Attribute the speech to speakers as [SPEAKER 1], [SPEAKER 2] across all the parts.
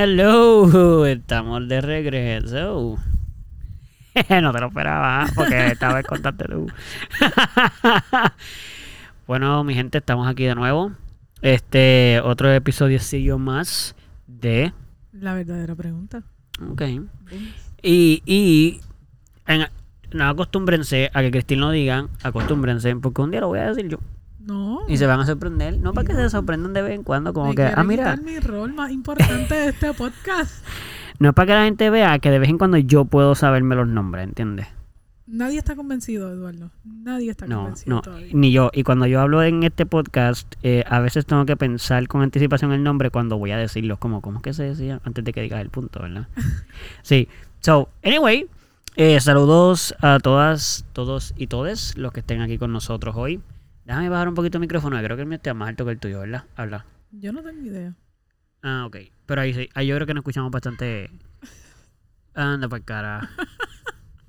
[SPEAKER 1] Dímelo, estamos de regreso. no te lo esperaba, ¿ah? porque estaba vez contaste tú. bueno, mi gente, estamos aquí de nuevo. Este, otro episodio más de...
[SPEAKER 2] La verdadera pregunta.
[SPEAKER 1] Ok. Y, y en- no acostúmbrense a que Cristín lo diga, acostúmbrense, porque un día lo voy a decir yo.
[SPEAKER 2] No.
[SPEAKER 1] Y se van a sorprender. No para que se sorprendan de vez en cuando, como
[SPEAKER 2] me
[SPEAKER 1] que, ah,
[SPEAKER 2] quiere
[SPEAKER 1] mira,
[SPEAKER 2] quitar mi rol más importante de este podcast.
[SPEAKER 1] no es para que la gente vea que de vez en cuando yo puedo saberme los nombres, ¿entiendes?
[SPEAKER 2] Nadie está convencido, Eduardo. Nadie está
[SPEAKER 1] No,
[SPEAKER 2] convencido
[SPEAKER 1] no,
[SPEAKER 2] todavía.
[SPEAKER 1] ni yo. Y cuando yo hablo en este podcast, eh, a veces tengo que pensar con anticipación el nombre cuando voy a decirlo, como, ¿cómo es que se decía? Antes de que digas el punto, ¿verdad? sí. So, anyway, eh, saludos a todas, todos y todes los que estén aquí con nosotros hoy. Déjame bajar un poquito el micrófono, que creo que el mío está más alto que el tuyo, ¿verdad? Habla.
[SPEAKER 2] Yo no tengo idea.
[SPEAKER 1] Ah, ok. Pero ahí sí, ahí yo creo que nos escuchamos bastante. Anda por cara.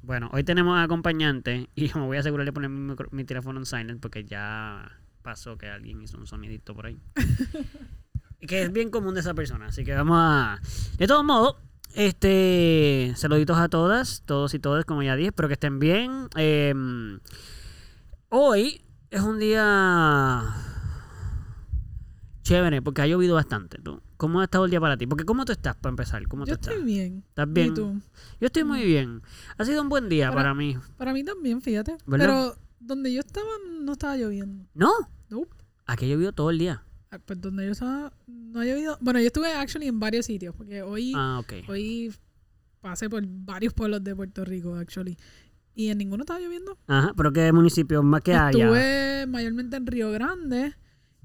[SPEAKER 1] Bueno, hoy tenemos acompañante y me voy a asegurar de poner mi, micro- mi teléfono en silent porque ya pasó que alguien hizo un sonidito por ahí. que es bien común de esa persona, así que vamos a... De todos modos, este, saluditos a todas, todos y todas, como ya dije, espero que estén bien. Eh, hoy es un día chévere porque ha llovido bastante. ¿tú? ¿Cómo ha estado el día para ti? Porque ¿cómo tú estás para empezar? ¿Cómo
[SPEAKER 2] Yo
[SPEAKER 1] tú estás?
[SPEAKER 2] estoy bien.
[SPEAKER 1] ¿Estás
[SPEAKER 2] ¿Y
[SPEAKER 1] bien?
[SPEAKER 2] tú?
[SPEAKER 1] Yo estoy muy
[SPEAKER 2] Mm.
[SPEAKER 1] bien. Ha sido un buen día
[SPEAKER 2] Para-
[SPEAKER 1] para mí.
[SPEAKER 2] Para mí también, fíjate.
[SPEAKER 1] ¿Verdad?
[SPEAKER 2] Pero donde yo estaba no estaba lloviendo.
[SPEAKER 1] No,
[SPEAKER 2] Nope.
[SPEAKER 1] aquí ha llovido todo el día.
[SPEAKER 2] Ah, Pues donde yo estaba no ha llovido. Bueno, yo estuve actually en varios sitios porque hoy
[SPEAKER 1] Ah, ok.
[SPEAKER 2] hoy pasé por varios pueblos de Puerto Rico actually y en ninguno estaba lloviendo.
[SPEAKER 1] Ajá, pero qué municipio más que haya.
[SPEAKER 2] Estuve mayormente en Río Grande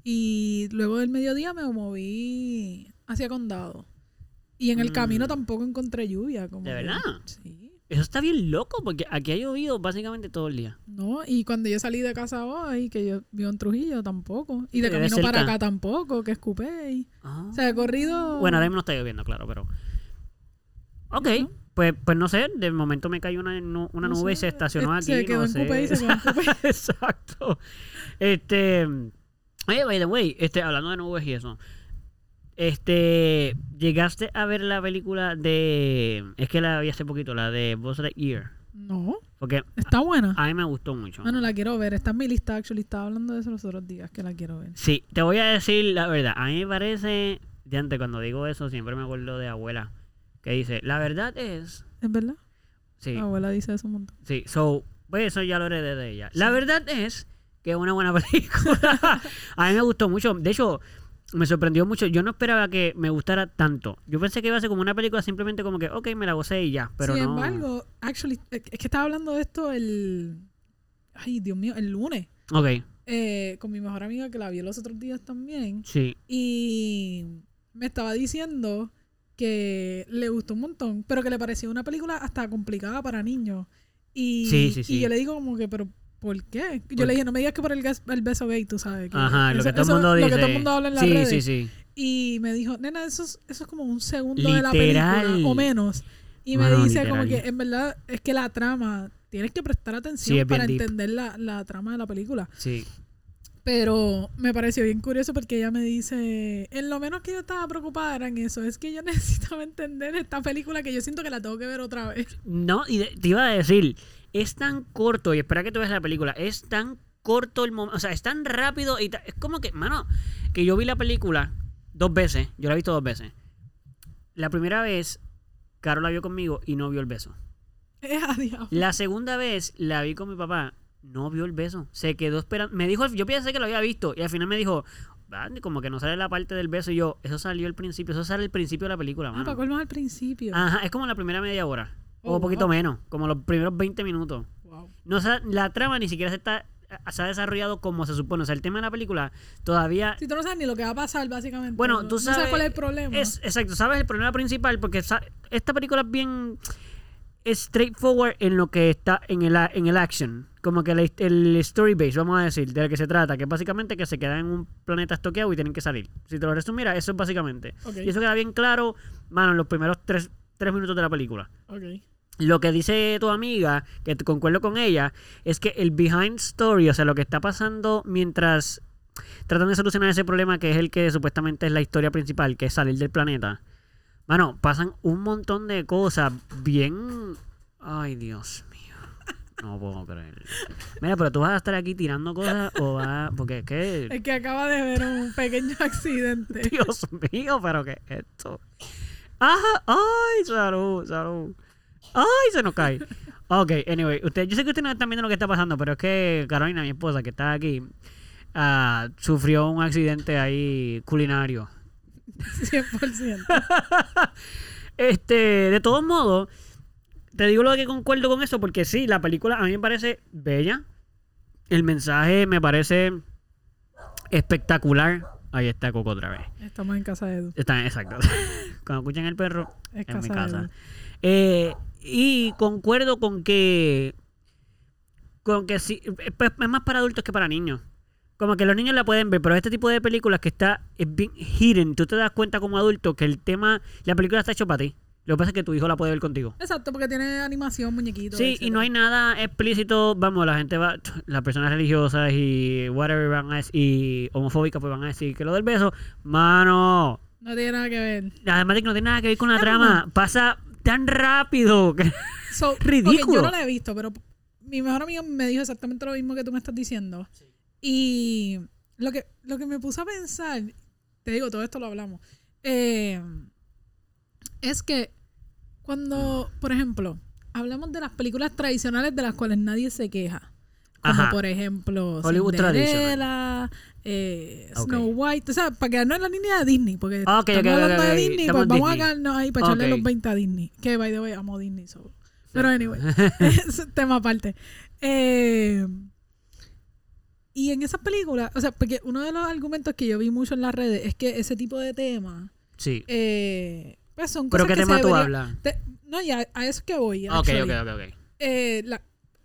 [SPEAKER 2] y luego del mediodía me moví hacia Condado. Y en el
[SPEAKER 1] Mm.
[SPEAKER 2] camino tampoco encontré lluvia. Como
[SPEAKER 1] ¿De
[SPEAKER 2] que-
[SPEAKER 1] verdad?
[SPEAKER 2] Sí.
[SPEAKER 1] Eso está bien loco porque aquí ha llovido básicamente todo el día.
[SPEAKER 2] No, y cuando yo salí de casa hoy, que yo vivo en Trujillo, tampoco. Y de
[SPEAKER 1] Pero es
[SPEAKER 2] camino para
[SPEAKER 1] cerca.
[SPEAKER 2] acá tampoco, que escupé. y-
[SPEAKER 1] Ah.
[SPEAKER 2] O sea, he corrido...
[SPEAKER 1] Bueno, ahora mismo no está lloviendo, claro, pero. Ok,
[SPEAKER 2] Eso.
[SPEAKER 1] pues, pues no sé, de momento me cayó una, nu- una
[SPEAKER 2] No
[SPEAKER 1] nube y
[SPEAKER 2] sé,
[SPEAKER 1] se estacionó
[SPEAKER 2] eh,
[SPEAKER 1] aquí.
[SPEAKER 2] Se quedó
[SPEAKER 1] no
[SPEAKER 2] en
[SPEAKER 1] sé.
[SPEAKER 2] coupé y se quedó en coupé.
[SPEAKER 1] Exacto. Este. Oye, by the way, este, hablando de nubes y eso. Este. Llegaste a ver la película de. Es que la vi hace poquito, la de Buzz Lightyear.
[SPEAKER 2] No,
[SPEAKER 1] Porque
[SPEAKER 2] está buena.
[SPEAKER 1] a mí me gustó mucho.
[SPEAKER 2] Bueno, Ah, la quiero ver. Está en mi lista, actually. Estaba hablando de eso los otros días, que la quiero ver.
[SPEAKER 1] Sí, te voy a decir la verdad. A mí me parece. De antes, cuando digo eso, siempre me acuerdo de abuela. Que dice: La verdad es.
[SPEAKER 2] ¿Es verdad?
[SPEAKER 1] Sí,
[SPEAKER 2] Mi abuela dice eso un montón.
[SPEAKER 1] sí. So, pues eso ya lo heredé de ella. La
[SPEAKER 2] Sí.
[SPEAKER 1] verdad es que es una buena película. a mí me gustó mucho. De hecho, me sorprendió mucho. Yo no esperaba que me gustara tanto. Yo pensé que iba a ser como una película simplemente como que, ok, me la gocé y ya. Pero
[SPEAKER 2] Sin
[SPEAKER 1] no.
[SPEAKER 2] embargo, actually, es que es que estaba hablando de esto el. Ay, Dios mío, el lunes.
[SPEAKER 1] Ok,
[SPEAKER 2] eh, con mi mejor amiga que la vio los otros días también.
[SPEAKER 1] sí.
[SPEAKER 2] Y me estaba diciendo que le gustó un montón, pero que le pareció una película hasta complicada para niños. Y,
[SPEAKER 1] Sí, sí, sí.
[SPEAKER 2] y yo le digo, como que, pero. ¿Por qué? Yo
[SPEAKER 1] ¿Por
[SPEAKER 2] le dije, no me digas que por el, gas- el beso gay, tú sabes. que
[SPEAKER 1] Ajá, lo
[SPEAKER 2] eso-
[SPEAKER 1] que todo el
[SPEAKER 2] eso-
[SPEAKER 1] mundo
[SPEAKER 2] lo
[SPEAKER 1] dice.
[SPEAKER 2] que todo el mundo habla en las
[SPEAKER 1] sí,
[SPEAKER 2] redes.
[SPEAKER 1] sí, sí.
[SPEAKER 2] Y me dijo, nena, eso es, eso es como un segundo de la
[SPEAKER 1] Literal.
[SPEAKER 2] película o menos. Y me
[SPEAKER 1] Mano,
[SPEAKER 2] dice como
[SPEAKER 1] literal.
[SPEAKER 2] que en verdad es que la trama, tienes que prestar atención
[SPEAKER 1] Sí, es bien
[SPEAKER 2] para
[SPEAKER 1] deep.
[SPEAKER 2] entender la, la trama de la película.
[SPEAKER 1] Sí.
[SPEAKER 2] Pero me pareció bien curioso porque ella me dice, en lo menos que yo estaba preocupada era en eso, es que yo necesitaba entender esta película que yo siento que la tengo que ver otra vez.
[SPEAKER 1] No, y de- te iba a decir, es tan corto, y espera que tú veas la película, es tan corto el momento, o sea, es tan rápido y ta- es como que, mano, que yo vi la película dos veces, yo la he visto dos veces. La primera vez, Caro la vio conmigo y no vio el beso.
[SPEAKER 2] Es a diablo.
[SPEAKER 1] La segunda vez la vi con mi papá, no vio el beso, se quedó esperando, me dijo, yo pensé que lo había visto, y al final me dijo, "Ah, como que no sale la parte del beso, y yo, eso salió al principio, eso sale al principio de la película,
[SPEAKER 2] Ah,
[SPEAKER 1] mano.
[SPEAKER 2] para colmar al principio.
[SPEAKER 1] Ajá, es como la primera media hora. o
[SPEAKER 2] Oh,
[SPEAKER 1] un poquito
[SPEAKER 2] wow.
[SPEAKER 1] menos, como los primeros 20 minutos.
[SPEAKER 2] Wow.
[SPEAKER 1] No, o sea, la trama ni siquiera se, está, se ha desarrollado como se supone. O sea, el tema de la película todavía...
[SPEAKER 2] Si tú no sabes ni lo que va a pasar, básicamente.
[SPEAKER 1] Bueno,
[SPEAKER 2] no-
[SPEAKER 1] tú
[SPEAKER 2] no
[SPEAKER 1] sabes-
[SPEAKER 2] cuál es el problema.
[SPEAKER 1] Es, exacto, ¿sabes? El problema principal, porque sa- esta película es bien straightforward en lo que está en el, a- en el action. Como que la hist- el, story base, vamos a decir, de la que se trata, que es básicamente que se quedan en un planeta estoqueado y tienen que salir. Si te lo resumiera, eso es básicamente.
[SPEAKER 2] Ok,
[SPEAKER 1] Y eso queda bien claro, mano, en los primeros tres, tres minutos de la película.
[SPEAKER 2] ok.
[SPEAKER 1] lo que dice tu amiga, que te concuerdo con ella, es que el behind story, o sea, lo que está pasando mientras tratan de solucionar ese problema que es el que supuestamente es la historia principal, que es salir del planeta. Mano, pasan un montón de cosas bien. Ay, Dios mío. No puedo creer. Mira, pero tú vas a estar aquí tirando cosas o vas. Porque es que.
[SPEAKER 2] Es que acaba de ver un pequeño accidente.
[SPEAKER 1] Dios mío, pero que es esto. Ajá, ay, salud, salud. Ay, se nos cae. Ok, anyway, usted, yo sé que ustedes no están viendo lo que está pasando, pero es que Carolina, mi esposa, que está aquí, ah, sufrió un accidente ahí culinario.
[SPEAKER 2] 100%.
[SPEAKER 1] Este, de todos modos, te digo lo de que concuerdo con eso, porque sí, la película a mí me parece bella. El mensaje me parece espectacular. Ahí está Coco otra vez.
[SPEAKER 2] Estamos en casa de Edu.
[SPEAKER 1] Está, exacto. Cuando escuchan el perro,
[SPEAKER 2] Es
[SPEAKER 1] en mi
[SPEAKER 2] casa de
[SPEAKER 1] casa.
[SPEAKER 2] Edu.
[SPEAKER 1] Eh, y concuerdo con que. Con que sí. Es pues, es más para adultos que para niños. Como que los niños la pueden ver, pero este tipo de películas que está. Es bien hidden. Tú te das cuenta como adulto que el tema. La película está hecha para ti. Lo que pasa es que tu hijo la puede ver contigo.
[SPEAKER 2] Exacto, porque tiene animación, muñequitos.
[SPEAKER 1] Sí, y no hay nada explícito. Vamos, la gente va. Las personas religiosas y whatever van a decir. Y homofóbicas, pues van a decir que lo del beso. Mano.
[SPEAKER 2] No tiene nada que ver.
[SPEAKER 1] Además de que no tiene nada que ver con la trama. Pasa tan rápido. Que...
[SPEAKER 2] So, ok,
[SPEAKER 1] Ridículo.
[SPEAKER 2] yo no la he visto, pero mi mejor amigo me dijo exactamente lo mismo que tú me estás diciendo. Y lo que, lo que me puso a pensar, te digo, todo esto lo hablamos, eh, es que cuando, por ejemplo, hablamos de las películas tradicionales de las cuales nadie se queja. Como
[SPEAKER 1] Ajá.
[SPEAKER 2] por ejemplo,
[SPEAKER 1] Hollywood
[SPEAKER 2] Cinderella, eh,
[SPEAKER 1] Ok.
[SPEAKER 2] Snow White, o sea, para quedarnos en la línea de Disney, porque
[SPEAKER 1] Ah, ok,
[SPEAKER 2] estamos
[SPEAKER 1] ok,
[SPEAKER 2] hablando
[SPEAKER 1] ok, ok.
[SPEAKER 2] de Disney,
[SPEAKER 1] Estamos
[SPEAKER 2] pues vamos a
[SPEAKER 1] Disney.
[SPEAKER 2] quedarnos ahí para echarle
[SPEAKER 1] Ok.
[SPEAKER 2] los 20 a Disney. Que, by the way, amo Disney, so. Pero anyway, es tema aparte. Eh, y en esas películas, o sea, porque uno de los argumentos que yo vi mucho en las redes es que ese tipo de temas,
[SPEAKER 1] Sí.
[SPEAKER 2] eh, pues son
[SPEAKER 1] ¿Pero
[SPEAKER 2] cosas
[SPEAKER 1] qué
[SPEAKER 2] que
[SPEAKER 1] tema
[SPEAKER 2] se
[SPEAKER 1] tú
[SPEAKER 2] deberían-
[SPEAKER 1] hablas?
[SPEAKER 2] te- no, ya, a eso es que voy.
[SPEAKER 1] Ok,
[SPEAKER 2] actually.
[SPEAKER 1] ok, ok, ok.
[SPEAKER 2] Eh, la-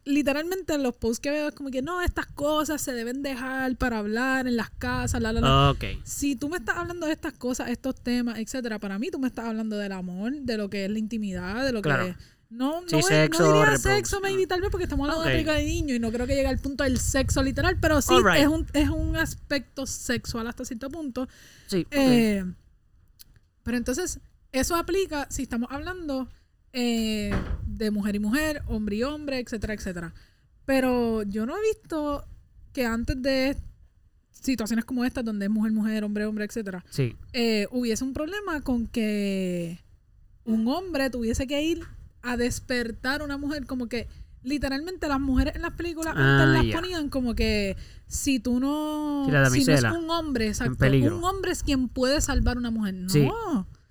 [SPEAKER 2] literalmente en los posts que veo es como que no, estas cosas se deben dejar para hablar en las casas, la, la, la.
[SPEAKER 1] Ok.
[SPEAKER 2] Si tú me estás hablando de estas cosas, estos temas, etcétera, para mí tú me estás hablando del amor, de lo que es la intimidad, de lo
[SPEAKER 1] Claro.
[SPEAKER 2] que es. No, no,
[SPEAKER 1] Sí,
[SPEAKER 2] es- no
[SPEAKER 1] sexo,
[SPEAKER 2] diría
[SPEAKER 1] reproducción.
[SPEAKER 2] sexo, maybe, tal vez porque estamos hablando
[SPEAKER 1] Ok.
[SPEAKER 2] de una película de niño y no creo que llegue al punto del sexo literal, pero sí
[SPEAKER 1] Alright.
[SPEAKER 2] es, un, es un aspecto sexual hasta cierto punto.
[SPEAKER 1] Sí. ok.
[SPEAKER 2] Eh, pero entonces, eso aplica si estamos hablando eh, de mujer y mujer, hombre y hombre, etcétera, etcétera. Pero yo no he visto que antes de situaciones como estas, donde es mujer, mujer, hombre, hombre, etcétera,
[SPEAKER 1] sí.
[SPEAKER 2] eh, hubiese un problema con que un hombre tuviese que ir a despertar a una mujer como que literalmente las mujeres en las películas antes
[SPEAKER 1] Ah,
[SPEAKER 2] las
[SPEAKER 1] ya.
[SPEAKER 2] ponían como que si tú no
[SPEAKER 1] Si la
[SPEAKER 2] si no es
[SPEAKER 1] damisela
[SPEAKER 2] un hombre exacto
[SPEAKER 1] peligro.
[SPEAKER 2] un hombre es quien puede salvar una mujer no
[SPEAKER 1] Sí,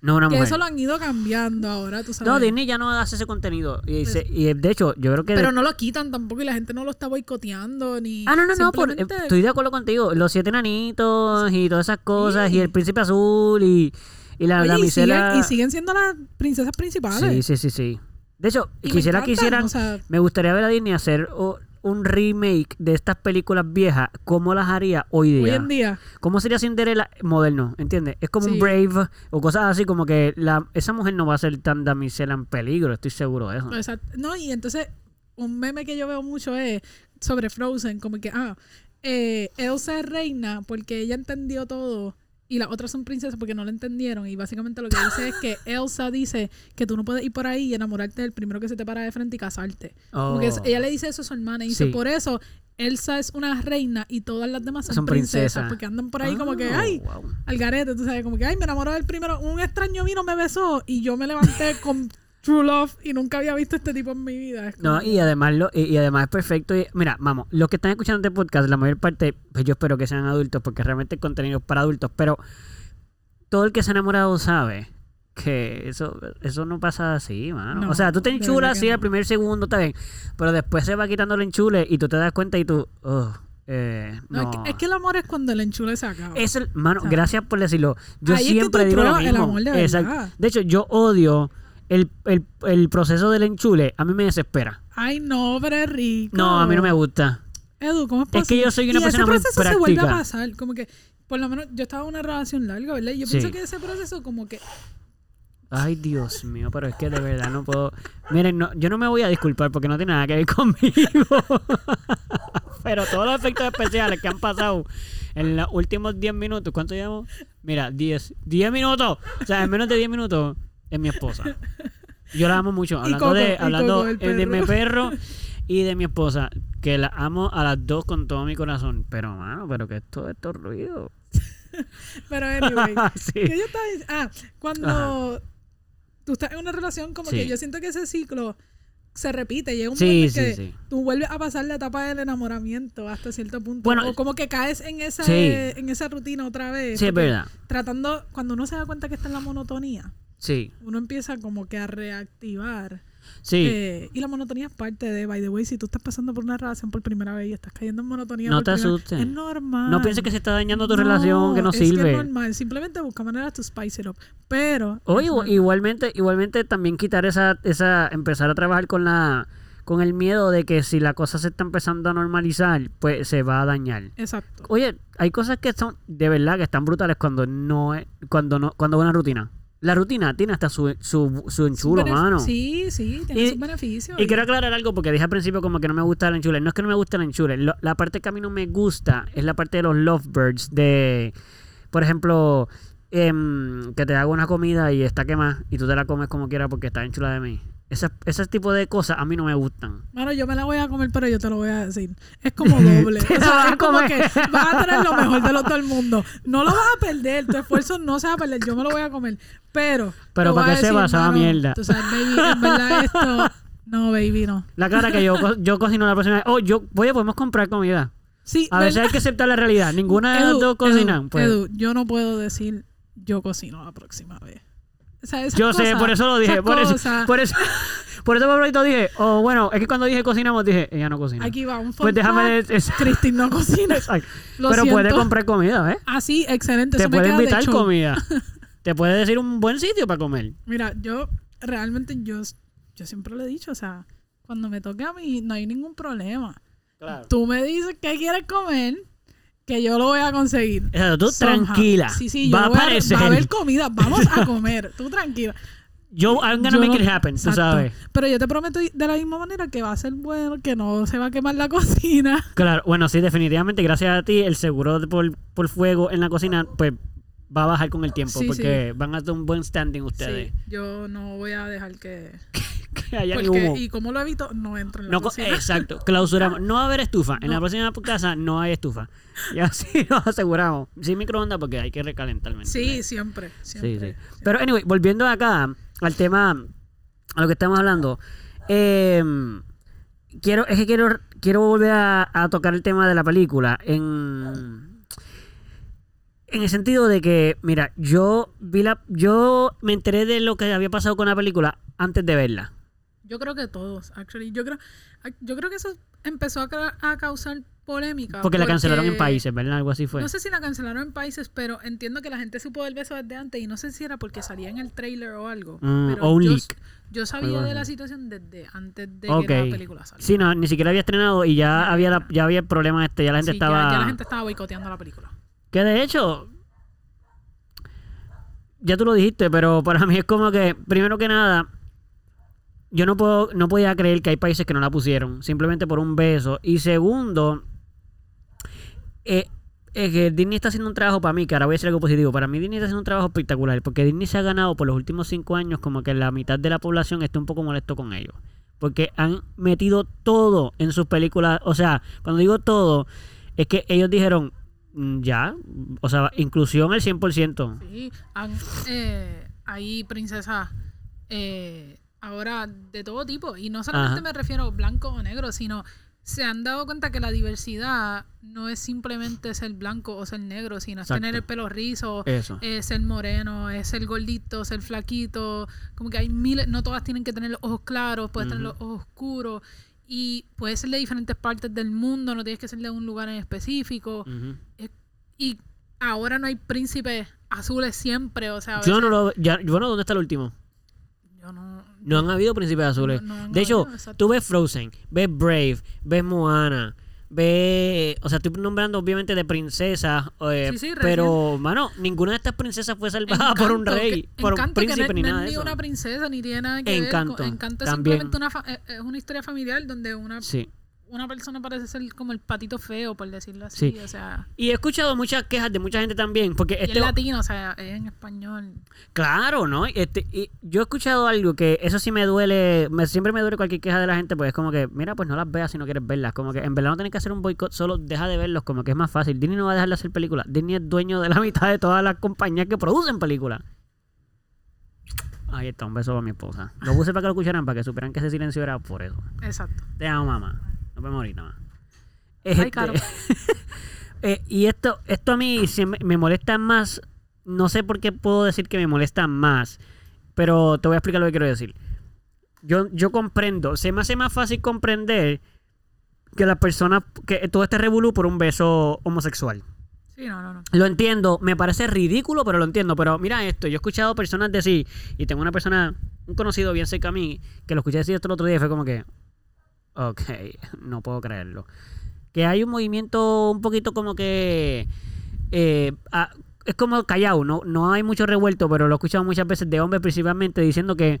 [SPEAKER 1] No, una
[SPEAKER 2] que
[SPEAKER 1] mujer.
[SPEAKER 2] eso lo han ido cambiando ahora tú sabes
[SPEAKER 1] No, Disney ya no hace ese contenido. Y, se- y de hecho, yo creo que.
[SPEAKER 2] Pues pero no lo quitan tampoco y la gente no lo está boicoteando ni
[SPEAKER 1] ah, no, no, no. por- eh,
[SPEAKER 2] simplemente-
[SPEAKER 1] estoy de acuerdo contigo. Los siete nanitos y todas esas cosas. Y el príncipe azul y, y la
[SPEAKER 2] Oye, y,
[SPEAKER 1] damisela.
[SPEAKER 2] siguen, y siguen siendo las princesas principales
[SPEAKER 1] Sí, sí, sí, sí. De hecho,
[SPEAKER 2] Y me
[SPEAKER 1] quisiera que hicieran.
[SPEAKER 2] encantan, o sea,
[SPEAKER 1] Me gustaría ver a Disney hacer o- un remake de estas películas viejas. ¿Cómo las haría hoy día?
[SPEAKER 2] hoy en día
[SPEAKER 1] ¿Cómo sería Cinderella moderno? ¿Entiendes? Es como un
[SPEAKER 2] Sí.
[SPEAKER 1] Brave o cosas así, como que la, esa mujer no va a ser tan damisela en peligro, estoy seguro de eso.
[SPEAKER 2] Exacto. No, y entonces un meme que yo veo mucho es sobre Frozen, como que, ah, eh, Elsa es reina porque ella entendió todo y las otras son princesas porque no lo entendieron. Y básicamente lo que dice es que Elsa dice que tú no puedes ir por ahí y enamorarte del primero que se te para de frente y casarte. Como que es-
[SPEAKER 1] Oh,
[SPEAKER 2] ella le dice eso a su hermana y dice,
[SPEAKER 1] Sí.
[SPEAKER 2] por eso Elsa es una reina y todas las demás son,
[SPEAKER 1] Son
[SPEAKER 2] princesas,
[SPEAKER 1] princesas.
[SPEAKER 2] porque andan por ahí como que,
[SPEAKER 1] oh,
[SPEAKER 2] ay,
[SPEAKER 1] wow.
[SPEAKER 2] al garete, tú sabes, como que, ay, me enamoró del primero, un extraño vino, me besó y yo me levanté con true love y nunca había visto este tipo en mi vida. Es como-
[SPEAKER 1] No, y además, lo, y, y además es perfecto. y- mira, vamos, los que están escuchando este podcast, la mayor parte, pues yo espero que sean adultos, porque realmente el contenido es para adultos, pero todo el que se ha enamorado sabe que eso, eso no pasa así, mano.
[SPEAKER 2] No,
[SPEAKER 1] o sea, tú te
[SPEAKER 2] de verdad
[SPEAKER 1] enchulas
[SPEAKER 2] que
[SPEAKER 1] así
[SPEAKER 2] no.
[SPEAKER 1] al primer segundo, está bien, pero después se va quitando el enchule y tú te das cuenta y tú, oh, eh,
[SPEAKER 2] No,
[SPEAKER 1] no.
[SPEAKER 2] Es, que, es que el amor es cuando el enchule se acaba.
[SPEAKER 1] Es el, mano,
[SPEAKER 2] Exacto.
[SPEAKER 1] gracias por decirlo. Yo
[SPEAKER 2] Ahí es que
[SPEAKER 1] siempre
[SPEAKER 2] tú
[SPEAKER 1] digo lo
[SPEAKER 2] pruebas el
[SPEAKER 1] mismo.
[SPEAKER 2] amor de verdad.
[SPEAKER 1] Exacto. De hecho, yo odio el, el, el proceso del enchule. A mí me desespera.
[SPEAKER 2] Ay, no, pero es rico.
[SPEAKER 1] No, a mí no me gusta.
[SPEAKER 2] Edu, ¿cómo es
[SPEAKER 1] que
[SPEAKER 2] posible?
[SPEAKER 1] yo soy una
[SPEAKER 2] y
[SPEAKER 1] persona
[SPEAKER 2] ese
[SPEAKER 1] muy
[SPEAKER 2] proceso se vuelve a
[SPEAKER 1] práctica.
[SPEAKER 2] pasar, como que, por lo menos, yo estaba en una relación larga, ¿verdad? Y yo
[SPEAKER 1] Sí.
[SPEAKER 2] pienso que ese proceso como que,
[SPEAKER 1] Ay, Dios mío, pero es que de verdad no puedo. Miren, no, yo no me voy a disculpar porque no tiene nada que ver conmigo. pero todos los efectos especiales que han pasado en los últimos 10 minutos, ¿cuánto llevamos? Mira, 10. 10 minutos. O sea, en menos de 10 minutos es mi esposa. Yo la amo mucho.
[SPEAKER 2] Y
[SPEAKER 1] Hablando,
[SPEAKER 2] Coco,
[SPEAKER 1] de,
[SPEAKER 2] y
[SPEAKER 1] hablando
[SPEAKER 2] Coco, el
[SPEAKER 1] eh, de mi perro
[SPEAKER 2] perro.
[SPEAKER 1] y de mi esposa, que la amo a las dos con todo mi corazón. Pero, mano, pero que es todo esto ruido.
[SPEAKER 2] Pero anyway.
[SPEAKER 1] Sí.
[SPEAKER 2] que yo estaba dic- Ah, cuando tú estás en una relación, como que
[SPEAKER 1] Sí.
[SPEAKER 2] yo siento que ese ciclo se repite. Llega un
[SPEAKER 1] Sí,
[SPEAKER 2] momento en
[SPEAKER 1] sí,
[SPEAKER 2] que
[SPEAKER 1] sí.
[SPEAKER 2] tú vuelves a pasar la etapa del enamoramiento hasta cierto punto.
[SPEAKER 1] Bueno,
[SPEAKER 2] o como que caes en esa,
[SPEAKER 1] sí.
[SPEAKER 2] en esa rutina otra vez.
[SPEAKER 1] Sí, es
[SPEAKER 2] porque
[SPEAKER 1] verdad.
[SPEAKER 2] Tratando, cuando uno se da cuenta que está en la monotonía,
[SPEAKER 1] Sí,
[SPEAKER 2] uno empieza como que a reactivar.
[SPEAKER 1] sí.
[SPEAKER 2] Eh, y la monotonía es parte de, by the way, si tú estás pasando por una relación por primera vez y estás cayendo en monotonía,
[SPEAKER 1] No
[SPEAKER 2] por
[SPEAKER 1] te
[SPEAKER 2] primera-
[SPEAKER 1] asustes.
[SPEAKER 2] Es normal.
[SPEAKER 1] no pienses que se está dañando tu relación, que no
[SPEAKER 2] ah, es
[SPEAKER 1] sirve.
[SPEAKER 2] Es normal, simplemente busca maneras to spice it up. Pero.
[SPEAKER 1] O
[SPEAKER 2] es
[SPEAKER 1] igu-
[SPEAKER 2] normal.
[SPEAKER 1] igualmente, igualmente también quitar esa, esa, empezar a trabajar con la, con el miedo de que si la cosa se está empezando a normalizar, pues se va a dañar.
[SPEAKER 2] Exacto.
[SPEAKER 1] Oye, hay cosas que son de verdad que están brutales cuando no es, cuando no, cuando es una rutina. La rutina tiene hasta su, su, su enchulo,
[SPEAKER 2] Sus benef-
[SPEAKER 1] mano.
[SPEAKER 2] Sí, sí, tiene
[SPEAKER 1] Y-
[SPEAKER 2] sus beneficios.
[SPEAKER 1] Y quiero aclarar algo porque dije al principio como que no me gusta el enchule. No es que no me gusta el enchule. Lo- la parte que a mí no me gusta es la parte de los lovebirds. De, por ejemplo, em, que te hago una comida y está quemada y tú te la comes como quieras porque está enchulada de mí. Esas- ese tipo de cosas a mí no me gustan.
[SPEAKER 2] Mano, yo me la voy a comer, pero yo te lo voy a decir. Es como doble. o
[SPEAKER 1] Te la vas
[SPEAKER 2] sea,
[SPEAKER 1] a
[SPEAKER 2] es como
[SPEAKER 1] comer.
[SPEAKER 2] que vas a tener lo mejor de lo todo el mundo. No lo vas a perder, tu esfuerzo no se va a perder. Yo me lo voy a comer. Pero.
[SPEAKER 1] Pero para
[SPEAKER 2] te voy a
[SPEAKER 1] que sepas,
[SPEAKER 2] decir,
[SPEAKER 1] a la
[SPEAKER 2] mano,
[SPEAKER 1] mierda.
[SPEAKER 2] Tú sabes, baby, en verdad esto. No, baby, no.
[SPEAKER 1] La cara que yo, co- yo cocino la próxima vez. Oh, yo, oye, podemos comprar comida.
[SPEAKER 2] Sí,
[SPEAKER 1] A veces
[SPEAKER 2] ¿verdad?
[SPEAKER 1] hay que aceptar la realidad. Ninguna de las
[SPEAKER 2] Edu,
[SPEAKER 1] dos
[SPEAKER 2] Edu,
[SPEAKER 1] cocinan. Pues,
[SPEAKER 2] Edu, yo no puedo decir yo cocino la próxima vez. O sea, esas
[SPEAKER 1] yo sé,
[SPEAKER 2] cosas,
[SPEAKER 1] por eso lo dije.
[SPEAKER 2] esas
[SPEAKER 1] Por eso, pues,
[SPEAKER 2] cosas.
[SPEAKER 1] por eso, por eso, por eso dije. Oh, bueno, es que cuando dije cocinamos, dije, ella no cocina.
[SPEAKER 2] Aquí va un
[SPEAKER 1] Pues déjame
[SPEAKER 2] fact.
[SPEAKER 1] de- es-
[SPEAKER 2] Christine no cocina.
[SPEAKER 1] Exacto.
[SPEAKER 2] Lo
[SPEAKER 1] Pero puede
[SPEAKER 2] siento.
[SPEAKER 1] comprar comida, ¿eh?
[SPEAKER 2] Ah, sí, excelente.
[SPEAKER 1] Te
[SPEAKER 2] eso me
[SPEAKER 1] puede
[SPEAKER 2] queda de
[SPEAKER 1] invitar
[SPEAKER 2] show.
[SPEAKER 1] comida. Te puede decir un buen sitio para comer.
[SPEAKER 2] Mira, yo realmente yo, yo siempre lo he dicho, o sea, cuando me toque a mí no hay ningún problema. Tú me dices qué quieres comer, que yo lo voy a conseguir.
[SPEAKER 1] Exacto, tú
[SPEAKER 2] Somehow.
[SPEAKER 1] tranquila.
[SPEAKER 2] Sí, sí, yo
[SPEAKER 1] va a
[SPEAKER 2] voy a-
[SPEAKER 1] aparecer.
[SPEAKER 2] va a haber comida, vamos a comer. Tú tranquila.
[SPEAKER 1] Yo, I'm gonna
[SPEAKER 2] Yo
[SPEAKER 1] make
[SPEAKER 2] no-
[SPEAKER 1] it happen, tú
[SPEAKER 2] Exacto.
[SPEAKER 1] sabes.
[SPEAKER 2] Pero yo te prometo de la misma manera que va a ser bueno, que no se va a quemar la cocina.
[SPEAKER 1] Claro, bueno, sí, definitivamente, gracias a ti, el seguro de por, por fuego en la cocina, pues va a bajar con el tiempo,
[SPEAKER 2] Sí,
[SPEAKER 1] porque van a hacer un buen standing ustedes.
[SPEAKER 2] Sí, yo no voy a dejar que...
[SPEAKER 1] Que haya
[SPEAKER 2] porque-
[SPEAKER 1] humo.
[SPEAKER 2] y como lo evito, no entro en la
[SPEAKER 1] No co-
[SPEAKER 2] cocina.
[SPEAKER 1] exacto, clausuramos. No va a haber estufa. En la
[SPEAKER 2] No.
[SPEAKER 1] próxima casa no hay estufa. Y así nos aseguramos. Sin microondas porque hay que recalentar. ¿me
[SPEAKER 2] Sí,
[SPEAKER 1] entiendes?
[SPEAKER 2] siempre,
[SPEAKER 1] sí,
[SPEAKER 2] siempre.
[SPEAKER 1] sí. Pero, anyway, volviendo acá al tema, a lo que estamos hablando. eh, quiero, es que quiero, quiero volver a, a tocar el tema de la película. En, en el sentido de que, mira, yo, vi la, yo me enteré de lo que había pasado con la película antes de verla.
[SPEAKER 2] Yo creo que todos, actually. Yo creo, ac- yo creo que eso empezó a, ca- a causar polémica.
[SPEAKER 1] Porque la cancelaron en
[SPEAKER 2] Ah, porque-
[SPEAKER 1] países, pues. ¿verdad? Algo así fue.
[SPEAKER 2] No sé si la cancelaron en países, pero entiendo que la gente supo del beso desde antes y no sé si era porque salía en el trailer o algo.
[SPEAKER 1] Mm,
[SPEAKER 2] pero
[SPEAKER 1] o un
[SPEAKER 2] yo,
[SPEAKER 1] leak.
[SPEAKER 2] Yo
[SPEAKER 1] Algo
[SPEAKER 2] sabía de la
[SPEAKER 1] así.
[SPEAKER 2] situación desde antes de
[SPEAKER 1] Ok.
[SPEAKER 2] que la película salga.
[SPEAKER 1] Sí, no, ni siquiera había estrenado y ya había la- ya había el problema este, ya la gente
[SPEAKER 2] Sí, ya-
[SPEAKER 1] estaba
[SPEAKER 2] ya, la gente estaba boicoteando la película.
[SPEAKER 1] que de hecho ya tú lo dijiste, pero para mí es como que primero que nada yo no puedo no podía creer que hay países que no la pusieron simplemente por un beso y segundo eh, es que Disney está haciendo un trabajo para mí, que ahora voy a decir algo positivo. Para mí Disney está haciendo un trabajo espectacular, porque Disney se ha ganado por los últimos cinco años como que la mitad de la población está un poco molesto con ellos. Porque han metido todo en sus películas. O sea, cuando digo todo, es que ellos dijeron, "Mm, ya, o sea, inclusión al 100%.
[SPEAKER 2] Sí, han, eh, hay princesas eh, ahora de todo tipo. Y no solamente
[SPEAKER 1] Ajá.
[SPEAKER 2] me refiero a blanco o negro, sino se han dado cuenta que la diversidad no es simplemente ser blanco o ser negro, sino es
[SPEAKER 1] Exacto.
[SPEAKER 2] tener el pelo rizo,
[SPEAKER 1] Eso.
[SPEAKER 2] es ser moreno, es ser gordito, ser flaquito. Como que hay miles, no todas tienen que tener los ojos claros, puedes tener
[SPEAKER 1] Ujú.
[SPEAKER 2] los ojos oscuros. Y puedes ser de diferentes partes del mundo, no tienes que ser de un lugar en específico.
[SPEAKER 1] Ujú.
[SPEAKER 2] Y ahora no hay príncipes azules siempre, o sea, a
[SPEAKER 1] Yo
[SPEAKER 2] veces-
[SPEAKER 1] no lo... Ya, bueno, ¿dónde está el último?
[SPEAKER 2] yo no,
[SPEAKER 1] No han habido príncipes azules.
[SPEAKER 2] No, no han
[SPEAKER 1] de hecho,
[SPEAKER 2] habido, exacto.
[SPEAKER 1] tú ves Frozen, ves Brave, ves Moana, ves. O sea, estoy nombrando obviamente de princesas. eh,
[SPEAKER 2] Sí, sí, recién.
[SPEAKER 1] pero, mano, ninguna de estas princesas fue salvada por un
[SPEAKER 2] Encanto,
[SPEAKER 1] rey,
[SPEAKER 2] que-
[SPEAKER 1] por un
[SPEAKER 2] Encanto, que no
[SPEAKER 1] príncipe,
[SPEAKER 2] es-
[SPEAKER 1] ni
[SPEAKER 2] no es
[SPEAKER 1] nada de eso.
[SPEAKER 2] una princesa, ni tiene nada que ver con-
[SPEAKER 1] Encanto,
[SPEAKER 2] Encanto es
[SPEAKER 1] también.
[SPEAKER 2] simplemente una fa- eh, es una historia familiar donde una,
[SPEAKER 1] Sí,
[SPEAKER 2] una persona parece ser como el patito feo, por decirlo así.
[SPEAKER 1] Sí.
[SPEAKER 2] O sea,
[SPEAKER 1] Y he escuchado muchas quejas de mucha gente también, porque
[SPEAKER 2] y
[SPEAKER 1] este...
[SPEAKER 2] es latino, o sea, es en español.
[SPEAKER 1] Claro, ¿no? Este, y yo he escuchado algo que eso sí me duele, me- siempre me duele cualquier queja de la gente, pues es como que, mira, pues no las veas si no quieres verlas, como que en verdad no tienes que hacer un boicot, solo deja de verlos, como que es más fácil. Disney no va a dejar de hacer películas, Disney es dueño de la mitad de todas las compañías que producen películas. Ahí está, un beso para mi esposa. Lo puse para que lo escucharan, para que supieran que ese silencio era por eso.
[SPEAKER 2] Exacto.
[SPEAKER 1] Te amo, mamá. Nos vemos ahorita, mamá. Este,
[SPEAKER 2] Ay, Caro.
[SPEAKER 1] eh, y esto, esto a mí se me, me molesta más. No sé por qué puedo decir que me molesta más. Pero te voy a explicar lo que quiero decir. Yo, yo comprendo. Se me hace más fácil comprender que las personas. que todo este revolú por un beso homosexual.
[SPEAKER 2] Sí, no, no, no.
[SPEAKER 1] Lo entiendo, me parece ridículo, pero lo entiendo. Pero mira esto, yo he escuchado personas decir, y tengo una persona, un conocido bien cerca a mí, que lo escuché decir esto el otro día y fue como que, ok, no puedo creerlo. Que hay un movimiento un poquito como que... eh, ah, es como callado, no, no hay mucho revuelto, pero lo he escuchado muchas veces de hombres principalmente diciendo que,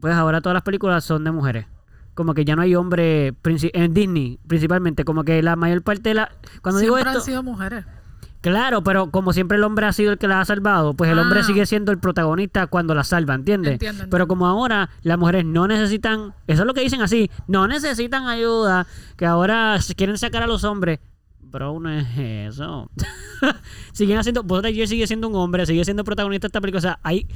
[SPEAKER 1] pues ahora todas las películas son de mujeres. Como que ya no hay hombre princi- en Disney, principalmente. Como que la mayor parte de la... Cuando digo
[SPEAKER 2] Siempre
[SPEAKER 1] esto...
[SPEAKER 2] han sido mujeres.
[SPEAKER 1] Claro, pero como siempre el hombre ha sido el que la ha salvado, pues el hombre
[SPEAKER 2] Ah.
[SPEAKER 1] sigue siendo el protagonista cuando la salva, ¿entiendes?
[SPEAKER 2] Entiendo, entiendo.
[SPEAKER 1] Pero como ahora las mujeres no necesitan, eso es lo que dicen así, no necesitan ayuda, que ahora se quieren sacar a los hombres. Bro, no es eso. Siguen haciendo, Buzz Lightyear sigue siendo un hombre, sigue siendo protagonista de esta película. O sea, hay,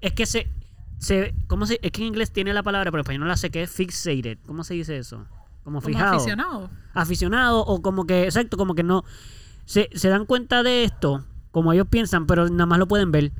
[SPEAKER 1] es que se, se, ¿cómo se, es que en inglés tiene la palabra, pero en español no la sé, que es fixated. ¿Cómo se dice eso? Como
[SPEAKER 2] Como
[SPEAKER 1] fijado
[SPEAKER 2] aficionados.
[SPEAKER 1] aficionados o como que, exacto, como que no se, se dan cuenta de esto, como ellos piensan, pero nada más lo pueden ver.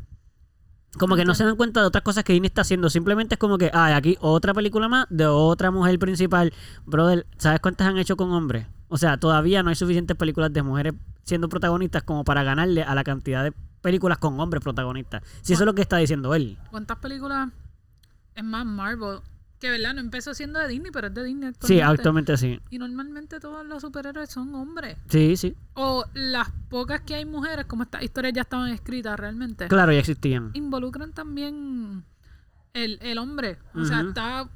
[SPEAKER 1] Como que no se dan cuenta de otras cosas que Disney está haciendo. Simplemente es como que, ah, aquí otra película más de otra mujer principal. Brother, ¿sabes cuántas han hecho con hombres? O sea, todavía no hay suficientes películas de mujeres siendo protagonistas como para ganarle a la cantidad de películas con hombres protagonistas. Si eso es lo que está diciendo él.
[SPEAKER 2] ¿Cuántas películas? Es más, Marvel. Que verdad, no empezó siendo de Disney, pero es de Disney
[SPEAKER 1] Sí,
[SPEAKER 2] actualmente.
[SPEAKER 1] actualmente sí.
[SPEAKER 2] Y normalmente todos los superhéroes son hombres.
[SPEAKER 1] Sí, sí.
[SPEAKER 2] O las pocas que hay mujeres, como estas historias ya estaban escritas realmente,
[SPEAKER 1] Claro, ya existían.
[SPEAKER 2] involucran también el, el hombre. O sea,
[SPEAKER 1] Ujú.
[SPEAKER 2] está,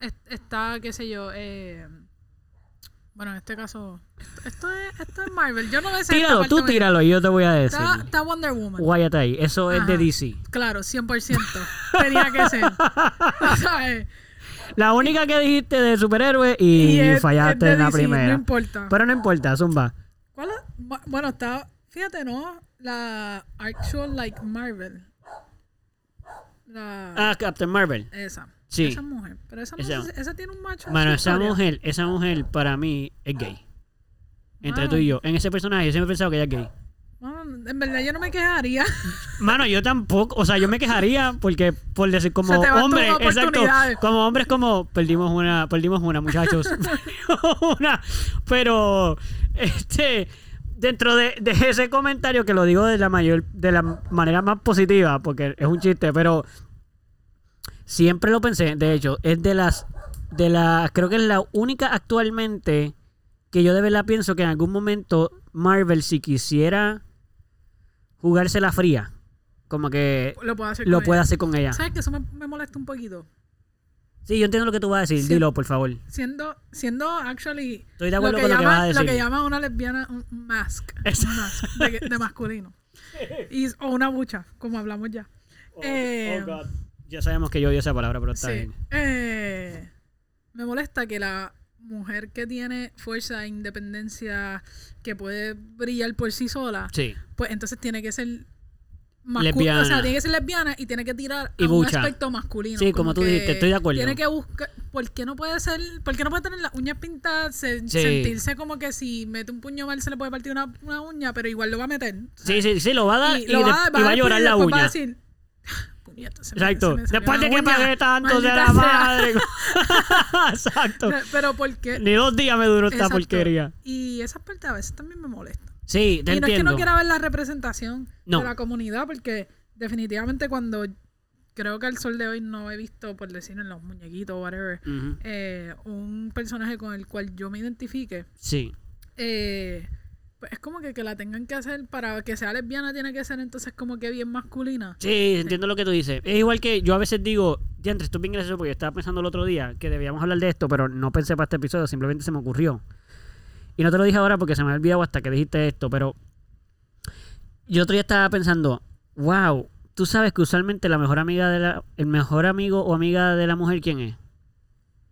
[SPEAKER 2] es- está, qué sé yo, eh, bueno, en este caso, esto es, esto es Marvel. Yo no me sé esta
[SPEAKER 1] Tíralo,
[SPEAKER 2] parte
[SPEAKER 1] tú
[SPEAKER 2] muy bien.
[SPEAKER 1] tíralo y yo te voy a decir.
[SPEAKER 2] Está, está Wonder Woman.
[SPEAKER 1] Wyatt ahí. Eso es de
[SPEAKER 2] Ajá.
[SPEAKER 1] DC.
[SPEAKER 2] Claro, 100%. Tenía que ser. ¿Sabes?
[SPEAKER 1] La única que dijiste de superhéroe y,
[SPEAKER 2] es-
[SPEAKER 1] fallaste
[SPEAKER 2] es de
[SPEAKER 1] en la
[SPEAKER 2] DC,
[SPEAKER 1] primera.
[SPEAKER 2] No importa.
[SPEAKER 1] Pero no importa, Zumba.
[SPEAKER 2] ¿Cuál es? Ma- Bueno, está, fíjate, ¿no? La actual, like, Marvel. La...
[SPEAKER 1] Ah, Captain Marvel.
[SPEAKER 2] Esa.
[SPEAKER 1] Sí.
[SPEAKER 2] Esa mujer. Pero esa,
[SPEAKER 1] Esa.
[SPEAKER 2] mujer- esa tiene un macho. en
[SPEAKER 1] Mano,
[SPEAKER 2] su
[SPEAKER 1] esa
[SPEAKER 2] historia.
[SPEAKER 1] mujer, esa mujer para mí es gay. Entre
[SPEAKER 2] Mano.
[SPEAKER 1] tú y yo. En ese personaje yo siempre he pensado que ella es gay.
[SPEAKER 2] Mano, en verdad yo no me quejaría.
[SPEAKER 1] Mano, yo tampoco, o sea, yo me quejaría porque por decir como
[SPEAKER 2] Se te van
[SPEAKER 1] hombre,
[SPEAKER 2] tus
[SPEAKER 1] exacto,
[SPEAKER 2] oportunidades.
[SPEAKER 1] como hombres como perdimos una, perdimos una, muchachos. Perdimos una, pero este dentro de, de ese comentario que lo digo de la mayor de la manera más positiva porque es un chiste, pero siempre lo pensé, de hecho, es de las de las creo que es la única actualmente que yo de verdad pienso que en algún momento Marvel si quisiera jugarse la fría, como que
[SPEAKER 2] Lo puedo hacer.
[SPEAKER 1] lo
[SPEAKER 2] con
[SPEAKER 1] puede
[SPEAKER 2] ella.
[SPEAKER 1] hacer con ella.
[SPEAKER 2] ¿Sabes que eso me, me molesta un poquito?
[SPEAKER 1] Sí, yo entiendo lo que tú vas a decir,
[SPEAKER 2] Sí.
[SPEAKER 1] dilo por favor.
[SPEAKER 2] Siendo, siendo actually.
[SPEAKER 1] Estoy de acuerdo
[SPEAKER 2] lo que
[SPEAKER 1] con lo que
[SPEAKER 2] llama-
[SPEAKER 1] vas a
[SPEAKER 2] Lo que
[SPEAKER 1] decir.
[SPEAKER 2] llama una lesbiana un un mask.
[SPEAKER 1] Eso.
[SPEAKER 2] Un mask de, de masculino. Y, o una bucha, como hablamos ya. Eh,
[SPEAKER 1] Ya sabemos que yo odio esa palabra, pero está
[SPEAKER 2] Sí.
[SPEAKER 1] bien.
[SPEAKER 2] Eh, me molesta que la mujer que tiene fuerza, e independencia, que puede brillar por sí sola,
[SPEAKER 1] Sí.
[SPEAKER 2] pues entonces tiene que ser masculina.
[SPEAKER 1] Lesbiana.
[SPEAKER 2] O sea, tiene que ser lesbiana y tiene que tirar
[SPEAKER 1] Y
[SPEAKER 2] a un
[SPEAKER 1] bucha.
[SPEAKER 2] aspecto masculino.
[SPEAKER 1] Sí, como tú
[SPEAKER 2] que
[SPEAKER 1] dijiste, estoy de acuerdo.
[SPEAKER 2] Tiene que buscar. ¿Por qué no puede ser? ¿Por qué no puede tener las uñas pintadas? se-
[SPEAKER 1] Sí.
[SPEAKER 2] Sentirse como que si mete un puño mal se le puede partir una, una uña, pero igual lo va a meter.
[SPEAKER 1] Sí, sí, sí, lo va a dar y,
[SPEAKER 2] Ah. lo
[SPEAKER 1] de-
[SPEAKER 2] dar,
[SPEAKER 1] y va a
[SPEAKER 2] dar
[SPEAKER 1] llorar
[SPEAKER 2] puño y
[SPEAKER 1] la
[SPEAKER 2] después Va a
[SPEAKER 1] uña.
[SPEAKER 2] decir, "Puñeta, se me- se
[SPEAKER 1] Exacto.
[SPEAKER 2] me salió
[SPEAKER 1] Después
[SPEAKER 2] la
[SPEAKER 1] de que
[SPEAKER 2] uña,
[SPEAKER 1] pagué tanto de
[SPEAKER 2] maldita
[SPEAKER 1] la
[SPEAKER 2] sea".
[SPEAKER 1] madre. Exacto.
[SPEAKER 2] Pe- Pero porque.
[SPEAKER 1] Ni dos días me duró esta
[SPEAKER 2] Exacto.
[SPEAKER 1] porquería.
[SPEAKER 2] Y esas partes a veces también me molestan.
[SPEAKER 1] Sí, te
[SPEAKER 2] y no es que
[SPEAKER 1] entiendo.
[SPEAKER 2] no quiera ver la representación
[SPEAKER 1] No.
[SPEAKER 2] de la comunidad, porque definitivamente cuando creo que al sol de hoy no he visto, por decir en los muñequitos o whatever,
[SPEAKER 1] Ujú.
[SPEAKER 2] eh, un personaje con el cual yo me identifique,
[SPEAKER 1] Sí.
[SPEAKER 2] eh, pues es como que, que la tengan que hacer para que sea lesbiana, tiene que ser entonces como que bien masculina.
[SPEAKER 1] Sí, entiendo lo que tú dices. Es igual que yo a veces digo, Diantre, esto es bien gracioso porque yo estaba pensando el otro día que debíamos hablar de esto, pero no pensé para este episodio, simplemente se me ocurrió. Y no te lo dije ahora porque se me había olvidado hasta que dijiste esto, pero yo otro día estaba pensando, wow, tú sabes que usualmente la mejor amiga de la, el mejor amigo o amiga de la mujer, ¿quién es?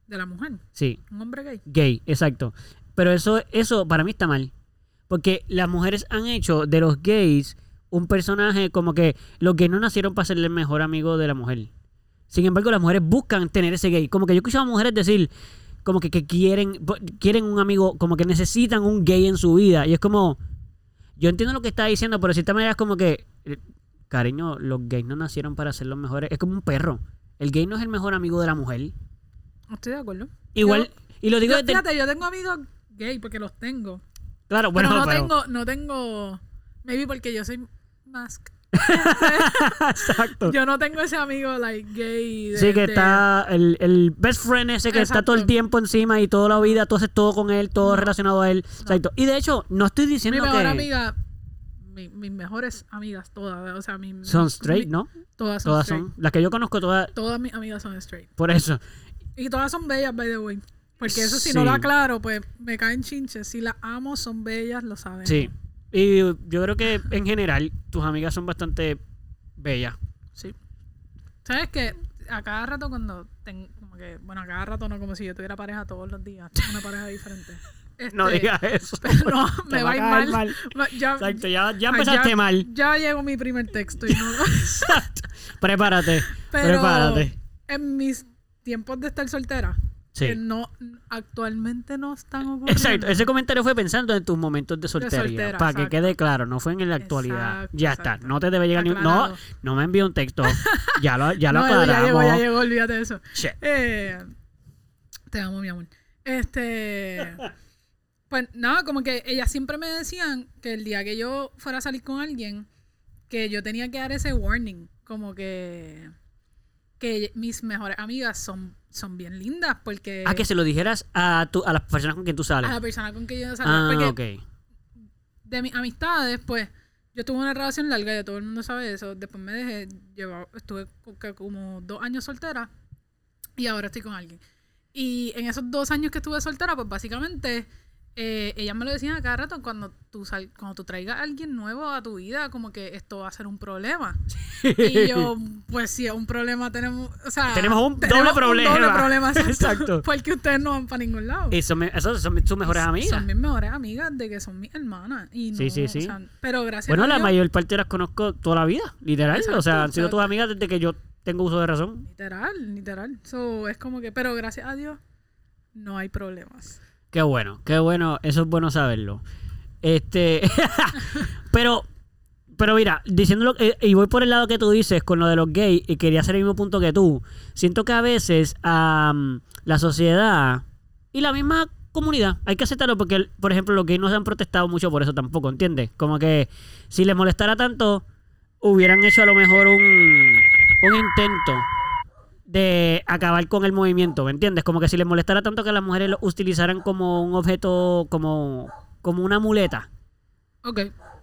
[SPEAKER 2] De la mujer,
[SPEAKER 1] Sí,
[SPEAKER 2] un hombre gay.
[SPEAKER 1] gay, exacto. Pero eso, eso para mí está mal. Porque las mujeres han hecho de los gays un personaje como que los gays no nacieron para ser el mejor amigo de la mujer. Sin embargo, las mujeres buscan tener ese gay. Como que yo he escuchado a mujeres decir como que, que quieren, po- quieren un amigo, como que necesitan un gay en su vida. Y es como, yo entiendo lo que está diciendo, pero de cierta manera es como que, eh, cariño, los gays no nacieron para ser los mejores. Es como un perro. El gay no es el mejor amigo de la mujer.
[SPEAKER 2] Estoy de acuerdo.
[SPEAKER 1] Igual, y lo digo
[SPEAKER 2] Yo-
[SPEAKER 1] desde-
[SPEAKER 2] fíjate, yo tengo amigos gay porque los tengo.
[SPEAKER 1] Claro, bueno,
[SPEAKER 2] pero no
[SPEAKER 1] pero-
[SPEAKER 2] tengo, no tengo. Maybe porque yo soy mask.
[SPEAKER 1] Exacto.
[SPEAKER 2] Yo no tengo ese amigo like gay. de-
[SPEAKER 1] sí, que
[SPEAKER 2] de-
[SPEAKER 1] está el, el best friend ese que está todo el
[SPEAKER 2] este, Exacto.
[SPEAKER 1] tiempo encima y toda la vida, tú haces todo con él, todo relacionado a él. Exacto. Y de hecho, no estoy
[SPEAKER 2] Mi
[SPEAKER 1] diciendo
[SPEAKER 2] mejor
[SPEAKER 1] que
[SPEAKER 2] amiga, mi- mis mejores amigas todas, o sea, mi-
[SPEAKER 1] son
[SPEAKER 2] mi-
[SPEAKER 1] straight, ¿no?
[SPEAKER 2] Todas son
[SPEAKER 1] Todas
[SPEAKER 2] straight.
[SPEAKER 1] son. Las que yo conozco todas,
[SPEAKER 2] Todas mis amigas son straight.
[SPEAKER 1] por eso.
[SPEAKER 2] Y todas son bellas, by the way. Porque eso si no
[SPEAKER 1] Sí.
[SPEAKER 2] lo aclaro, pues me caen chinches. Si las amo, son bellas, lo saben.
[SPEAKER 1] Sí. Y yo creo que en general tus amigas son bastante bellas.
[SPEAKER 2] Sí. ¿Sabes que A cada rato cuando ten- como que, bueno, a cada rato no, como si yo tuviera pareja todos los días, una pareja diferente.
[SPEAKER 1] No
[SPEAKER 2] Este,
[SPEAKER 1] digas eso.
[SPEAKER 2] No,
[SPEAKER 1] Te
[SPEAKER 2] me
[SPEAKER 1] va
[SPEAKER 2] va
[SPEAKER 1] a
[SPEAKER 2] a ir
[SPEAKER 1] caer
[SPEAKER 2] mal. Va- Ya,
[SPEAKER 1] Exacto, ya, ya
[SPEAKER 2] ya-
[SPEAKER 1] empezaste
[SPEAKER 2] ya-
[SPEAKER 1] mal.
[SPEAKER 2] Ya llegó mi primer texto y no
[SPEAKER 1] Prepárate.
[SPEAKER 2] Pero
[SPEAKER 1] Prepárate.
[SPEAKER 2] en mis tiempos de estar soltera,
[SPEAKER 1] Sí.
[SPEAKER 2] que no actualmente no están ocurriendo.
[SPEAKER 1] Exacto, ese comentario fue pensando en tus momentos de soltería,
[SPEAKER 2] soltera,
[SPEAKER 1] para que
[SPEAKER 2] exacto.
[SPEAKER 1] quede claro, no fue en la actualidad.
[SPEAKER 2] Exacto,
[SPEAKER 1] ya está,
[SPEAKER 2] exacto.
[SPEAKER 1] no te debe llegar ni un- no,
[SPEAKER 2] Aclarado.
[SPEAKER 1] no me envió un texto. Ya lo ya lo
[SPEAKER 2] No, ya llegó, ya
[SPEAKER 1] aclaramos.
[SPEAKER 2] llegó, olvídate de eso.
[SPEAKER 1] Che.
[SPEAKER 2] Eh, te amo, mi amor. Este. Pues nada, como que ellas siempre me decían que el día que yo fuera a salir con alguien, que yo tenía que dar ese warning. Como que. Que mis mejores amigas son, son bien lindas porque.
[SPEAKER 1] A que se lo dijeras a tu, a las personas con quien tú
[SPEAKER 2] a
[SPEAKER 1] sales.
[SPEAKER 2] la persona con que yo salía.
[SPEAKER 1] Ah,
[SPEAKER 2] porque
[SPEAKER 1] ok.
[SPEAKER 2] de mis amistades, pues. Yo tuve una relación larga, ya todo el mundo sabe eso. Después me dejé, llevaba- estuve co- que como dos años soltera y ahora estoy con alguien. Y en esos dos años que estuve soltera, pues básicamente eh, ellas me lo decían a cada rato, cuando tú, sal- cuando tú traigas a alguien nuevo a tu vida, como que esto va a ser un problema. y yo, pues si es un problema, tenemos, o sea,
[SPEAKER 1] Tenemos un doble problema.
[SPEAKER 2] ah, doble problema, exacto.
[SPEAKER 1] Exacto.
[SPEAKER 2] Porque ustedes no van para ningún lado.
[SPEAKER 1] Y son, me- esas son tus mejores amigas.
[SPEAKER 2] Son mis mejores amigas de que son mis hermanas. Y no,
[SPEAKER 1] Sí, sí, sí.
[SPEAKER 2] o sea, pero gracias
[SPEAKER 1] Bueno,
[SPEAKER 2] a
[SPEAKER 1] la
[SPEAKER 2] Dios,
[SPEAKER 1] mayor parte las conozco toda la vida, literal. o sea,
[SPEAKER 2] Exacto,
[SPEAKER 1] han sido
[SPEAKER 2] exacto.
[SPEAKER 1] tus amigas desde que yo tengo uso de razón.
[SPEAKER 2] Literal, literal. So, es como que, pero gracias a Dios, no hay problemas.
[SPEAKER 1] Qué bueno, qué bueno, eso es bueno saberlo. Este, pero, pero mira, diciéndolo, eh, y voy por el lado que tú dices con lo de los gays, y quería hacer el mismo punto que tú. Siento que a veces am, la sociedad y la misma comunidad, hay que aceptarlo porque, por ejemplo, los gays no se han protestado mucho por eso tampoco, ¿entiendes? Como que si les molestara tanto, hubieran hecho a lo mejor un, un intento de acabar con el movimiento, ¿me entiendes? Como que si les molestara tanto que las mujeres lo utilizaran como un objeto, como, como una muleta,
[SPEAKER 2] Ok.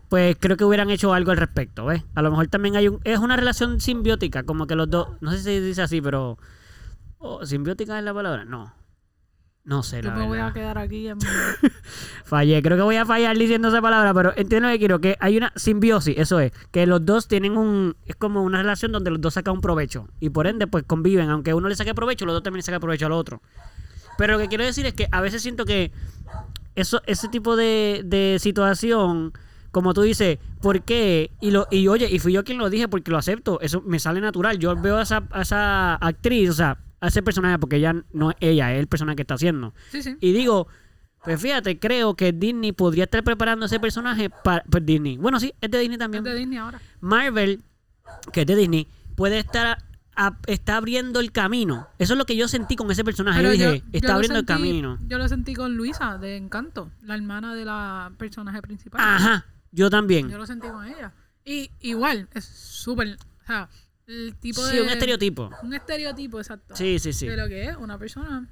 [SPEAKER 1] pues creo que hubieran hecho algo al respecto, ¿ves? A lo mejor también hay un, es una relación simbiótica, como que los dos, no sé si se dice así, pero oh, simbiótica es la palabra, no. No sé,
[SPEAKER 2] Yo
[SPEAKER 1] la
[SPEAKER 2] me voy a
[SPEAKER 1] verdad.
[SPEAKER 2] quedar aquí en
[SPEAKER 1] Fallé, creo que voy a fallar diciendo esa palabra, pero entiendo lo que quiero, que hay una simbiosis, eso es, que los dos tienen un, es como una relación donde los dos sacan un provecho y por ende pues conviven, aunque uno le saque provecho, los dos también le sacan provecho al otro. Pero lo que quiero decir es que a veces siento que eso, ese tipo de, de situación, como tú dices, ¿por qué? Y, lo, y oye, y fui yo quien lo dije porque lo acepto, eso me sale natural. Yo veo a esa, a esa actriz, o sea, a ese personaje, porque ella no es ella, es el personaje que está haciendo.
[SPEAKER 2] Sí, sí.
[SPEAKER 1] Y digo, pues fíjate, creo que Disney podría estar preparando ese personaje para. Pues Disney. Bueno, sí, es de Disney
[SPEAKER 2] Es
[SPEAKER 1] también.
[SPEAKER 2] de Disney ahora.
[SPEAKER 1] Marvel, que es de Disney, puede estar. a- está abriendo el camino. Eso es lo que yo sentí con ese personaje.
[SPEAKER 2] Pero
[SPEAKER 1] yo dije,
[SPEAKER 2] yo- yo
[SPEAKER 1] está
[SPEAKER 2] lo
[SPEAKER 1] abriendo
[SPEAKER 2] sentí-
[SPEAKER 1] el camino.
[SPEAKER 2] Yo lo sentí con Luisa de Encanto, la hermana de la personaje principal.
[SPEAKER 1] Ajá, yo también.
[SPEAKER 2] Yo lo sentí con ella. Y igual, es súper. O sea, el tipo
[SPEAKER 1] sí,
[SPEAKER 2] de.
[SPEAKER 1] un estereotipo.
[SPEAKER 2] Un estereotipo, exacto.
[SPEAKER 1] Sí, sí, sí.
[SPEAKER 2] De lo que es una persona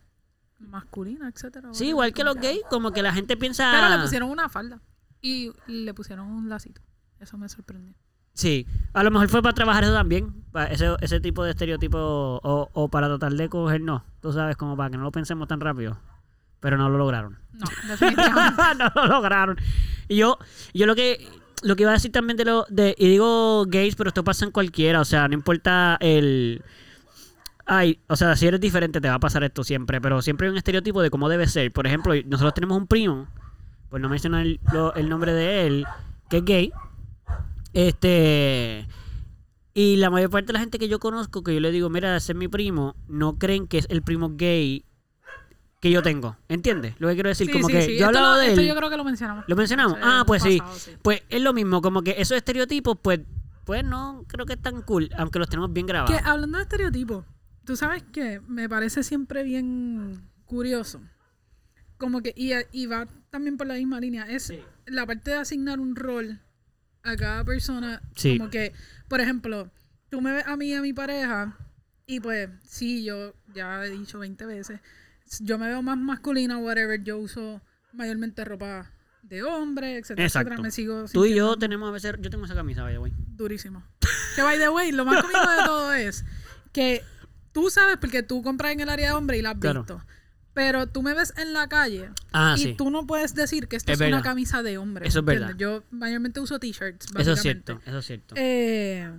[SPEAKER 2] masculina, etcétera.
[SPEAKER 1] Sí, igual que los gays, como que la gente piensa.
[SPEAKER 2] Pero le pusieron una falda y le pusieron un lacito. Eso me sorprendió.
[SPEAKER 1] Sí, a lo mejor fue para trabajar eso también, pa- ese, ese tipo de estereotipo o, o para tratar de coger, no, tú sabes, como para que no lo pensemos tan rápido, pero no lo lograron.
[SPEAKER 2] No, definitivamente.
[SPEAKER 1] no lo lograron. Y yo, yo lo que lo que iba a decir también de lo de y digo gays, pero esto pasa en cualquiera, o sea, no importa el Ay, o sea, si eres diferente te va a pasar esto siempre, pero siempre hay un estereotipo de cómo debe ser. Por ejemplo, nosotros tenemos un primo, por pues no mencionar el, lo- el nombre de él, que es gay. Este y la mayor parte de la gente que yo conozco, que yo le digo, mira, ese es mi primo, no creen que es el primo gay que yo tengo. ¿Entiendes? Lo que quiero decir,
[SPEAKER 2] Sí,
[SPEAKER 1] como
[SPEAKER 2] sí,
[SPEAKER 1] que
[SPEAKER 2] sí.
[SPEAKER 1] yo
[SPEAKER 2] Esto
[SPEAKER 1] hablaba
[SPEAKER 2] lo-
[SPEAKER 1] de él.
[SPEAKER 2] esto yo creo que lo mencionamos.
[SPEAKER 1] ¿Lo mencionamos?
[SPEAKER 2] Sí,
[SPEAKER 1] ah, pues
[SPEAKER 2] pasado,
[SPEAKER 1] sí.
[SPEAKER 2] sí.
[SPEAKER 1] Pues es lo mismo, como que esos estereotipos, pues, pues no creo que es tan cool, aunque los tenemos bien
[SPEAKER 2] Que
[SPEAKER 1] grabados.
[SPEAKER 2] hablando de estereotipos, tú sabes que me parece siempre bien curioso. Como que, y, y va también por la misma línea, es
[SPEAKER 1] Sí.
[SPEAKER 2] la parte de asignar un rol a cada persona.
[SPEAKER 1] Sí.
[SPEAKER 2] Como que, por ejemplo, tú me ves a mí y a mi pareja, y pues, sí, yo ya he dicho 20 veces, yo me veo más masculina, whatever, yo uso mayormente ropa de hombre, etcétera,
[SPEAKER 1] Exacto.
[SPEAKER 2] etcétera, me sigo
[SPEAKER 1] Tú y
[SPEAKER 2] sintiendo
[SPEAKER 1] yo tenemos a veces, yo tengo esa camisa, vaya, güey.
[SPEAKER 2] Durísimo. Que by the way, lo más cómico de todo es que tú sabes porque tú compras en el área de hombre y la has
[SPEAKER 1] Claro.
[SPEAKER 2] visto. Pero tú me ves en la calle
[SPEAKER 1] Ah,
[SPEAKER 2] y
[SPEAKER 1] sí.
[SPEAKER 2] tú no puedes decir que esto
[SPEAKER 1] Es
[SPEAKER 2] es,
[SPEAKER 1] verdad.
[SPEAKER 2] una camisa de hombre.
[SPEAKER 1] Eso es verdad.
[SPEAKER 2] ¿entiendes? Yo mayormente uso t-shirts.
[SPEAKER 1] Eso es
[SPEAKER 2] básicamente.
[SPEAKER 1] cierto, eso es cierto.
[SPEAKER 2] Eh,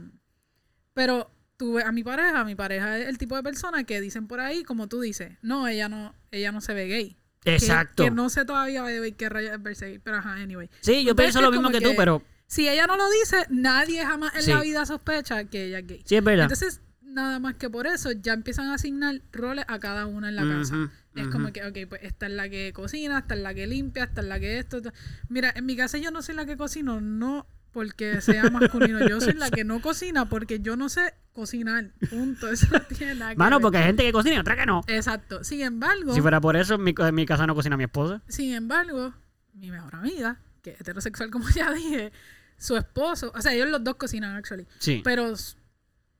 [SPEAKER 2] pero tú ves a mi pareja, mi pareja es el tipo de persona que dicen por ahí, como tú dices, no, ella no, ella no se ve gay. Que-
[SPEAKER 1] Exacto.
[SPEAKER 2] Que, no sé todavía by the way, qué rayos es verse gay, pero ajá, anyway.
[SPEAKER 1] sí, yo
[SPEAKER 2] ves
[SPEAKER 1] pienso
[SPEAKER 2] que
[SPEAKER 1] lo
[SPEAKER 2] es
[SPEAKER 1] mismo que,
[SPEAKER 2] como
[SPEAKER 1] tú,
[SPEAKER 2] que-
[SPEAKER 1] pero
[SPEAKER 2] Si ella no lo dice, nadie jamás en
[SPEAKER 1] Sí.
[SPEAKER 2] la vida sospecha que ella es gay.
[SPEAKER 1] sí es verdad.
[SPEAKER 2] Entonces, nada más que por eso, ya empiezan a asignar roles a cada una en la casa.
[SPEAKER 1] Ujú,
[SPEAKER 2] Es
[SPEAKER 1] ujú.
[SPEAKER 2] como que, ok, pues esta es la que cocina, esta es la que limpia, esta es la que esto. esta- Mira, en mi casa yo no soy la que cocino, no porque sea masculino, yo soy la que no cocina porque yo no sé cocinar, punto. Eso no tiene nada que
[SPEAKER 1] Mano,
[SPEAKER 2] ver.
[SPEAKER 1] porque hay gente que cocina y otra que no.
[SPEAKER 2] Exacto. Sin embargo,
[SPEAKER 1] Si fuera por eso, en mi, en mi casa no cocina mi esposa.
[SPEAKER 2] sin embargo, mi mejor amiga, que es heterosexual como ya dije, su esposo, o sea, ellos los dos cocinan, actually.
[SPEAKER 1] Sí.
[SPEAKER 2] Pero s-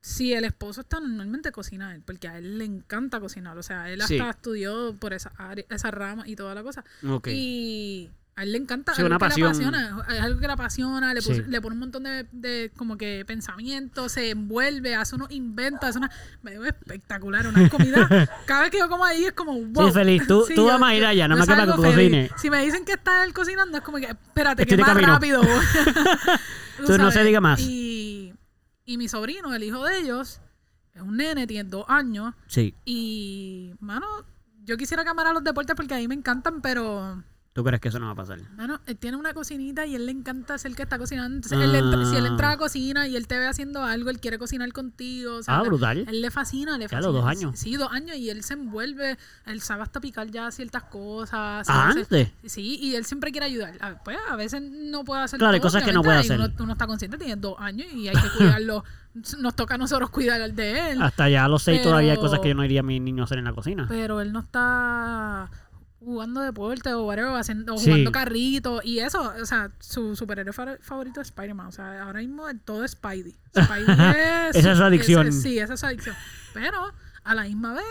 [SPEAKER 2] si el esposo está normalmente cocina él, porque a él le encanta cocinar. O sea, él hasta
[SPEAKER 1] Sí.
[SPEAKER 2] estudió por esa, área- esa rama Pues, y toda la cosa.
[SPEAKER 1] ok.
[SPEAKER 2] Y a él le encanta.
[SPEAKER 1] Sí,
[SPEAKER 2] algo
[SPEAKER 1] una
[SPEAKER 2] que le
[SPEAKER 1] pasión.
[SPEAKER 2] apasiona, es algo que le apasiona, le,
[SPEAKER 1] Sí.
[SPEAKER 2] pus- le pone un montón de, de como que pensamientos, se envuelve, hace unos inventos, hace una. Me dio espectacular, una comida. Cada vez que yo como ahí es como wow.
[SPEAKER 1] feliz. Tú- tú amas ir allá, nada más que para
[SPEAKER 2] salgo
[SPEAKER 1] que tú
[SPEAKER 2] feliz.
[SPEAKER 1] cocines.
[SPEAKER 2] Si me dicen que está él cocinando, es como que espérate,
[SPEAKER 1] Estoy
[SPEAKER 2] que
[SPEAKER 1] de
[SPEAKER 2] más
[SPEAKER 1] camino.
[SPEAKER 2] rápido. Tú
[SPEAKER 1] Tú no se
[SPEAKER 2] sabes,
[SPEAKER 1] diga más.
[SPEAKER 2] Y, y mi sobrino, el hijo de ellos, es un nene, tiene dos años.
[SPEAKER 1] Sí.
[SPEAKER 2] Y, mano, yo quisiera que amara los deportes porque a mí me encantan, pero,
[SPEAKER 1] ¿Tú crees que eso no va a pasar?
[SPEAKER 2] mano, él tiene una cocinita y él le encanta hacer que está cocinando. Entonces, él entra- si él entra a la cocina y él te ve haciendo algo, él quiere cocinar contigo. o sea,
[SPEAKER 1] Ah,
[SPEAKER 2] le-
[SPEAKER 1] brutal.
[SPEAKER 2] Él le fascina, le
[SPEAKER 1] Ya,
[SPEAKER 2] fascina.
[SPEAKER 1] los dos años.
[SPEAKER 2] Sí, dos años y él se envuelve, él sabe hasta picar ya ciertas cosas.
[SPEAKER 1] Ah,
[SPEAKER 2] sabe hacer-
[SPEAKER 1] antes.
[SPEAKER 2] Sí, y él siempre quiere ayudar. A, pues a veces no puede hacer
[SPEAKER 1] Claro, hay
[SPEAKER 2] todo,
[SPEAKER 1] cosas que no
[SPEAKER 2] obviamente,
[SPEAKER 1] puede
[SPEAKER 2] ahí
[SPEAKER 1] hacer.
[SPEAKER 2] Uno, uno está consciente, tiene dos años y hay que cuidarlo. Nos toca a nosotros cuidar al de él.
[SPEAKER 1] Hasta ya a los seis todavía hay
[SPEAKER 2] Pero- Pues,
[SPEAKER 1] cosas que yo no iría a mi niño a hacer en la cocina.
[SPEAKER 2] Pero él no está jugando deporte o whatever, haciendo, o
[SPEAKER 1] Sí.
[SPEAKER 2] jugando carrito y eso. O sea, su superhéroe fa- favorito es Spider-Man. O sea, ahora mismo el todo es Spidey. Spidey es,
[SPEAKER 1] Esa es su adicción.
[SPEAKER 2] es- sí, esa es su adicción. Pero a la misma vez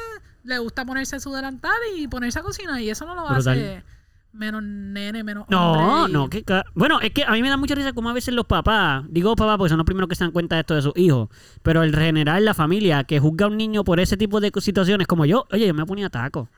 [SPEAKER 2] le gusta ponerse su delantal y ponerse a cocinar y eso no lo
[SPEAKER 1] Brutal.
[SPEAKER 2] hace menos nene, menos
[SPEAKER 1] No,
[SPEAKER 2] hombre y-
[SPEAKER 1] no, que ca- bueno, es que a mí me da mucha risa como a veces los papás, digo papás porque son los primeros que se dan cuenta de esto de sus hijos, pero el general, la familia, que juzga a un niño por ese tipo de co- situaciones, como yo, oye, yo me ponía taco.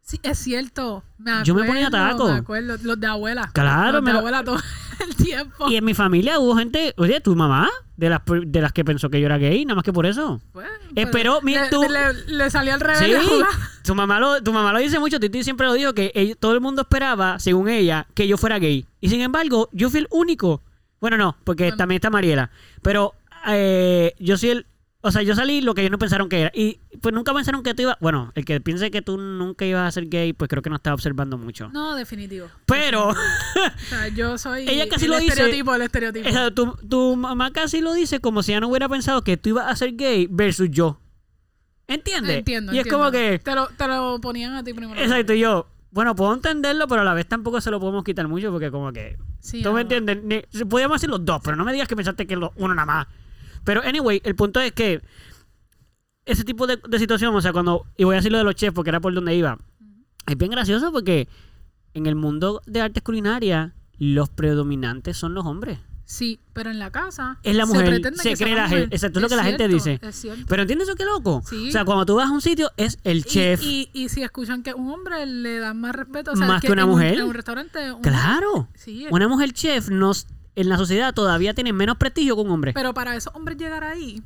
[SPEAKER 2] Sí, es cierto. Me acuerdo,
[SPEAKER 1] Yo me ponía taco.
[SPEAKER 2] Me acuerdo, los de abuela.
[SPEAKER 1] Claro,
[SPEAKER 2] los
[SPEAKER 1] me
[SPEAKER 2] de
[SPEAKER 1] lo-
[SPEAKER 2] abuela todo el tiempo.
[SPEAKER 1] Y en mi familia hubo gente, oye, tu mamá, de las, pr- de las que pensó que yo era gay, nada más que por eso.
[SPEAKER 2] Pues,
[SPEAKER 1] Esperó, mira,
[SPEAKER 2] le,
[SPEAKER 1] tú-
[SPEAKER 2] le, le salió al revés
[SPEAKER 1] Sí,
[SPEAKER 2] la jugada.
[SPEAKER 1] tu mamá, lo, tu mamá lo dice mucho, Titi siempre lo dijo, que ella- todo el mundo esperaba, según ella, que yo fuera gay. Y sin embargo, yo fui el único. Bueno, no, porque
[SPEAKER 2] Bueno.
[SPEAKER 1] también está Mariela. Pero eh, yo soy el... O sea, yo salí lo que ellos no pensaron que era. Y pues nunca pensaron que tú ibas... Bueno, el que piense que tú nunca ibas a ser gay, pues creo que no está observando mucho.
[SPEAKER 2] No, definitivo.
[SPEAKER 1] Pero...
[SPEAKER 2] O sea, yo soy
[SPEAKER 1] Ella casi
[SPEAKER 2] el
[SPEAKER 1] lo dice.
[SPEAKER 2] estereotipo, el estereotipo.
[SPEAKER 1] Esa- tu, tu mamá casi lo dice como si ella no hubiera pensado que tú ibas a ser gay versus yo. ¿Entiendes?
[SPEAKER 2] Entiendo,
[SPEAKER 1] eh, Y es como que...
[SPEAKER 2] entiendo. Te lo, te lo ponían a ti primero.
[SPEAKER 1] Exacto, y yo. Bueno, puedo entenderlo, pero a la vez tampoco se lo podemos quitar mucho porque como que...
[SPEAKER 2] Sí,
[SPEAKER 1] ¿Tú me
[SPEAKER 2] no.
[SPEAKER 1] entiendes? Ni- si- podíamos hacer los dos, pero no me digas que pensaste que lo- uno nada más. Pero, anyway, el punto es que ese tipo de, de situación, o sea, cuando... Y voy a decir lo de los chefs porque era por donde iba. Es bien gracioso porque en el mundo de artes culinarias los predominantes son los hombres.
[SPEAKER 2] Sí, pero en la casa.
[SPEAKER 1] Es la mujer,
[SPEAKER 2] pretende
[SPEAKER 1] se
[SPEAKER 2] que sea
[SPEAKER 1] cree la
[SPEAKER 2] mujer.
[SPEAKER 1] gente, exacto, es lo que la gente
[SPEAKER 2] cierto,
[SPEAKER 1] dice.
[SPEAKER 2] Es cierto.
[SPEAKER 1] Pero ¿entiendes eso qué loco?
[SPEAKER 2] Sí.
[SPEAKER 1] O sea, cuando tú vas a un sitio, es el
[SPEAKER 2] Y-
[SPEAKER 1] chef.
[SPEAKER 2] Y, y, si escuchan que un hombre le dan más respeto. O sea,
[SPEAKER 1] Más
[SPEAKER 2] que,
[SPEAKER 1] que una
[SPEAKER 2] en un-
[SPEAKER 1] mujer.
[SPEAKER 2] en un restaurante. un-
[SPEAKER 1] claro.
[SPEAKER 2] Sí, es-
[SPEAKER 1] Una mujer chef nos, en la sociedad todavía tiene menos prestigio que un hombre.
[SPEAKER 2] Pero para esos hombres llegar ahí,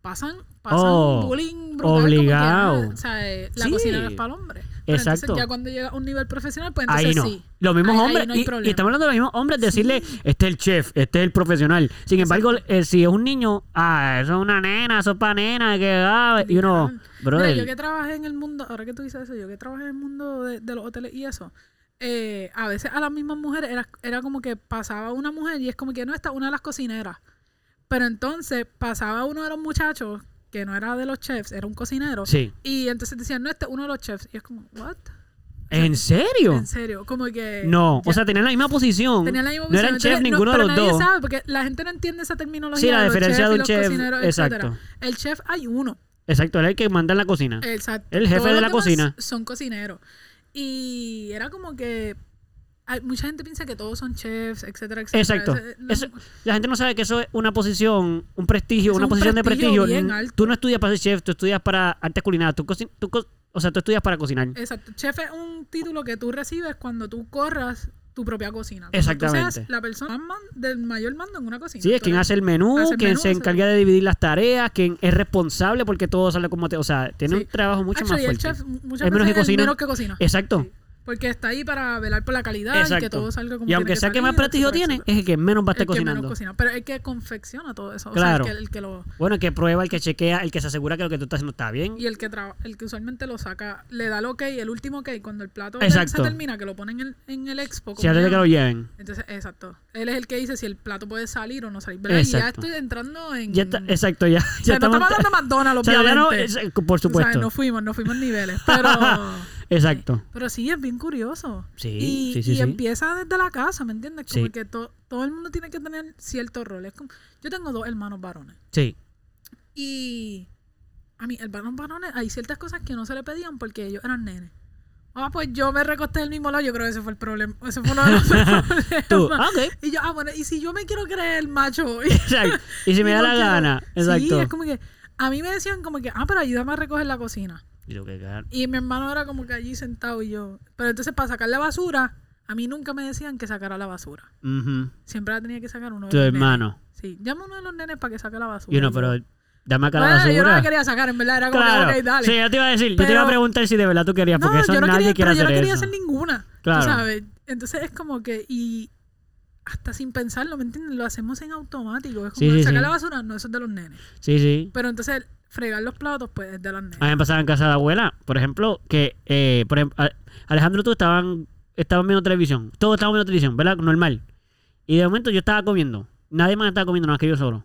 [SPEAKER 2] pasan, pasan
[SPEAKER 1] Oh,
[SPEAKER 2] un bullying brutal. como
[SPEAKER 1] obligado.
[SPEAKER 2] que, ah, o sea, eh, la
[SPEAKER 1] Sí.
[SPEAKER 2] cocina no es para el hombre. Pero
[SPEAKER 1] Exacto.
[SPEAKER 2] Entonces, ya cuando llega a un nivel profesional, pues entonces
[SPEAKER 1] Ahí no.
[SPEAKER 2] sí.
[SPEAKER 1] Los mismos
[SPEAKER 2] Ahí- ahí
[SPEAKER 1] hombres,
[SPEAKER 2] no hay
[SPEAKER 1] y- y,
[SPEAKER 2] problema.
[SPEAKER 1] estamos hablando de los mismos hombres, decirle, este es el chef, este es el profesional. Sin embargo, eh, si es un niño, ah, eso es una nena, eso es para nena, que, ah, y uno,
[SPEAKER 2] Literal. Mira,
[SPEAKER 1] brother,
[SPEAKER 2] yo que trabajé en el mundo, ahora que tú dices eso, yo que trabajé en el mundo de, de los hoteles y eso, eh, a veces a las mismas mujeres era, era como que pasaba una mujer y es como que no está una de las cocineras. Pero entonces pasaba uno de los muchachos que no era de los chefs, era un cocinero.
[SPEAKER 1] sí.
[SPEAKER 2] Y entonces decían, no, este es uno de los chefs. Y es como, ¿what?
[SPEAKER 1] ¿En serio?
[SPEAKER 2] En serio, como que.
[SPEAKER 1] No, o
[SPEAKER 2] ya
[SPEAKER 1] sea, tenían la misma posición.
[SPEAKER 2] tenía la misma
[SPEAKER 1] no eran
[SPEAKER 2] posición.
[SPEAKER 1] chef
[SPEAKER 2] Entonces, no,
[SPEAKER 1] ninguno de
[SPEAKER 2] pero
[SPEAKER 1] los
[SPEAKER 2] nadie
[SPEAKER 1] dos.
[SPEAKER 2] sabe, porque la gente no entiende esa terminología.
[SPEAKER 1] Sí, la
[SPEAKER 2] de los
[SPEAKER 1] diferencia
[SPEAKER 2] chefs
[SPEAKER 1] de
[SPEAKER 2] y
[SPEAKER 1] un
[SPEAKER 2] los
[SPEAKER 1] chef,
[SPEAKER 2] cocineros, etcétera.
[SPEAKER 1] exacto. Ah.
[SPEAKER 2] El chef hay uno.
[SPEAKER 1] Exacto, era el que manda en la cocina.
[SPEAKER 2] Exacto.
[SPEAKER 1] El jefe
[SPEAKER 2] Todos
[SPEAKER 1] de
[SPEAKER 2] los
[SPEAKER 1] la
[SPEAKER 2] Eh, demás
[SPEAKER 1] cocina.
[SPEAKER 2] Son cocineros. Y era como que. hay- mucha gente piensa que todos son chefs, etcétera, etcétera.
[SPEAKER 1] Exacto.
[SPEAKER 2] Ese- no-
[SPEAKER 1] Eso- la gente no sabe que eso es una posición, un prestigio,
[SPEAKER 2] Eso es
[SPEAKER 1] una
[SPEAKER 2] un
[SPEAKER 1] posición
[SPEAKER 2] prestigio
[SPEAKER 1] de prestigio.
[SPEAKER 2] bien
[SPEAKER 1] N-
[SPEAKER 2] alto.
[SPEAKER 1] Tú no estudias para ser chef, tú estudias para artes culinarias. Tú cocin- tú co- o sea, tú estudias para cocinar.
[SPEAKER 2] Exacto. Chef es un título que tú recibes cuando tú corras tu propia cocina. Cuando Tú seas
[SPEAKER 1] Exactamente.
[SPEAKER 2] la persona más man- del mayor mando en una cocina.
[SPEAKER 1] Sí, es
[SPEAKER 2] Tú
[SPEAKER 1] quien
[SPEAKER 2] eres-
[SPEAKER 1] hace el menú,
[SPEAKER 2] hace el
[SPEAKER 1] quien
[SPEAKER 2] menú,
[SPEAKER 1] se
[SPEAKER 2] hace-
[SPEAKER 1] encarga de dividir las tareas, quien es responsable porque todo sale como... te- o sea, tiene
[SPEAKER 2] Sí.
[SPEAKER 1] un trabajo mucho
[SPEAKER 2] Actually,
[SPEAKER 1] más fuerte.
[SPEAKER 2] El chef mu- muchas
[SPEAKER 1] Es menos
[SPEAKER 2] veces
[SPEAKER 1] que
[SPEAKER 2] es el
[SPEAKER 1] cocina.
[SPEAKER 2] menos que cocina.
[SPEAKER 1] Exacto.
[SPEAKER 2] Sí. Porque está ahí para velar por la calidad y que
[SPEAKER 1] Exacto.
[SPEAKER 2] todo salga como
[SPEAKER 1] y
[SPEAKER 2] tiene
[SPEAKER 1] aunque sea que más
[SPEAKER 2] salir,
[SPEAKER 1] prestigio
[SPEAKER 2] etcétera,
[SPEAKER 1] tiene,
[SPEAKER 2] etcétera.
[SPEAKER 1] es el que menos va a estar
[SPEAKER 2] el que menos
[SPEAKER 1] cocinando.
[SPEAKER 2] cocina, pero el que confecciona todo eso.
[SPEAKER 1] Claro.
[SPEAKER 2] O sea, el que, el que lo,
[SPEAKER 1] Bueno, el que prueba, el que chequea, el que se asegura que lo que tú estás haciendo está bien.
[SPEAKER 2] y el que traba- el que usualmente lo saca, le da el ok, el último ok, cuando el plato de- se
[SPEAKER 1] Exacto.
[SPEAKER 2] termina, que lo ponen en, en el expo. como
[SPEAKER 1] Si antes de que lo
[SPEAKER 2] llaman.
[SPEAKER 1] lleven.
[SPEAKER 2] Entonces, exacto. Él es el que dice si el plato puede salir o no salir. ¿verdad? Y ya
[SPEAKER 1] Exacto.
[SPEAKER 2] estoy entrando en.
[SPEAKER 1] Ya está, exacto, ya.
[SPEAKER 2] Mm. o sea,
[SPEAKER 1] ya
[SPEAKER 2] no
[SPEAKER 1] estamos-
[SPEAKER 2] estamos hablando de McDonald's,
[SPEAKER 1] o sea, ya no-
[SPEAKER 2] obviamente.
[SPEAKER 1] es- eh, por
[SPEAKER 2] O sea,
[SPEAKER 1] supuesto.
[SPEAKER 2] no fuimos, no fuimos niveles. Pero.
[SPEAKER 1] Exacto.
[SPEAKER 2] Pero sí, es bien curioso.
[SPEAKER 1] Sí,
[SPEAKER 2] y,
[SPEAKER 1] sí, sí,
[SPEAKER 2] y em,
[SPEAKER 1] sí.
[SPEAKER 2] empieza desde la casa, ¿me entiendes? Como
[SPEAKER 1] Sí.
[SPEAKER 2] que to- todo el mundo tiene que tener cierto rol. Es como- yo tengo dos hermanos varones.
[SPEAKER 1] Sí.
[SPEAKER 2] Y a mí, hermanos varones, hay ciertas cosas que no se le pedían porque ellos eran nenes. Ah, pues yo me recosté del mismo lado, yo creo que ese fue el problema. Ese fue uno de los problemas.
[SPEAKER 1] Tú, ah, ok.
[SPEAKER 2] Y yo, ah, bueno, y si yo me quiero creer macho.
[SPEAKER 1] Exacto. Y si me da
[SPEAKER 2] no
[SPEAKER 1] la
[SPEAKER 2] quiero-
[SPEAKER 1] gana.
[SPEAKER 2] Sí,
[SPEAKER 1] Exacto.
[SPEAKER 2] es como que a mí me decían como que, ah, pero ayúdame a recoger la cocina.
[SPEAKER 1] Y lo que gar-
[SPEAKER 2] Y mi hermano era como que allí sentado y yo. Pero entonces para sacar la basura, a mí nunca me decían que sacara la basura.
[SPEAKER 1] Ujú.
[SPEAKER 2] Siempre la tenía que sacar uno de
[SPEAKER 1] Tu
[SPEAKER 2] los nenes.
[SPEAKER 1] hermano.
[SPEAKER 2] Sí, llama a uno de los nenes para que saque la basura.
[SPEAKER 1] Y uno,
[SPEAKER 2] yo,
[SPEAKER 1] pero dame acá
[SPEAKER 2] "Bueno,
[SPEAKER 1] la basura.
[SPEAKER 2] Yo no la quería sacar, en verdad, era como
[SPEAKER 1] claro.
[SPEAKER 2] que, ok, dale.
[SPEAKER 1] Sí, yo te iba a decir. yo te iba a
[SPEAKER 2] Pero-
[SPEAKER 1] preguntar si de verdad tú querías, porque
[SPEAKER 2] no,
[SPEAKER 1] eso
[SPEAKER 2] yo no
[SPEAKER 1] nadie
[SPEAKER 2] quería,
[SPEAKER 1] quiere
[SPEAKER 2] pero yo
[SPEAKER 1] hacer
[SPEAKER 2] no quería
[SPEAKER 1] eso.
[SPEAKER 2] hacer ninguna. tú
[SPEAKER 1] Claro.
[SPEAKER 2] sabes. Entonces es como que, y hasta sin pensarlo, ¿me entiendes? Lo hacemos en automático. Es
[SPEAKER 1] Sí,
[SPEAKER 2] como
[SPEAKER 1] sí,
[SPEAKER 2] sacar
[SPEAKER 1] sí.
[SPEAKER 2] la basura, no, eso es de los nenes.
[SPEAKER 1] Sí, sí.
[SPEAKER 2] Pero entonces fregar los platos, pues es de las nenes.
[SPEAKER 1] A mí me pasaba en casa de la abuela, por ejemplo, que eh, por ejemplo, a- Alejandro y tú estaban, estaban viendo televisión. Todos estábamos viendo televisión, ¿verdad? Normal. Y de momento yo estaba comiendo. Nadie más estaba comiendo, nada más que yo solo.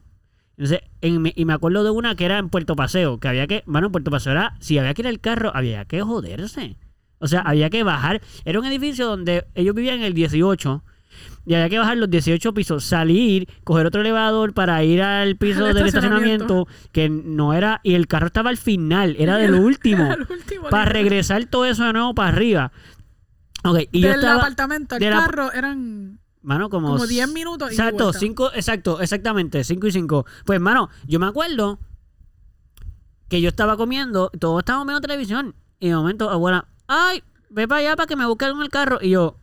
[SPEAKER 1] Entonces, en mi- y me acuerdo de una que era en Puerto Paseo, que había que, bueno, en Puerto Paseo era, si había que ir al carro, había que joderse. O sea, había que bajar. Era un edificio donde ellos vivían en el 18 y había que bajar los 18 pisos, salir, coger otro elevador para ir al piso del
[SPEAKER 2] estacionamiento.
[SPEAKER 1] estacionamiento, que no era, y el carro estaba al final, era del último,
[SPEAKER 2] Al último,
[SPEAKER 1] para
[SPEAKER 2] literal.
[SPEAKER 1] regresar todo eso de nuevo para arriba. Ok, y yo
[SPEAKER 2] del
[SPEAKER 1] estaba,
[SPEAKER 2] apartamento al
[SPEAKER 1] del ap-
[SPEAKER 2] carro eran
[SPEAKER 1] mano, como...
[SPEAKER 2] como 10 minutos. y
[SPEAKER 1] Exacto,
[SPEAKER 2] vuelta.
[SPEAKER 1] cinco, exacto, exactamente, 5 y 5. Pues, hermano, yo me acuerdo que yo estaba comiendo, todos estábamos viendo televisión, y de momento, abuela, ay, ve para allá para que me busque algo en el carro, y yo,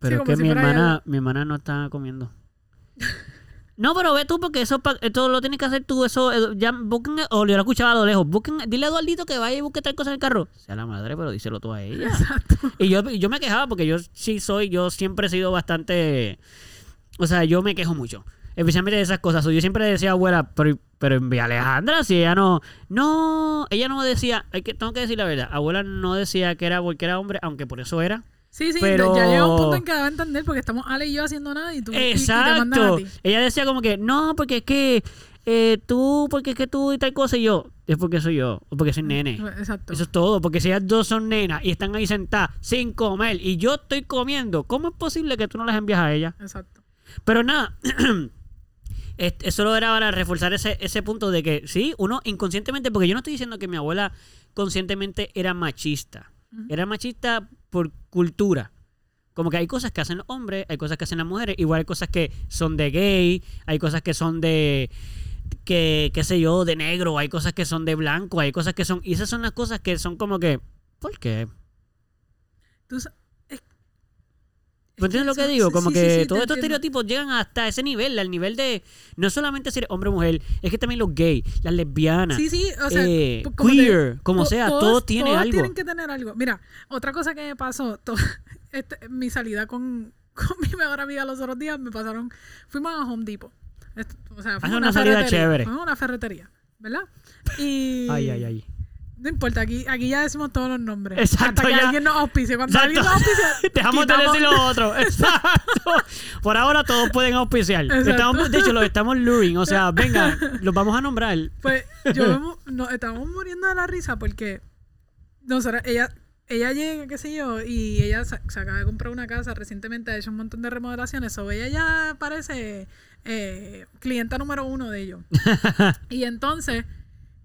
[SPEAKER 1] pero es
[SPEAKER 2] como
[SPEAKER 1] que
[SPEAKER 2] si
[SPEAKER 1] mi
[SPEAKER 2] fuera
[SPEAKER 1] hermana,
[SPEAKER 2] ella.
[SPEAKER 1] mi hermana no está comiendo. No, pero ve tú, porque eso, pa- esto lo tienes que hacer tú. Eso, eh, ya busquen, o yo lo escuchaba a lo lejos. Busquen, dile a Eduardito que vaya y busque tal cosa en el carro. Sea la madre, pero díselo tú a ella.
[SPEAKER 2] Exacto.
[SPEAKER 1] Y yo, y yo me quejaba porque yo sí soy, yo siempre he sido bastante. O sea, yo me quejo mucho. Especialmente de esas cosas. O Yo siempre decía, abuela, pero, pero envía a Alejandra, si ella no. No, ella no decía, hay que, tengo que decir la verdad. Abuela no decía que era porque era hombre, aunque por eso era.
[SPEAKER 2] Sí, sí,
[SPEAKER 1] Pero-
[SPEAKER 2] ya llega un punto en que va a entender porque estamos Ale y yo haciendo nada y tú y- y te mandan a
[SPEAKER 1] Exacto.
[SPEAKER 2] ti.
[SPEAKER 1] Ella decía como que, no, porque es que eh, tú, porque es que tú y tal cosa. Y yo, es porque soy yo, o porque soy nene.
[SPEAKER 2] Exacto.
[SPEAKER 1] Eso es todo, porque si ellas dos son nenas y están ahí sentadas sin comer y yo estoy comiendo, ¿cómo es posible que tú no las envías a ellas?
[SPEAKER 2] Exacto.
[SPEAKER 1] Pero nada, este, solo era para reforzar ese, ese punto de que sí, uno inconscientemente, porque yo no estoy diciendo que mi abuela conscientemente era machista,
[SPEAKER 2] Ujú.
[SPEAKER 1] era machista por cultura. Como que hay cosas que hacen los hombres, hay cosas que hacen las mujeres, igual hay cosas que son de gay, hay cosas que son de que qué sé yo, de negro, hay cosas que son de blanco, hay cosas que son y esas son las cosas que son como que ¿por qué?
[SPEAKER 2] Tú sa- es-
[SPEAKER 1] ¿Me entiendes lo que
[SPEAKER 2] Sí,
[SPEAKER 1] digo?
[SPEAKER 2] sí,
[SPEAKER 1] Como
[SPEAKER 2] sí,
[SPEAKER 1] que
[SPEAKER 2] sí, te
[SPEAKER 1] todos estos
[SPEAKER 2] entiendo.
[SPEAKER 1] estereotipos llegan hasta ese nivel, al nivel de no solamente ser hombre o mujer, es que también los gays, las lesbianas,
[SPEAKER 2] Sí, sí, o sea,
[SPEAKER 1] eh,
[SPEAKER 2] po- como te-
[SPEAKER 1] queer, como
[SPEAKER 2] to-
[SPEAKER 1] sea, todo tiene
[SPEAKER 2] todos
[SPEAKER 1] algo.
[SPEAKER 2] tienen que tener algo. Mira, otra cosa que me pasó, to- este, mi salida con, con mi mejor amiga los otros días, me pasaron, fuimos a Home Depot. Esto- o sea, fuimos a
[SPEAKER 1] Ah, una salida
[SPEAKER 2] ferretería,
[SPEAKER 1] chévere.
[SPEAKER 2] Fuimos a una ferretería, ¿verdad? Y
[SPEAKER 1] Ay, ay, ay.
[SPEAKER 2] No importa, aquí, aquí ya decimos todos los nombres.
[SPEAKER 1] Exacto,
[SPEAKER 2] Hasta que
[SPEAKER 1] ya.
[SPEAKER 2] alguien nos auspicie. Cuando
[SPEAKER 1] Exacto.
[SPEAKER 2] alguien nos auspicie,
[SPEAKER 1] Dejamos de
[SPEAKER 2] quitamos-
[SPEAKER 1] decir lo otro. Exacto. Por ahora todos pueden auspiciar.
[SPEAKER 2] Exacto.
[SPEAKER 1] Estamos, de hecho, los estamos luring. O sea, venga, los vamos a nombrar.
[SPEAKER 2] Pues yo me mu- nos estábamos muriendo de la risa porque nosotros, ella, ella llega, qué sé yo, y ella sa- se, acaba de comprar una casa recientemente, ha hecho un montón de remodelaciones, o ella ya parece eh, clienta número uno de ellos. y entonces,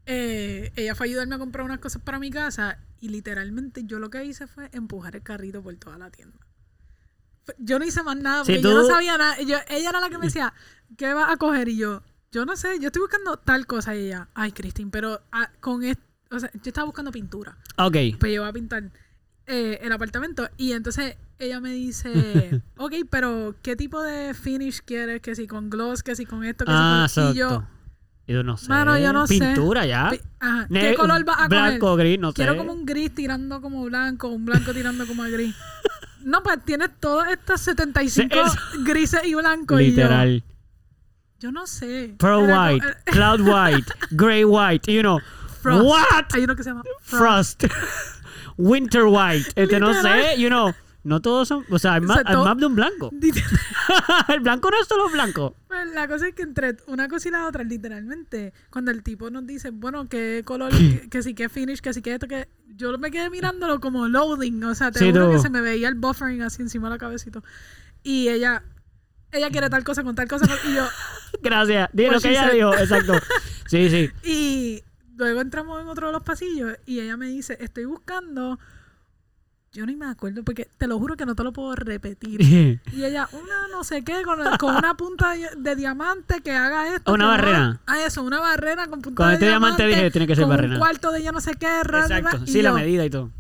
[SPEAKER 2] eh, ella fue a ayudarme a comprar unas cosas para mi casa y literalmente yo lo que hice fue empujar el carrito por toda la tienda. Fue- Yo no hice más nada
[SPEAKER 1] Sí,
[SPEAKER 2] porque yo no
[SPEAKER 1] tú-
[SPEAKER 2] sabía nada. Yo- ella era la que me decía, ¿qué vas a coger? Y yo, yo no sé, yo estoy buscando tal cosa y ella, ay, Cristín, pero ah, con esto, o sea, yo estaba buscando pintura
[SPEAKER 1] Ok.
[SPEAKER 2] pues yo voy a pintar eh, el apartamento. Y entonces ella me dice, ok, pero ¿qué tipo de finish quieres? Que si con gloss, que si con esto, que
[SPEAKER 1] Ah,
[SPEAKER 2] si con...
[SPEAKER 1] exacto.
[SPEAKER 2] Y yo,
[SPEAKER 1] Yo no sé.
[SPEAKER 2] Mano, yo no sé.
[SPEAKER 1] Pintura ya.
[SPEAKER 2] pi- ajá,
[SPEAKER 1] Ne-
[SPEAKER 2] ¿qué color vas a coger?
[SPEAKER 1] Blanco, gris, no
[SPEAKER 2] Quiero
[SPEAKER 1] sé.
[SPEAKER 2] como un gris tirando como blanco, un blanco tirando como a gris. No, pues tienes todas estas 75
[SPEAKER 1] Se-
[SPEAKER 2] grises y blancos. y yo,
[SPEAKER 1] Literal.
[SPEAKER 2] yo, no sé.
[SPEAKER 1] Pearl
[SPEAKER 2] Era como-
[SPEAKER 1] white,
[SPEAKER 2] era-
[SPEAKER 1] cloud white, gray white, you know.
[SPEAKER 2] Frost.
[SPEAKER 1] What?
[SPEAKER 2] Hay uno que se llama
[SPEAKER 1] Frost.
[SPEAKER 2] Frost.
[SPEAKER 1] Winter white. Este no sé,
[SPEAKER 2] Literal.
[SPEAKER 1] you know. No todos son. O sea, hay más,
[SPEAKER 2] sea,
[SPEAKER 1] hay
[SPEAKER 2] todo-
[SPEAKER 1] más de un blanco. el blanco no es solo blanco.
[SPEAKER 2] Pues la cosa es que entre una cosa y la otra, literalmente, cuando el tipo nos dice, bueno, qué color, que, que sí, qué finish, que sí, que esto, que. Yo me quedé mirándolo como loading, o sea, te
[SPEAKER 1] Sí,
[SPEAKER 2] juro
[SPEAKER 1] tú.
[SPEAKER 2] que se me veía el buffering así encima de la cabecita. Y ella, ella quiere tal cosa con tal cosa, con- y yo.
[SPEAKER 1] Gracias. Dile lo
[SPEAKER 2] What
[SPEAKER 1] que
[SPEAKER 2] she
[SPEAKER 1] ella
[SPEAKER 2] said.
[SPEAKER 1] dijo. Exacto. Sí, sí.
[SPEAKER 2] Y luego entramos en otro de los pasillos y ella me dice, estoy buscando. Yo ni me acuerdo, porque te lo juro que no te lo puedo repetir. Y ella, una no sé qué, con, con una punta de, de diamante que haga esto.
[SPEAKER 1] Una
[SPEAKER 2] que no
[SPEAKER 1] barrera.
[SPEAKER 2] haga- Ah, eso, una barrera con punta
[SPEAKER 1] Con
[SPEAKER 2] de
[SPEAKER 1] este diamante dije, tiene que ser
[SPEAKER 2] con
[SPEAKER 1] barrera.
[SPEAKER 2] Un cuarto de ya no sé qué, ra, ra, ra.
[SPEAKER 1] Exacto.
[SPEAKER 2] Y
[SPEAKER 1] Sí, la
[SPEAKER 2] yo-
[SPEAKER 1] medida y todo.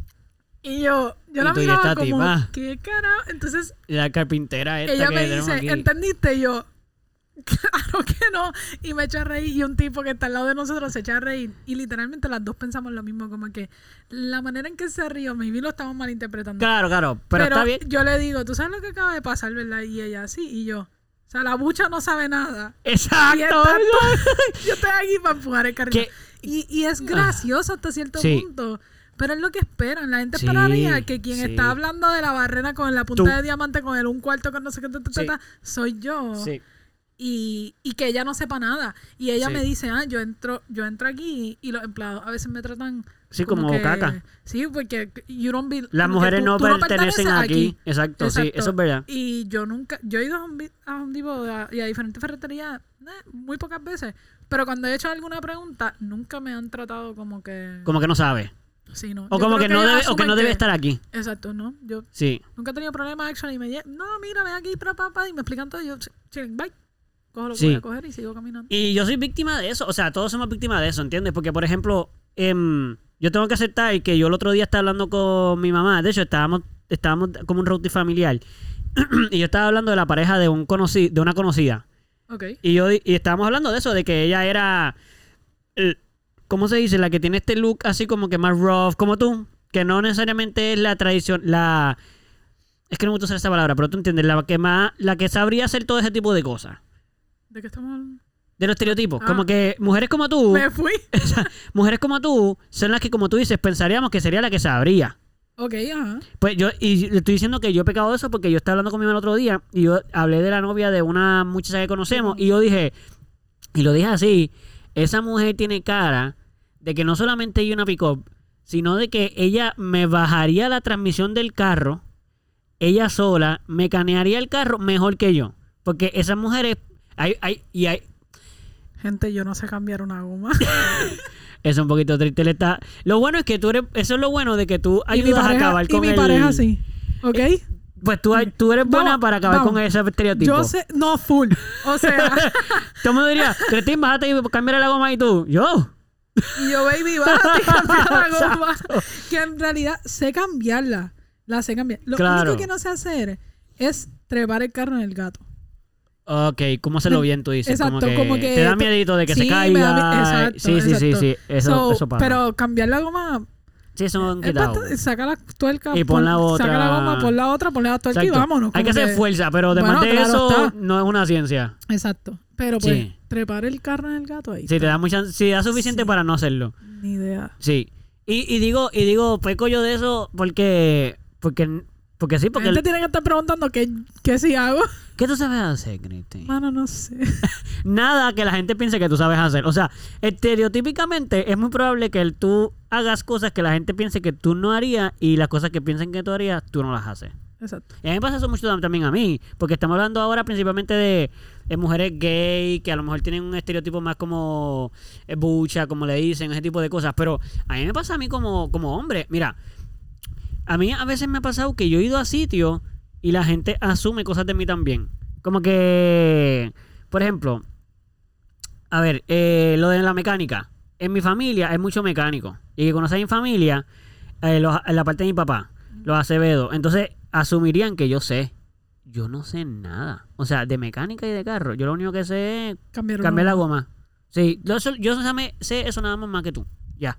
[SPEAKER 2] Y yo, yo
[SPEAKER 1] Y
[SPEAKER 2] la
[SPEAKER 1] tú, y esta
[SPEAKER 2] miraba como,
[SPEAKER 1] tipa.
[SPEAKER 2] ¿qué carajo? Entonces
[SPEAKER 1] La carpintera esta
[SPEAKER 2] ella
[SPEAKER 1] que
[SPEAKER 2] me
[SPEAKER 1] tenemos
[SPEAKER 2] dice,
[SPEAKER 1] aquí.
[SPEAKER 2] ¿entendiste? Y yo, claro que no. Y me echa a reír. Y un tipo que está al lado de nosotros se echa a reír. Y literalmente las dos pensamos lo mismo, como que la manera en que se rió, maybe lo estamos malinterpretando.
[SPEAKER 1] Claro, claro. Pero,
[SPEAKER 2] Pero,
[SPEAKER 1] está bien.
[SPEAKER 2] yo le digo, ¿tú sabes lo que acaba de pasar, verdad? Y ella, sí, y yo. O sea, la bucha no sabe nada. Y
[SPEAKER 1] Exacto.
[SPEAKER 2] está- yo estoy aquí para empujar el carrito.
[SPEAKER 1] Que- Ah.
[SPEAKER 2] Y, y es gracioso hasta cierto
[SPEAKER 1] Sí.
[SPEAKER 2] punto. Pero es lo que esperan. La gente
[SPEAKER 1] Sí,
[SPEAKER 2] esperaría que quien
[SPEAKER 1] sí.
[SPEAKER 2] está hablando de la barrera con la punta
[SPEAKER 1] Tú.
[SPEAKER 2] de diamante, con el un cuarto, con no sé qué, ta, ta, ta,
[SPEAKER 1] Sí.
[SPEAKER 2] ta, soy yo.
[SPEAKER 1] Sí.
[SPEAKER 2] Y, y que ella no sepa nada. Y ella
[SPEAKER 1] Sí.
[SPEAKER 2] me dice, ah, yo entro, yo entro aquí y los empleados a veces me tratan...
[SPEAKER 1] Sí, como
[SPEAKER 2] que-
[SPEAKER 1] caca.
[SPEAKER 2] Sí, porque you don't be-
[SPEAKER 1] Las
[SPEAKER 2] como que
[SPEAKER 1] mujeres
[SPEAKER 2] tú-
[SPEAKER 1] no
[SPEAKER 2] tú
[SPEAKER 1] pertenecen
[SPEAKER 2] perteneces
[SPEAKER 1] aquí. Exacto, sí.
[SPEAKER 2] Exacto.
[SPEAKER 1] Eso es verdad.
[SPEAKER 2] y yo nunca, yo he ido a un, a un tipo de- y a diferentes ferreterías eh, muy pocas veces, pero cuando he hecho alguna pregunta, nunca me han tratado como que...
[SPEAKER 1] Como que no sabe.
[SPEAKER 2] sí, no.
[SPEAKER 1] O
[SPEAKER 2] Yo
[SPEAKER 1] como
[SPEAKER 2] creo
[SPEAKER 1] que, no
[SPEAKER 2] ellos
[SPEAKER 1] debe, o que
[SPEAKER 2] asumen
[SPEAKER 1] no debe estar aquí.
[SPEAKER 2] Exacto, ¿no? Yo
[SPEAKER 1] Sí.
[SPEAKER 2] nunca he tenido problemas, actually, y me lle- no, mira, ven aquí, pra, pa, pa, y me explican todo, y yo, chilling, bye, cojo lo que
[SPEAKER 1] Sí.
[SPEAKER 2] voy a coger y sigo caminando.
[SPEAKER 1] Y yo soy víctima de eso. O sea, todos somos víctimas de eso, ¿entiendes? Porque, por ejemplo, em, yo tengo que aceptar que yo el otro día estaba hablando con mi mamá. De hecho, estábamos, estábamos como un roadie familiar. y yo estaba hablando de la pareja de, un conoci- de una conocida.
[SPEAKER 2] Ok.
[SPEAKER 1] Y yo di- y estábamos hablando de eso, de que ella era. eh, ¿Cómo se dice? La que tiene este look así como que más rough, como tú. Que no necesariamente es la tradición. La. Es que no me gusta usar esa palabra, pero tú entiendes. La que más. La que sabría hacer todo ese tipo de cosas.
[SPEAKER 2] ¿De qué estamos hablando?
[SPEAKER 1] De los estereotipos.
[SPEAKER 2] Ah.
[SPEAKER 1] Como que mujeres como tú.
[SPEAKER 2] Me fui.
[SPEAKER 1] Mujeres como tú son las que, como tú dices, pensaríamos que sería la que sabría.
[SPEAKER 2] Ok, ajá.
[SPEAKER 1] Pues yo, y le estoy diciendo que yo he pecado de eso porque yo estaba hablando conmigo el otro día y yo hablé de la novia de una muchacha que conocemos y yo dije, y lo dije así, esa mujer tiene cara de que no solamente hay una pick-up, sino de que ella me bajaría la transmisión del carro, ella sola, mecanearía el carro mejor que yo. Porque esas mujeres, hay, hay, y hay,
[SPEAKER 2] Gente, yo no sé cambiar una goma.
[SPEAKER 1] Es un poquito triste. Le está... Lo bueno es que tú eres. Eso es lo bueno de que tú
[SPEAKER 2] y mi
[SPEAKER 1] ayudas a
[SPEAKER 2] pareja,
[SPEAKER 1] acabar
[SPEAKER 2] y
[SPEAKER 1] con
[SPEAKER 2] mi
[SPEAKER 1] el-
[SPEAKER 2] pareja sí. ¿Ok?
[SPEAKER 1] Pues tú, tú eres buena
[SPEAKER 2] Vamos,
[SPEAKER 1] para acabar
[SPEAKER 2] vamos.
[SPEAKER 1] con ese estereotipo.
[SPEAKER 2] Yo sé, no, full. O sea,
[SPEAKER 1] Todo el mundo diría, Cristín, bájate y cambiar la goma y tú. Yo.
[SPEAKER 2] y yo, baby, bájate y cambia la goma. que en realidad sé cambiarla. La sé cambiar. Lo
[SPEAKER 1] Claro.
[SPEAKER 2] único que no sé hacer es trepar el carro en el gato.
[SPEAKER 1] Ok, ¿cómo hacerlo bien? Tú dices.
[SPEAKER 2] Exacto,
[SPEAKER 1] como que,
[SPEAKER 2] como que
[SPEAKER 1] te da
[SPEAKER 2] esto-
[SPEAKER 1] miedito de que se
[SPEAKER 2] Sí, me da
[SPEAKER 1] caiga.
[SPEAKER 2] mi- exacto,
[SPEAKER 1] sí, sí, sí,
[SPEAKER 2] exacto.
[SPEAKER 1] sí. Eso,
[SPEAKER 2] So,
[SPEAKER 1] eso pasa.
[SPEAKER 2] Pero cambiar la goma
[SPEAKER 1] sí, eso
[SPEAKER 2] es bastante- saca la tuerca
[SPEAKER 1] Y pon la
[SPEAKER 2] saca la
[SPEAKER 1] otra.
[SPEAKER 2] goma pon la otra pon la tuerca y vámonos
[SPEAKER 1] Hay que
[SPEAKER 2] como
[SPEAKER 1] hacer fuerza, pero
[SPEAKER 2] Bueno,
[SPEAKER 1] además de
[SPEAKER 2] claro
[SPEAKER 1] eso,
[SPEAKER 2] está.
[SPEAKER 1] no es una ciencia.
[SPEAKER 2] exacto pero pues
[SPEAKER 1] Sí.
[SPEAKER 2] trepar el carro en el gato ahí
[SPEAKER 1] Si te da mucha, si da suficiente
[SPEAKER 2] Sí.
[SPEAKER 1] para no hacerlo.
[SPEAKER 2] ni idea
[SPEAKER 1] Sí. Y, y digo, y digo, peco yo de eso porque, porque, porque sí,
[SPEAKER 2] la
[SPEAKER 1] porque.
[SPEAKER 2] gente tiene que estar preguntando qué, qué si hago
[SPEAKER 1] ¿Qué tú sabes hacer, Cristi?
[SPEAKER 2] mano no sé
[SPEAKER 1] Nada que la gente piense que tú sabes hacer. O sea, estereotípicamente es muy probable que el- tú hagas cosas que la gente piense que tú no harías y las cosas que piensen que tú harías, tú no las haces.
[SPEAKER 2] exacto
[SPEAKER 1] Y a mí me pasa eso mucho tam- también a mí, porque estamos hablando ahora principalmente de, eh, mujeres gay, que a lo mejor tienen un estereotipo más como eh, bucha, como le dicen, ese tipo de cosas, pero a mí me pasa a mí como, como hombre, mira, a mí a veces me ha pasado que yo he ido a sitios y la gente asume cosas de mí también. Como que, por ejemplo, a ver, eh, lo de la mecánica. En mi familia es mucho mecánico. Y que conoce a mi familia, eh, los- la parte de mi papá, los Acevedo. Entonces, asumirían que yo sé. Yo no sé nada. O sea, de mecánica y de carro. Yo lo único que sé es
[SPEAKER 2] cambiar una
[SPEAKER 1] cambiar la goma. Sí, yo, so- yo so- me- sé eso nada más, más que tú. Ya.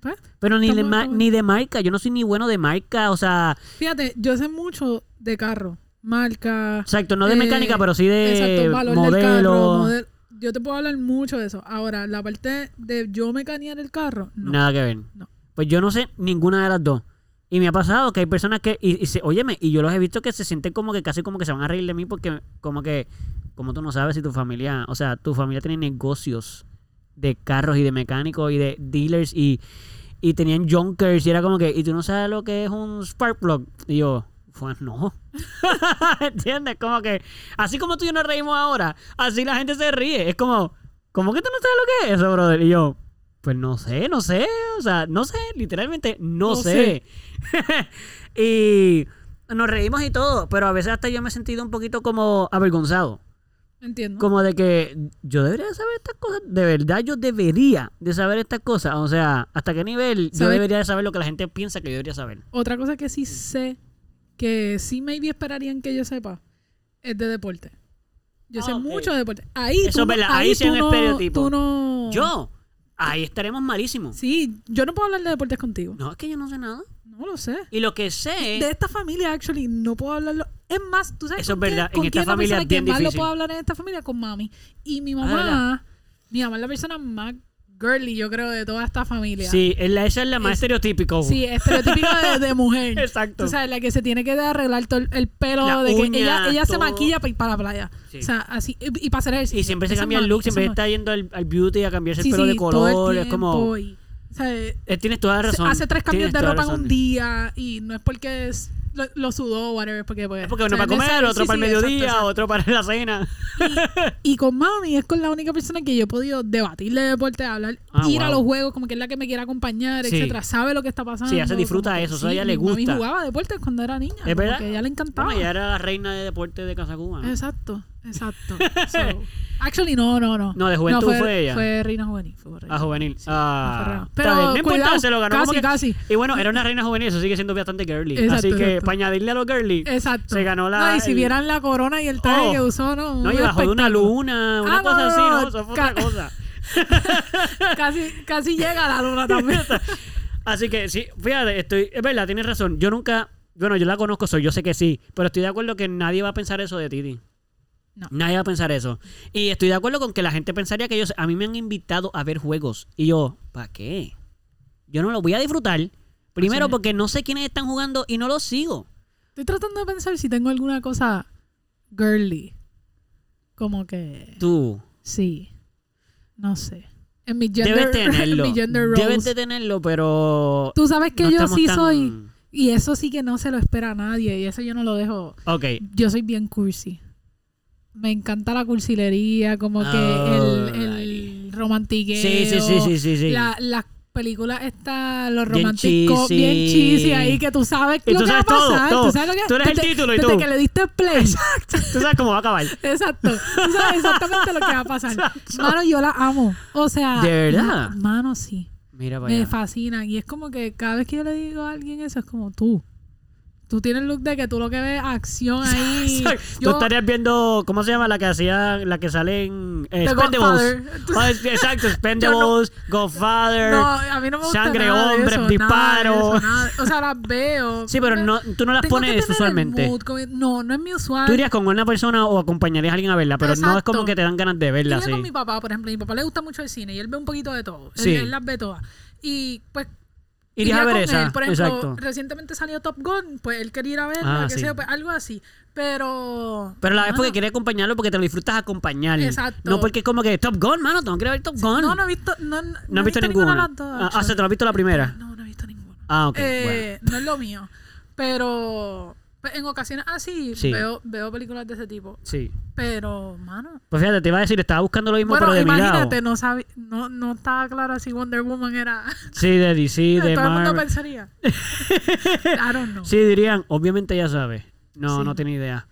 [SPEAKER 2] Pues,
[SPEAKER 1] Pero ni
[SPEAKER 2] está
[SPEAKER 1] de,
[SPEAKER 2] bueno,
[SPEAKER 1] ma-
[SPEAKER 2] está bueno.
[SPEAKER 1] ni de marca. Yo no soy ni bueno de marca. O sea,
[SPEAKER 2] fíjate yo sé mucho de carro marca
[SPEAKER 1] exacto, no de
[SPEAKER 2] Eh,
[SPEAKER 1] mecánica, pero sí de
[SPEAKER 2] exacto valor del
[SPEAKER 1] Eh, modelo.
[SPEAKER 2] carro modelo. yo te puedo hablar mucho de eso ahora la parte de yo mecanear el carro no
[SPEAKER 1] Nada que ver.
[SPEAKER 2] No.
[SPEAKER 1] Pues yo no sé ninguna de las dos. Y me ha pasado que hay personas que, y, y se- óyeme, y yo los he visto que se sienten como que casi como que se van a reír de mí porque como que, como tú no sabes si tu familia, o sea, tu familia tiene negocios de carros y de mecánicos y de dealers y, y tenían junkers y era como que, y tú no sabes lo que es un spark plug. Y yo, pues no. ¿Entiendes? Como que, así como tú y yo nos reímos ahora, así la gente se ríe. Es como, ¿cómo que tú no sabes lo que es eso, brother? Y yo, pues no sé, no sé. O sea, no sé, literalmente no,
[SPEAKER 2] No
[SPEAKER 1] sé. y nos reímos y todo, pero a veces hasta yo me he sentido un poquito como avergonzado.
[SPEAKER 2] entiendo
[SPEAKER 1] Como de que yo debería saber estas cosas. De verdad, yo debería de saber estas cosas. O sea, ¿hasta qué nivel yo
[SPEAKER 2] ¿Sabes?
[SPEAKER 1] debería de saber lo que la gente piensa que yo debería saber?
[SPEAKER 2] Otra cosa que sí sé, que sí maybe esperarían que yo sepa, es de deporte. Yo
[SPEAKER 1] Ah,
[SPEAKER 2] sé
[SPEAKER 1] ok.
[SPEAKER 2] mucho de deporte. Ahí
[SPEAKER 1] Eso
[SPEAKER 2] tú
[SPEAKER 1] es
[SPEAKER 2] no-
[SPEAKER 1] verdad, ahí sí
[SPEAKER 2] tú
[SPEAKER 1] hay un
[SPEAKER 2] no-
[SPEAKER 1] estereotipo.
[SPEAKER 2] tú no-
[SPEAKER 1] Yo, ahí estaremos malísimos.
[SPEAKER 2] Oh. Sí, yo no puedo hablar de deportes contigo.
[SPEAKER 1] No, es que yo no sé nada.
[SPEAKER 2] No lo sé.
[SPEAKER 1] Y lo que sé...
[SPEAKER 2] De esta familia, actually, no puedo hablarlo. Es más, tú sabes
[SPEAKER 1] Eh, Eso
[SPEAKER 2] con
[SPEAKER 1] es verdad,
[SPEAKER 2] quién- con
[SPEAKER 1] en esta
[SPEAKER 2] quién es la
[SPEAKER 1] familia es
[SPEAKER 2] persona que
[SPEAKER 1] bien
[SPEAKER 2] más lo
[SPEAKER 1] difícil. Ah,
[SPEAKER 2] puedo hablar en esta familia con mami. Y mi
[SPEAKER 1] verdad.
[SPEAKER 2] mamá, mi mamá es la persona más girly, yo creo, de toda esta familia.
[SPEAKER 1] Sí, es la- esa es la más
[SPEAKER 2] Es-
[SPEAKER 1] estereotípica.
[SPEAKER 2] Sí, estereotípico de, de mujer.
[SPEAKER 1] Exacto.
[SPEAKER 2] Tú sabes, la que se tiene que arreglar todo el- el pelo,
[SPEAKER 1] La
[SPEAKER 2] de
[SPEAKER 1] uña,
[SPEAKER 2] que ella, ella se
[SPEAKER 1] todo.
[SPEAKER 2] maquilla para ir para la playa.
[SPEAKER 1] Sí.
[SPEAKER 2] O sea, así, y, y para hacer ejercicio.
[SPEAKER 1] y siempre se
[SPEAKER 2] Esa
[SPEAKER 1] cambia el
[SPEAKER 2] mami,
[SPEAKER 1] look,
[SPEAKER 2] esa
[SPEAKER 1] siempre
[SPEAKER 2] mami.
[SPEAKER 1] está yendo al, al beauty a cambiarse
[SPEAKER 2] Sí,
[SPEAKER 1] el pelo
[SPEAKER 2] sí,
[SPEAKER 1] de
[SPEAKER 2] todo el
[SPEAKER 1] color. Es como.
[SPEAKER 2] tiempo y, o sea, eh,
[SPEAKER 1] eh, tienes toda la
[SPEAKER 2] se-
[SPEAKER 1] razón.
[SPEAKER 2] hace tres cambios
[SPEAKER 1] tienes
[SPEAKER 2] de
[SPEAKER 1] toda la
[SPEAKER 2] ropa en
[SPEAKER 1] razón.
[SPEAKER 2] un día y no es porque es- lo, lo sudó, whatever, porque pues,
[SPEAKER 1] Es porque
[SPEAKER 2] o
[SPEAKER 1] uno
[SPEAKER 2] sea,
[SPEAKER 1] para comer,
[SPEAKER 2] necesario-
[SPEAKER 1] otro
[SPEAKER 2] sí,
[SPEAKER 1] para el
[SPEAKER 2] sí, exacto,
[SPEAKER 1] mediodía,
[SPEAKER 2] exacto.
[SPEAKER 1] otro para la cena.
[SPEAKER 2] Y con mami es con la única persona que yo he podido debatirle de deporte, hablar,
[SPEAKER 1] Ah,
[SPEAKER 2] ir a
[SPEAKER 1] wow.
[SPEAKER 2] los juegos, como que es la que me quiere acompañar,
[SPEAKER 1] Sí.
[SPEAKER 2] etcétera. Sabe lo que está pasando.
[SPEAKER 1] Sí, ella se disfruta
[SPEAKER 2] como que
[SPEAKER 1] eso, eso a ella le
[SPEAKER 2] mi
[SPEAKER 1] gusta.
[SPEAKER 2] Mami jugaba deportes cuando era niña.
[SPEAKER 1] ¿Es
[SPEAKER 2] ¿Es
[SPEAKER 1] verdad?
[SPEAKER 2] Que a ella le encantaba.
[SPEAKER 1] Bueno, ella era la reina de deporte de Casa Cuba. ¿no?
[SPEAKER 2] Exacto, exacto. So, actually, no, no, no.
[SPEAKER 1] No, de juventud
[SPEAKER 2] fue,
[SPEAKER 1] fue ella.
[SPEAKER 2] Fue reina juvenil. Fue reina.
[SPEAKER 1] Ah, juvenil.
[SPEAKER 2] Sí, no fue
[SPEAKER 1] ah, está
[SPEAKER 2] reina.
[SPEAKER 1] bien,
[SPEAKER 2] Pero
[SPEAKER 1] no importa,
[SPEAKER 2] cuidado,
[SPEAKER 1] se lo ganó. como
[SPEAKER 2] Casi,
[SPEAKER 1] que-
[SPEAKER 2] casi.
[SPEAKER 1] Y bueno, era una reina juvenil, eso sigue siendo bastante girly. Así
[SPEAKER 2] Exacto,
[SPEAKER 1] que
[SPEAKER 2] exacto.
[SPEAKER 1] para añadirle a los girly,
[SPEAKER 2] Exacto.
[SPEAKER 1] se ganó la.
[SPEAKER 2] no, y si
[SPEAKER 1] el-
[SPEAKER 2] vieran la corona y el traje
[SPEAKER 1] Oh.
[SPEAKER 2] que usó, no.
[SPEAKER 1] No,
[SPEAKER 2] un
[SPEAKER 1] y bajo de una
[SPEAKER 2] espectáculo.
[SPEAKER 1] luna, una
[SPEAKER 2] Ah,
[SPEAKER 1] cosa
[SPEAKER 2] no,
[SPEAKER 1] así,
[SPEAKER 2] no,
[SPEAKER 1] ¿no?
[SPEAKER 2] no,
[SPEAKER 1] Eso fue
[SPEAKER 2] ca-
[SPEAKER 1] otra cosa.
[SPEAKER 2] Casi, casi llega a la luna también.
[SPEAKER 1] Así que sí, fíjate, estoy, es verdad, tienes razón. Yo nunca, bueno, yo la conozco, soy, yo sé que sí, pero estoy de acuerdo que nadie va a pensar eso de Titi.
[SPEAKER 2] No.
[SPEAKER 1] Nadie va a pensar eso. Y estoy de acuerdo con que la gente pensaría que ellos, a mí me han invitado a ver juegos. Y yo, ¿para qué? Yo no lo voy a disfrutar. Primero
[SPEAKER 2] Así es.
[SPEAKER 1] porque no sé quiénes están jugando y no los sigo.
[SPEAKER 2] Estoy tratando de pensar si tengo alguna cosa girly. Como que.
[SPEAKER 1] Tú
[SPEAKER 2] Sí. No sé. En mi gender,
[SPEAKER 1] debes
[SPEAKER 2] en
[SPEAKER 1] tenerlo.
[SPEAKER 2] mi gender
[SPEAKER 1] Debes
[SPEAKER 2] roles.
[SPEAKER 1] de tenerlo, pero...
[SPEAKER 2] Tú sabes que
[SPEAKER 1] no
[SPEAKER 2] yo
[SPEAKER 1] estamos
[SPEAKER 2] sí
[SPEAKER 1] tan-
[SPEAKER 2] soy. Y eso sí que no se lo espera a nadie. Y eso yo no lo dejo.
[SPEAKER 1] Ok.
[SPEAKER 2] Yo soy bien cursi. Me encanta la cursilería, como que el, el romantiqueo.
[SPEAKER 1] Sí, sí, sí, sí, sí, sí.
[SPEAKER 2] la- las películas estas, los
[SPEAKER 1] Bien
[SPEAKER 2] románticos,
[SPEAKER 1] cheesy.
[SPEAKER 2] bien cheesy ahí, que tú sabes
[SPEAKER 1] Y
[SPEAKER 2] lo
[SPEAKER 1] tú
[SPEAKER 2] que va a
[SPEAKER 1] sabes todo,
[SPEAKER 2] pasar.
[SPEAKER 1] todo.
[SPEAKER 2] Tú sabes lo que
[SPEAKER 1] Tú eres el
[SPEAKER 2] desde-
[SPEAKER 1] título y
[SPEAKER 2] desde
[SPEAKER 1] tú.
[SPEAKER 2] que le diste play.
[SPEAKER 1] Tú sabes cómo va a acabar.
[SPEAKER 2] Exacto. Tú sabes exactamente lo que va a pasar. Mano, yo la amo. O sea.
[SPEAKER 1] ¿De verdad?
[SPEAKER 2] ma- Mano, sí.
[SPEAKER 1] Mira para
[SPEAKER 2] Me
[SPEAKER 1] allá.
[SPEAKER 2] fascinan. Y es como que cada vez que yo le digo a alguien eso, es como tú. Tú tienes look de que tú lo que ves es acción ahí.
[SPEAKER 1] Tú
[SPEAKER 2] Yo-
[SPEAKER 1] estarías viendo, ¿cómo se llama? La que hacía, la que sale en eh,
[SPEAKER 2] The
[SPEAKER 1] Spendables.
[SPEAKER 2] Godfather.
[SPEAKER 1] Ah, es- exacto, Spendables, Godfather.
[SPEAKER 2] No, a mí no me gusta
[SPEAKER 1] Sangre,
[SPEAKER 2] nada de
[SPEAKER 1] hombres,
[SPEAKER 2] eso,
[SPEAKER 1] disparo.
[SPEAKER 2] nada de eso, nada de- o sea, las veo.
[SPEAKER 1] sí, pero no, tú no las
[SPEAKER 2] Tengo que tener
[SPEAKER 1] pones
[SPEAKER 2] el
[SPEAKER 1] usualmente.
[SPEAKER 2] mood, como- no, no es mi usual.
[SPEAKER 1] Tú irías con una persona o acompañarías a alguien a verla, pero no es
[SPEAKER 2] Exacto.
[SPEAKER 1] como que te dan ganas de
[SPEAKER 2] Yo
[SPEAKER 1] verla,
[SPEAKER 2] iría
[SPEAKER 1] sí.
[SPEAKER 2] con mi papá, por ejemplo. Mi papá le gusta mucho el cine y él ve un poquito de todo. Él-
[SPEAKER 1] Sí.
[SPEAKER 2] Él, las ve todas. Y pues.
[SPEAKER 1] Irías
[SPEAKER 2] iría
[SPEAKER 1] a ver
[SPEAKER 2] con
[SPEAKER 1] esa,
[SPEAKER 2] él. Por ejemplo,
[SPEAKER 1] exacto.
[SPEAKER 2] recientemente salió Top Gun, pues él quería ir a
[SPEAKER 1] Ah,
[SPEAKER 2] verla, qué
[SPEAKER 1] sí.
[SPEAKER 2] sé yo, pues, algo así. Pero.
[SPEAKER 1] Pero a la vez
[SPEAKER 2] mano,
[SPEAKER 1] porque quería acompañarlo porque te lo disfrutas acompañar.
[SPEAKER 2] Exacto.
[SPEAKER 1] No porque es como que Top Gun, mano, tengo que ir a ver Top Gun.
[SPEAKER 2] No, no he visto. No, no,
[SPEAKER 1] No has visto ninguna.
[SPEAKER 2] de las dos,
[SPEAKER 1] Ah, ah,
[SPEAKER 2] actually.
[SPEAKER 1] se te lo has visto la primera.
[SPEAKER 2] No, no he visto ninguna.
[SPEAKER 1] Ah, ok. bueno.
[SPEAKER 2] Eh, No es lo mío. Pero. pues, en ocasiones así
[SPEAKER 1] Sí.
[SPEAKER 2] veo, veo películas de ese tipo.
[SPEAKER 1] Sí.
[SPEAKER 2] Pero, mano.
[SPEAKER 1] Pues fíjate, te iba a decir, estaba buscando lo mismo,
[SPEAKER 2] Bueno,
[SPEAKER 1] pero de mi lado.
[SPEAKER 2] imagínate, no, sabi- no, no estaba claro si Wonder Woman era.
[SPEAKER 1] Sí, de DC, de
[SPEAKER 2] Todo el mundo
[SPEAKER 1] Marvel.
[SPEAKER 2] pensaría. I don't know.
[SPEAKER 1] Sí, dirían, obviamente ya sabes. No,
[SPEAKER 2] Sí.
[SPEAKER 1] no tenía idea.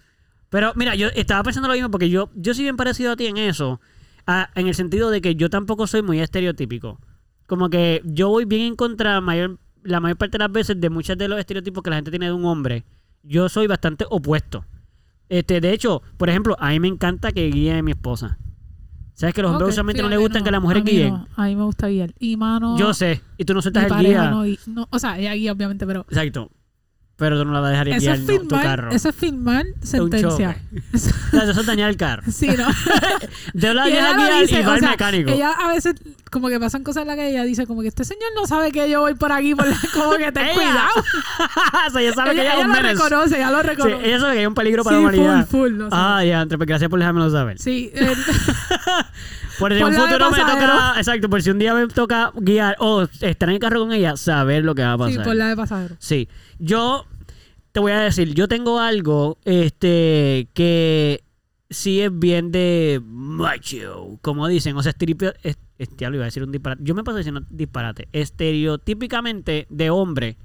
[SPEAKER 1] Pero mira, yo estaba pensando lo mismo porque yo, yo soy bien parecido a ti en eso. a- en el sentido de que yo tampoco soy muy estereotípico. Como que yo voy bien en contra mayor, la mayor parte de las veces de muchos de los estereotipos que la gente tiene de un hombre. Yo soy bastante opuesto. Este, de hecho, por ejemplo, a mí me encanta que guíe a mi esposa. ¿Sabes que los hombres
[SPEAKER 2] Ok,
[SPEAKER 1] usualmente
[SPEAKER 2] sí,
[SPEAKER 1] no
[SPEAKER 2] a
[SPEAKER 1] les
[SPEAKER 2] mí
[SPEAKER 1] gustan que las mujeres
[SPEAKER 2] a mí
[SPEAKER 1] guíen?
[SPEAKER 2] no. A mí me gusta guiar. Y mano.
[SPEAKER 1] Yo sé, y tú no
[SPEAKER 2] mi
[SPEAKER 1] sueltas el
[SPEAKER 2] pareja
[SPEAKER 1] guía.
[SPEAKER 2] no gui- no, o sea, ella guía, obviamente, pero.
[SPEAKER 1] Exacto. Pero tú no la vas a dejar
[SPEAKER 2] Eso
[SPEAKER 1] guiar
[SPEAKER 2] es
[SPEAKER 1] no, tu
[SPEAKER 2] filmar,
[SPEAKER 1] carro.
[SPEAKER 2] eso es filmar sentencia.
[SPEAKER 1] O sea, eso es dañar el carro.
[SPEAKER 2] sí, ¿no?
[SPEAKER 1] Yo la
[SPEAKER 2] Y
[SPEAKER 1] dejé
[SPEAKER 2] ella lo
[SPEAKER 1] guiar
[SPEAKER 2] dice,
[SPEAKER 1] y va
[SPEAKER 2] o
[SPEAKER 1] el
[SPEAKER 2] sea,
[SPEAKER 1] mecánico.
[SPEAKER 2] Ella a veces, como que pasan cosas en las que ella dice, como que este señor no sabe que yo voy por aquí, por la- como que ten
[SPEAKER 1] Ella-
[SPEAKER 2] cuidado.
[SPEAKER 1] o sea, ella sabe
[SPEAKER 2] Ella,
[SPEAKER 1] que ella es
[SPEAKER 2] ella
[SPEAKER 1] un
[SPEAKER 2] lo
[SPEAKER 1] menace.
[SPEAKER 2] reconoce, ella lo
[SPEAKER 1] Sí,
[SPEAKER 2] reconoce.
[SPEAKER 1] ella sabe que hay un peligro para
[SPEAKER 2] Sí,
[SPEAKER 1] la humanidad.
[SPEAKER 2] full, full, lo
[SPEAKER 1] ah, ya, entre gracias por dejármelo saber.
[SPEAKER 2] Sí, eh, el-
[SPEAKER 1] Por si
[SPEAKER 2] Por
[SPEAKER 1] un
[SPEAKER 2] la de
[SPEAKER 1] futuro me
[SPEAKER 2] pasajero.
[SPEAKER 1] toca, exacto, por si un día me toca guiar o estar en el carro con ella, saber lo que va a pasar.
[SPEAKER 2] sí, por la de pasajero.
[SPEAKER 1] Sí. Yo te voy a decir, yo tengo algo este que sí es bien de macho, como dicen, o sea, estereo, es- es- ya lo iba a decir un disparate. Yo me paso diciendo disparate, estereotípicamente de hombre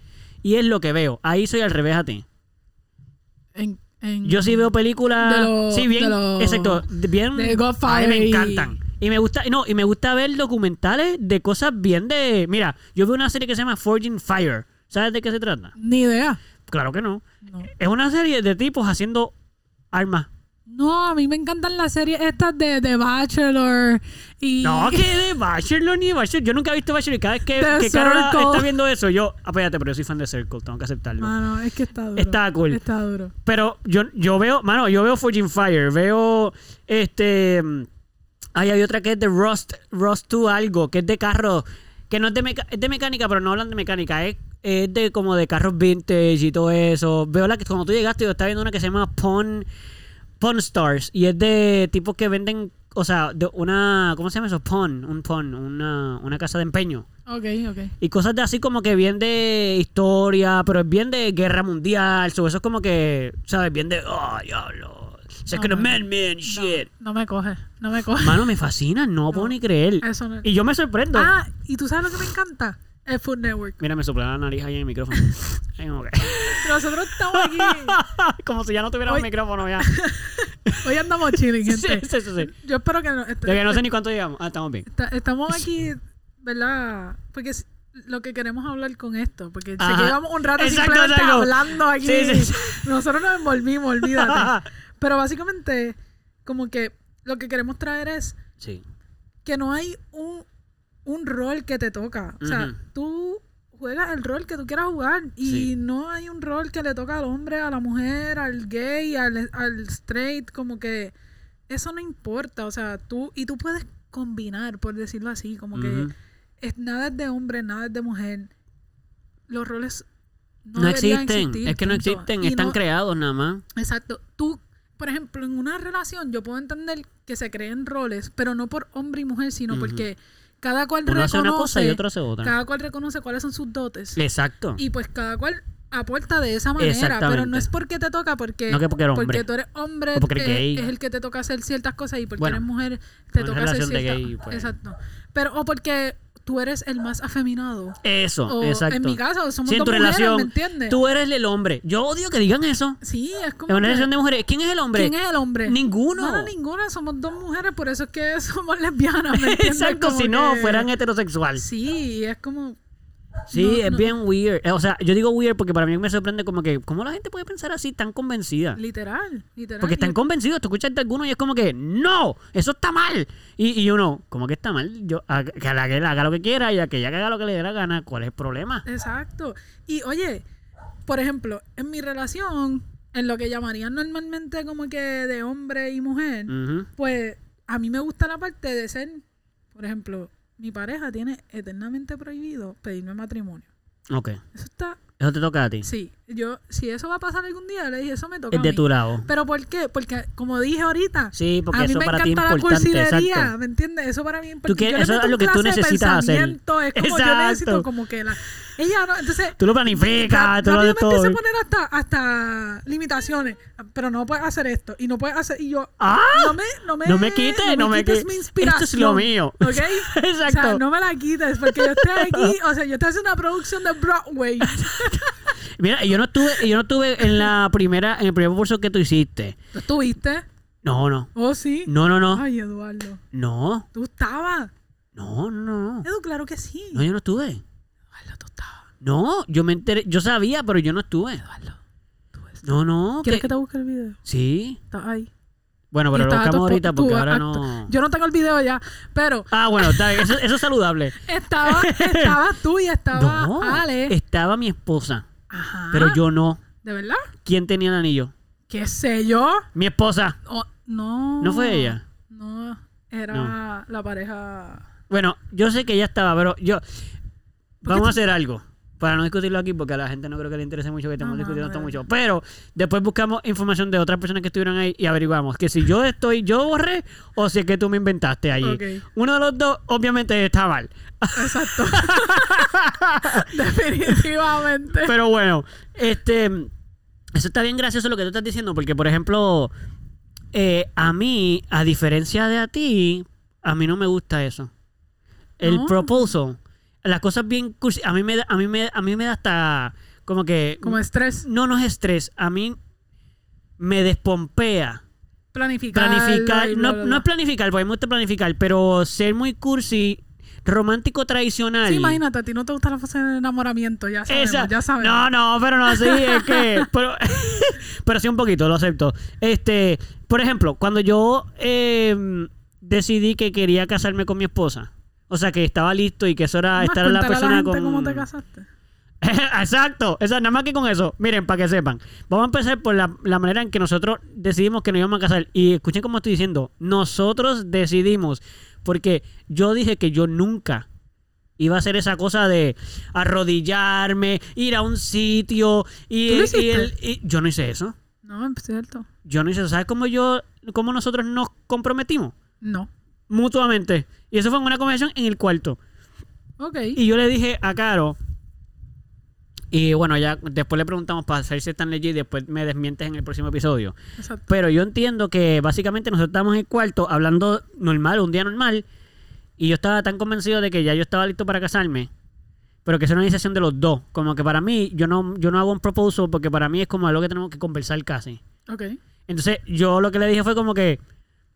[SPEAKER 1] y es lo que veo. Ahí soy al revés a ti.
[SPEAKER 2] En, en-
[SPEAKER 1] Yo sí veo películas,
[SPEAKER 2] De lo-
[SPEAKER 1] sí bien,
[SPEAKER 2] de lo-
[SPEAKER 1] exacto, de- bien
[SPEAKER 2] de Godfather
[SPEAKER 1] a mí me
[SPEAKER 2] y-
[SPEAKER 1] encantan. Y me gusta, no, y me gusta ver documentales de cosas bien de, mira, yo veo una serie que se llama Forging Fire. ¿Sabes de qué se trata?
[SPEAKER 2] Ni idea.
[SPEAKER 1] Claro que no.
[SPEAKER 2] No.
[SPEAKER 1] Es una serie de tipos haciendo armas.
[SPEAKER 2] No, a mí me encantan las series estas de, de Bachelor y...
[SPEAKER 1] No, que de Bachelor ni de Bachelor. Yo nunca he visto Bachelor y cada vez que,
[SPEAKER 2] The
[SPEAKER 1] que Carola
[SPEAKER 2] Circle.
[SPEAKER 1] está viendo eso, yo, apéate, pero yo soy fan de Circle, tengo que aceptarlo.
[SPEAKER 2] Mano, es que está duro.
[SPEAKER 1] Está cool.
[SPEAKER 2] Está duro.
[SPEAKER 1] Pero yo, yo veo, mano, yo veo Forging Fire, veo este. mm, Ay, hay otra que es de Rust, Rust 2 algo, que es de carros, que no es de, meca- es de mecánica, pero no hablan de mecánica, es, es de como de carros vintage y todo eso. Veo la que cuando tú llegaste, yo estaba viendo una que se llama Pawn, Pawn Stars, y es de tipos que venden, o sea, de una, ¿cómo se llama eso? Pawn, un pawn, una, una casa de empeño.
[SPEAKER 2] Ok, ok.
[SPEAKER 1] Y cosas de así como que bien de historia, pero es bien de guerra mundial. so, eso es como que, ¿sabes? Bien de, oh, diablo. Second
[SPEAKER 2] No, no,
[SPEAKER 1] Amendment, shit.
[SPEAKER 2] No me coge, no me coge.
[SPEAKER 1] Mano, me fascina, no, puedo ni creer.
[SPEAKER 2] Eso no-
[SPEAKER 1] Y yo me sorprendo.
[SPEAKER 2] Ah, ¿y tú sabes lo que me encanta? El Food Network.
[SPEAKER 1] Mira, me soplaba la nariz ahí en el micrófono. Ay, como, que-
[SPEAKER 2] Nosotros estamos aquí.
[SPEAKER 1] como si ya no tuviera un
[SPEAKER 2] Hoy-
[SPEAKER 1] micrófono ya.
[SPEAKER 2] Hoy andamos chilling,
[SPEAKER 1] Sí, sí,
[SPEAKER 2] gente.
[SPEAKER 1] sí, sí.
[SPEAKER 2] Yo espero que no. este, est-
[SPEAKER 1] De que no sé ni cuánto llegamos. Ah, estamos bien.
[SPEAKER 2] est- estamos aquí, ¿verdad? Porque es lo que queremos hablar con esto. Porque
[SPEAKER 1] Ajá.
[SPEAKER 2] se que llevamos un rato
[SPEAKER 1] Exacto,
[SPEAKER 2] simplemente
[SPEAKER 1] exacto.
[SPEAKER 2] hablando aquí.
[SPEAKER 1] Sí, sí, sí.
[SPEAKER 2] Nosotros nos envolvimos, olvídate. Pero básicamente, como que lo que queremos traer es
[SPEAKER 1] sí.
[SPEAKER 2] que no hay un, un rol que te toca. O sea,
[SPEAKER 1] Ujú.
[SPEAKER 2] tú juegas el rol que tú quieras jugar y
[SPEAKER 1] Sí.
[SPEAKER 2] no hay un rol que le toca al hombre, a la mujer, al gay, al, al straight, como que eso no importa. O sea, tú y tú puedes combinar, por decirlo así, como
[SPEAKER 1] Ujú.
[SPEAKER 2] que es, nada es de hombre, nada es de mujer. Los roles no,
[SPEAKER 1] No,
[SPEAKER 2] deberían
[SPEAKER 1] existen.
[SPEAKER 2] existir,
[SPEAKER 1] es que no
[SPEAKER 2] punto.
[SPEAKER 1] existen.
[SPEAKER 2] Y
[SPEAKER 1] Están
[SPEAKER 2] no-
[SPEAKER 1] creados nada más.
[SPEAKER 2] Exacto. Tú, por ejemplo, en una relación yo puedo entender que se creen roles, pero no por hombre y mujer, sino
[SPEAKER 1] Ujú.
[SPEAKER 2] porque cada cual
[SPEAKER 1] Uno
[SPEAKER 2] reconoce,
[SPEAKER 1] hace una cosa y otro hace otra.
[SPEAKER 2] cada cual reconoce cuáles son sus dotes
[SPEAKER 1] Exacto.
[SPEAKER 2] y pues cada cual aporta de esa manera,
[SPEAKER 1] Exactamente.
[SPEAKER 2] pero no es porque te toca, porque
[SPEAKER 1] No que porque eres hombre.
[SPEAKER 2] tú eres hombre
[SPEAKER 1] O porque eres
[SPEAKER 2] es,
[SPEAKER 1] gay.
[SPEAKER 2] es el que te toca hacer ciertas cosas y porque
[SPEAKER 1] Bueno,
[SPEAKER 2] eres mujer te
[SPEAKER 1] una
[SPEAKER 2] toca hacer
[SPEAKER 1] relación de
[SPEAKER 2] ciertas
[SPEAKER 1] gay, pues.
[SPEAKER 2] exacto, pero o porque tú eres el más afeminado.
[SPEAKER 1] Eso,
[SPEAKER 2] O
[SPEAKER 1] exacto.
[SPEAKER 2] en mi casa somos
[SPEAKER 1] Sí, en
[SPEAKER 2] dos
[SPEAKER 1] tu
[SPEAKER 2] mujeres,
[SPEAKER 1] relación,
[SPEAKER 2] ¿me entiendes?
[SPEAKER 1] Tú eres el hombre. Yo odio que digan eso.
[SPEAKER 2] Sí, es como
[SPEAKER 1] En una
[SPEAKER 2] que-
[SPEAKER 1] relación de mujeres. ¿Quién es el hombre?
[SPEAKER 2] ¿Quién es el hombre?
[SPEAKER 1] Ninguno.
[SPEAKER 2] No, no, ninguna, somos dos mujeres, por eso es que somos lesbianas, ¿me entiendes?
[SPEAKER 1] Exacto,
[SPEAKER 2] Como
[SPEAKER 1] si no
[SPEAKER 2] que-
[SPEAKER 1] fueran heterosexuales.
[SPEAKER 2] Sí, es como...
[SPEAKER 1] Sí,
[SPEAKER 2] no,
[SPEAKER 1] es
[SPEAKER 2] no.
[SPEAKER 1] bien weird. Eh, O sea, yo digo weird porque para mí me sorprende como que, ¿cómo la gente puede pensar así tan convencida?
[SPEAKER 2] Literal, literal.
[SPEAKER 1] Porque están
[SPEAKER 2] Y-
[SPEAKER 1] convencidos, tú escuchas de alguno y es como que, ¡no! ¡Eso está mal! Y, y uno, como que está mal? Yo, a- que a la que él haga lo que quiera y a que ella que haga lo que le dé la gana, ¿cuál es el problema?
[SPEAKER 2] Exacto. Y oye, por ejemplo, en mi relación, en lo que llamarían normalmente como que de hombre y mujer,
[SPEAKER 1] Ujú.
[SPEAKER 2] pues a mí me gusta la parte de ser, por ejemplo, mi pareja tiene eternamente prohibido pedirme matrimonio.
[SPEAKER 1] Ok,
[SPEAKER 2] Eso está,
[SPEAKER 1] eso te toca a ti.
[SPEAKER 2] sí, yo, si eso va a pasar algún día, le dije, eso me toca.
[SPEAKER 1] es
[SPEAKER 2] a
[SPEAKER 1] de
[SPEAKER 2] mí.
[SPEAKER 1] tu lado.
[SPEAKER 2] Pero ¿por qué? Porque como dije ahorita,
[SPEAKER 1] Sí, porque
[SPEAKER 2] a mí
[SPEAKER 1] eso
[SPEAKER 2] me
[SPEAKER 1] para ti es
[SPEAKER 2] encanta la
[SPEAKER 1] importante.
[SPEAKER 2] cursilería,
[SPEAKER 1] Exacto.
[SPEAKER 2] ¿me entiendes? Eso para mí es importante.
[SPEAKER 1] quieres-
[SPEAKER 2] Yo le
[SPEAKER 1] eso es
[SPEAKER 2] meto un
[SPEAKER 1] lo que tú
[SPEAKER 2] clase de
[SPEAKER 1] necesitas hacer.
[SPEAKER 2] pensamiento, Es como yo necesito
[SPEAKER 1] Exacto.
[SPEAKER 2] como que la... Ella no, entonces...
[SPEAKER 1] Tú lo planificas, tú lo
[SPEAKER 2] rápidamente
[SPEAKER 1] haces todo.
[SPEAKER 2] se ponen hasta, hasta limitaciones, pero no puedes hacer esto y no puedes hacer... Y yo,
[SPEAKER 1] ¡Ah!
[SPEAKER 2] no me, no me,
[SPEAKER 1] No me quites, no me
[SPEAKER 2] quites
[SPEAKER 1] qui-
[SPEAKER 2] mi
[SPEAKER 1] Esto es lo
[SPEAKER 2] inspiración.
[SPEAKER 1] mío.
[SPEAKER 2] ¿Ok?
[SPEAKER 1] Exacto.
[SPEAKER 2] O sea, no me la quites, porque yo estoy aquí, o sea, yo estoy haciendo una producción de Broadway.
[SPEAKER 1] Mira, yo no estuve, yo no estuve en la primera, en el primer curso que tú hiciste.
[SPEAKER 2] ¿Tú estuviste?
[SPEAKER 1] No, no.
[SPEAKER 2] Oh, sí.
[SPEAKER 1] No, no, no.
[SPEAKER 2] Ay, Eduardo,
[SPEAKER 1] No.
[SPEAKER 2] tú estabas.
[SPEAKER 1] No, no, no.
[SPEAKER 2] Edu, claro que sí.
[SPEAKER 1] No, yo no estuve.
[SPEAKER 2] Eduardo, tú estabas.
[SPEAKER 1] No, yo me enteré, yo sabía, pero yo no estuve.
[SPEAKER 2] Eduardo, tú estabas.
[SPEAKER 1] No, no.
[SPEAKER 2] ¿Quieres
[SPEAKER 1] que-
[SPEAKER 2] que te busque el video?
[SPEAKER 1] Sí.
[SPEAKER 2] Está ahí.
[SPEAKER 1] Bueno, pero
[SPEAKER 2] Y
[SPEAKER 1] lo
[SPEAKER 2] estaba tu
[SPEAKER 1] buscamos
[SPEAKER 2] espo-
[SPEAKER 1] ahorita porque
[SPEAKER 2] tu
[SPEAKER 1] ahora
[SPEAKER 2] acto-
[SPEAKER 1] no.
[SPEAKER 2] Yo no tengo el video ya, pero
[SPEAKER 1] Ah, bueno, está bien, Eso, eso es saludable.
[SPEAKER 2] estaba, estabas tú y estaba
[SPEAKER 1] No.
[SPEAKER 2] Ale. Ah.
[SPEAKER 1] Estaba mi esposa,
[SPEAKER 2] Ajá.
[SPEAKER 1] pero yo no.
[SPEAKER 2] ¿De verdad?
[SPEAKER 1] ¿Quién tenía el anillo?
[SPEAKER 2] ¿Qué sé yo?
[SPEAKER 1] Mi esposa.
[SPEAKER 2] Oh, no.
[SPEAKER 1] ¿No fue ella?
[SPEAKER 2] No, era
[SPEAKER 1] No.
[SPEAKER 2] la pareja.
[SPEAKER 1] Bueno, yo sé que ella estaba, pero yo. Vamos
[SPEAKER 2] tú-
[SPEAKER 1] a hacer algo. Para no discutirlo aquí, porque a la gente no creo que le interese mucho que estemos
[SPEAKER 2] No, no,
[SPEAKER 1] discutiendo
[SPEAKER 2] no,
[SPEAKER 1] esto
[SPEAKER 2] no.
[SPEAKER 1] mucho. Pero después buscamos información de otras personas que estuvieron ahí y averiguamos que si yo estoy, yo borré o si es que tú me inventaste allí.
[SPEAKER 2] Ok.
[SPEAKER 1] Uno de los dos, obviamente, está mal.
[SPEAKER 2] Exacto. Definitivamente.
[SPEAKER 1] Pero bueno, este. Eso está bien gracioso lo que tú estás diciendo, porque por ejemplo, eh, a mí, a diferencia de a ti, a mí no me gusta eso. El
[SPEAKER 2] No.
[SPEAKER 1] proposal, las cosas bien cursi, a mí me da, a mí me, a mí me da hasta como que
[SPEAKER 2] Como estrés.
[SPEAKER 1] no no es estrés, a mí me despompea
[SPEAKER 2] Planificar.
[SPEAKER 1] planificar,
[SPEAKER 2] y bla,
[SPEAKER 1] no,
[SPEAKER 2] bla,
[SPEAKER 1] no
[SPEAKER 2] bla.
[SPEAKER 1] es planificar, porque a mí me gusta planificar, pero ser muy cursi, romántico tradicional.
[SPEAKER 2] Sí, imagínate, a ti no te gusta la fase de enamoramiento, ya sabemos,
[SPEAKER 1] Esa-
[SPEAKER 2] ya sabemos.
[SPEAKER 1] No, no, pero no, sí, es que. Pero, pero sí, un poquito, lo acepto. Este, por ejemplo, cuando yo eh, decidí que quería casarme con mi esposa, o sea, que estaba listo y que eso era
[SPEAKER 2] Más,
[SPEAKER 1] Ah, estar la
[SPEAKER 2] cuéntale a
[SPEAKER 1] persona
[SPEAKER 2] gente
[SPEAKER 1] con.
[SPEAKER 2] cómo te casaste.
[SPEAKER 1] Exacto, esa, nada más que con eso. Miren, para que sepan, vamos a empezar por la, la manera en que nosotros decidimos que nos íbamos a casar. Y escuchen cómo estoy diciendo, nosotros decidimos, porque yo dije que yo nunca iba a hacer esa cosa de arrodillarme, ir a un sitio y,
[SPEAKER 2] ¿Tú lo
[SPEAKER 1] y
[SPEAKER 2] hiciste?
[SPEAKER 1] el- y- yo no hice eso.
[SPEAKER 2] No, es cierto.
[SPEAKER 1] Yo no hice eso. ¿Sabes cómo yo, cómo nosotros nos comprometimos
[SPEAKER 2] No.
[SPEAKER 1] mutuamente? Y eso fue en una conversación en el cuarto.
[SPEAKER 2] Ok.
[SPEAKER 1] Y yo le dije a Caro. Y bueno, ya después le preguntamos para hacerse tan legit y después me desmientes en el próximo episodio.
[SPEAKER 2] Exacto.
[SPEAKER 1] Pero yo entiendo que básicamente nosotros estábamos en el cuarto hablando normal, un día normal. Y yo estaba tan convencido de que ya yo estaba listo para casarme. Pero que es una decisión de los dos. Como que para mí, yo no, yo no hago un proposal porque para mí es como algo que tenemos que conversar casi.
[SPEAKER 2] Ok.
[SPEAKER 1] Entonces, yo lo que le dije fue como que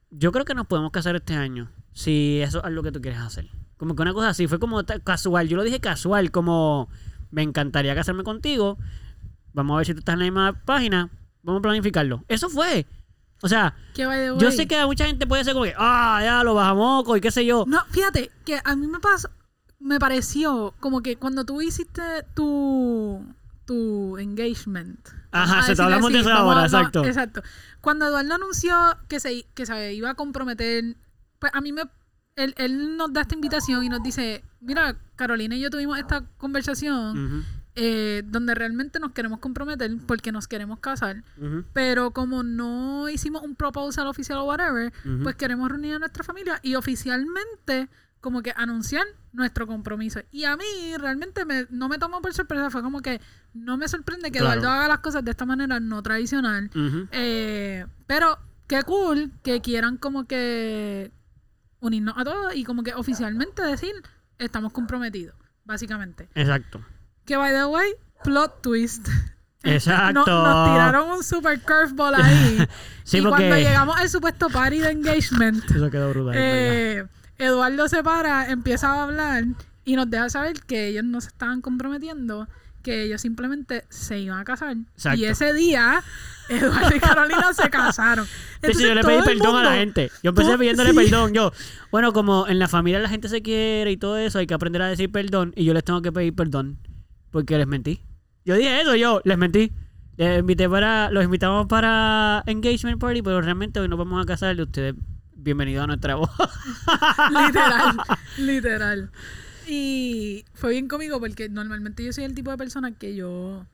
[SPEAKER 1] yo creo que nos podemos casar este año si eso es lo que tú quieres hacer. Como que una cosa así, fue como ta- casual. Yo lo dije casual, como me encantaría casarme contigo. Vamos a ver si tú estás en la misma página. Vamos a planificarlo. Eso fue. O sea,
[SPEAKER 2] ¿Qué va de
[SPEAKER 1] yo sé que a mucha gente puede ser como que, ah, ya lo bajamoco y qué sé yo.
[SPEAKER 2] No, fíjate, que a mí me pasó, me pareció como que cuando tú hiciste tu, tu engagement.
[SPEAKER 1] Ajá,
[SPEAKER 2] vamos a
[SPEAKER 1] se te
[SPEAKER 2] decirle
[SPEAKER 1] hablamos de
[SPEAKER 2] así,
[SPEAKER 1] eso ahora,
[SPEAKER 2] vamos a-
[SPEAKER 1] exacto.
[SPEAKER 2] Exacto. Cuando Eduardo anunció que se, i- que se iba a comprometer, pues a mí me... Él, él nos da esta invitación y nos dice, mira, Carolina y yo tuvimos esta conversación
[SPEAKER 1] Ujú,
[SPEAKER 2] eh, donde realmente nos queremos comprometer porque nos queremos casar,
[SPEAKER 1] ujú,
[SPEAKER 2] pero como no hicimos un proposal oficial o whatever,
[SPEAKER 1] ujú.
[SPEAKER 2] pues queremos reunir a nuestra familia y oficialmente como que anunciar nuestro compromiso. Y a mí realmente me- no me tomó por sorpresa, fue como que no me sorprende que
[SPEAKER 1] Claro.
[SPEAKER 2] Eduardo haga las cosas de esta manera no tradicional.
[SPEAKER 1] Ujú.
[SPEAKER 2] Eh, pero qué cool que quieran como que unirnos a todos y como que oficialmente decir, estamos comprometidos, básicamente.
[SPEAKER 1] Exacto.
[SPEAKER 2] Que, by the way, plot twist.
[SPEAKER 1] Exacto.
[SPEAKER 2] eh, No- nos tiraron un super curveball ahí.
[SPEAKER 1] Sí,
[SPEAKER 2] y
[SPEAKER 1] porque-
[SPEAKER 2] cuando llegamos al supuesto party de engagement,
[SPEAKER 1] Eso quedó brutal. ¿verdad?
[SPEAKER 2] eh, Eduardo se para, empieza a hablar y nos deja saber que ellos no se estaban comprometiendo, que ellos simplemente se iban a casar.
[SPEAKER 1] Exacto.
[SPEAKER 2] Y ese día, Eduardo y Carolina se casaron.
[SPEAKER 1] De hecho,
[SPEAKER 2] Entonces,
[SPEAKER 1] yo le
[SPEAKER 2] todo
[SPEAKER 1] pedí
[SPEAKER 2] el
[SPEAKER 1] perdón a la
[SPEAKER 2] mundo-
[SPEAKER 1] gente. Yo empecé
[SPEAKER 2] tú-
[SPEAKER 1] pidiéndole
[SPEAKER 2] sí.
[SPEAKER 1] perdón. Yo, bueno, como en la familia la gente se quiere y todo eso, hay que aprender a decir perdón. Y yo les tengo que pedir perdón porque les mentí. Yo dije eso, yo les mentí. Les invité para, los invitamos para engagement party, pero realmente hoy nos vamos a casar. Ustedes, bienvenidos a nuestra voz.
[SPEAKER 2] literal, literal. Y fue bien cómico porque normalmente yo soy el tipo de persona que yo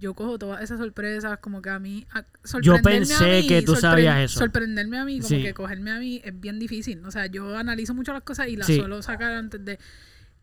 [SPEAKER 2] yo cojo todas esas sorpresas, como que a mí a- sorprenderme a
[SPEAKER 1] pensé
[SPEAKER 2] mí,
[SPEAKER 1] que tú
[SPEAKER 2] sorpre-
[SPEAKER 1] sabías eso.
[SPEAKER 2] Sorprenderme a mí, como
[SPEAKER 1] Sí.
[SPEAKER 2] que cogerme a mí es bien difícil, o sea, yo analizo mucho las cosas y las
[SPEAKER 1] Sí.
[SPEAKER 2] suelo sacar antes de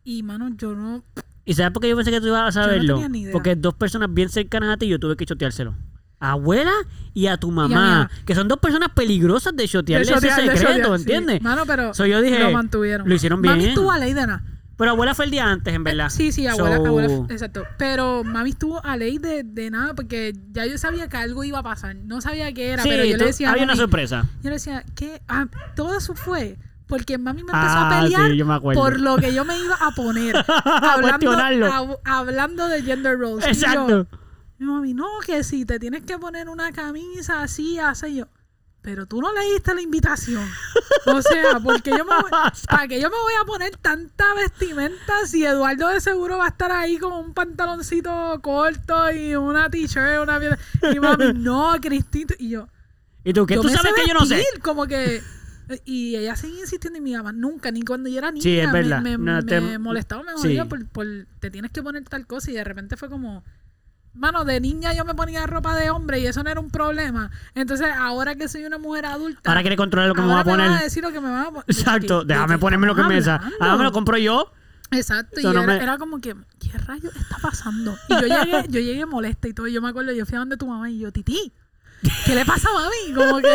[SPEAKER 2] y mano, yo no
[SPEAKER 1] ¿Y sabes por qué yo pensé que tú ibas a saberlo?
[SPEAKER 2] tenía ni idea.
[SPEAKER 1] Porque dos personas bien cercanas a ti yo tuve que choteárselo. A abuela y a tu mamá,
[SPEAKER 2] mía.
[SPEAKER 1] que son dos personas peligrosas de chotearle
[SPEAKER 2] de
[SPEAKER 1] ese
[SPEAKER 2] shotear, de
[SPEAKER 1] secreto,
[SPEAKER 2] shotear, sí.
[SPEAKER 1] ¿entiendes?
[SPEAKER 2] Mano, pero
[SPEAKER 1] So, yo dije,
[SPEAKER 2] lo mantuvieron.
[SPEAKER 1] lo hicieron
[SPEAKER 2] Mami
[SPEAKER 1] bien.
[SPEAKER 2] estuvo a ley de nada.
[SPEAKER 1] Pero abuela fue el día antes, en verdad.
[SPEAKER 2] Sí, sí, abuela,
[SPEAKER 1] So,
[SPEAKER 2] abuela, exacto. Pero mami estuvo a ley de, de nada porque ya yo sabía que algo iba a pasar. No sabía qué era,
[SPEAKER 1] sí,
[SPEAKER 2] pero yo
[SPEAKER 1] tú-
[SPEAKER 2] le decía a
[SPEAKER 1] había una
[SPEAKER 2] mami-
[SPEAKER 1] sorpresa.
[SPEAKER 2] yo le decía, ¿qué? Ah, todo eso fue porque mami me empezó
[SPEAKER 1] Ah,
[SPEAKER 2] a pelear
[SPEAKER 1] sí, yo me acuerdo.
[SPEAKER 2] por lo que yo me iba a poner.
[SPEAKER 1] Cuestionarlo.
[SPEAKER 2] hablando, hab- hablando de gender roles. Y yo,
[SPEAKER 1] Exacto.
[SPEAKER 2] mi mami, no, que si te tienes que poner una camisa así, así yo. Pero tú no leíste la invitación. O sea, porque yo me voy, ¿para qué Ah, yo me voy a poner tanta vestimenta si Eduardo de seguro va a estar ahí con un pantaloncito corto y una t-shirt, una piel- Y mami, no, Cristito. Y yo,
[SPEAKER 1] ¿Y tú qué?
[SPEAKER 2] yo
[SPEAKER 1] ¿Tú
[SPEAKER 2] me
[SPEAKER 1] sabes
[SPEAKER 2] sé
[SPEAKER 1] que yo no sé?
[SPEAKER 2] vestir, Como que. Y ella seguía insistiendo y mi mamá nunca, ni cuando yo era niña,
[SPEAKER 1] Sí, es
[SPEAKER 2] me-
[SPEAKER 1] verdad.
[SPEAKER 2] me,
[SPEAKER 1] No,
[SPEAKER 2] me
[SPEAKER 1] te-
[SPEAKER 2] molestaba, me
[SPEAKER 1] sí.
[SPEAKER 2] jodía por, por te tienes que poner tal cosa y de repente fue como, mano, de niña yo me ponía ropa de hombre y eso no era un problema. Entonces ahora que soy una mujer adulta,
[SPEAKER 1] Ahora quiere controlar lo que me va
[SPEAKER 2] ahora
[SPEAKER 1] a poner.
[SPEAKER 2] van a decir lo que me van a poner.
[SPEAKER 1] Exacto, déjame ponerme lo que me da. Ahora me lo compro yo.
[SPEAKER 2] Exacto,
[SPEAKER 1] Eso
[SPEAKER 2] y
[SPEAKER 1] no
[SPEAKER 2] era,
[SPEAKER 1] me-
[SPEAKER 2] era como que, ¿qué rayos está pasando? Y yo llegué, yo llegué molesta y todo, y yo me acuerdo, yo fui a donde tu mamá y yo, Titi, ¿qué le pasa a mami? Como que...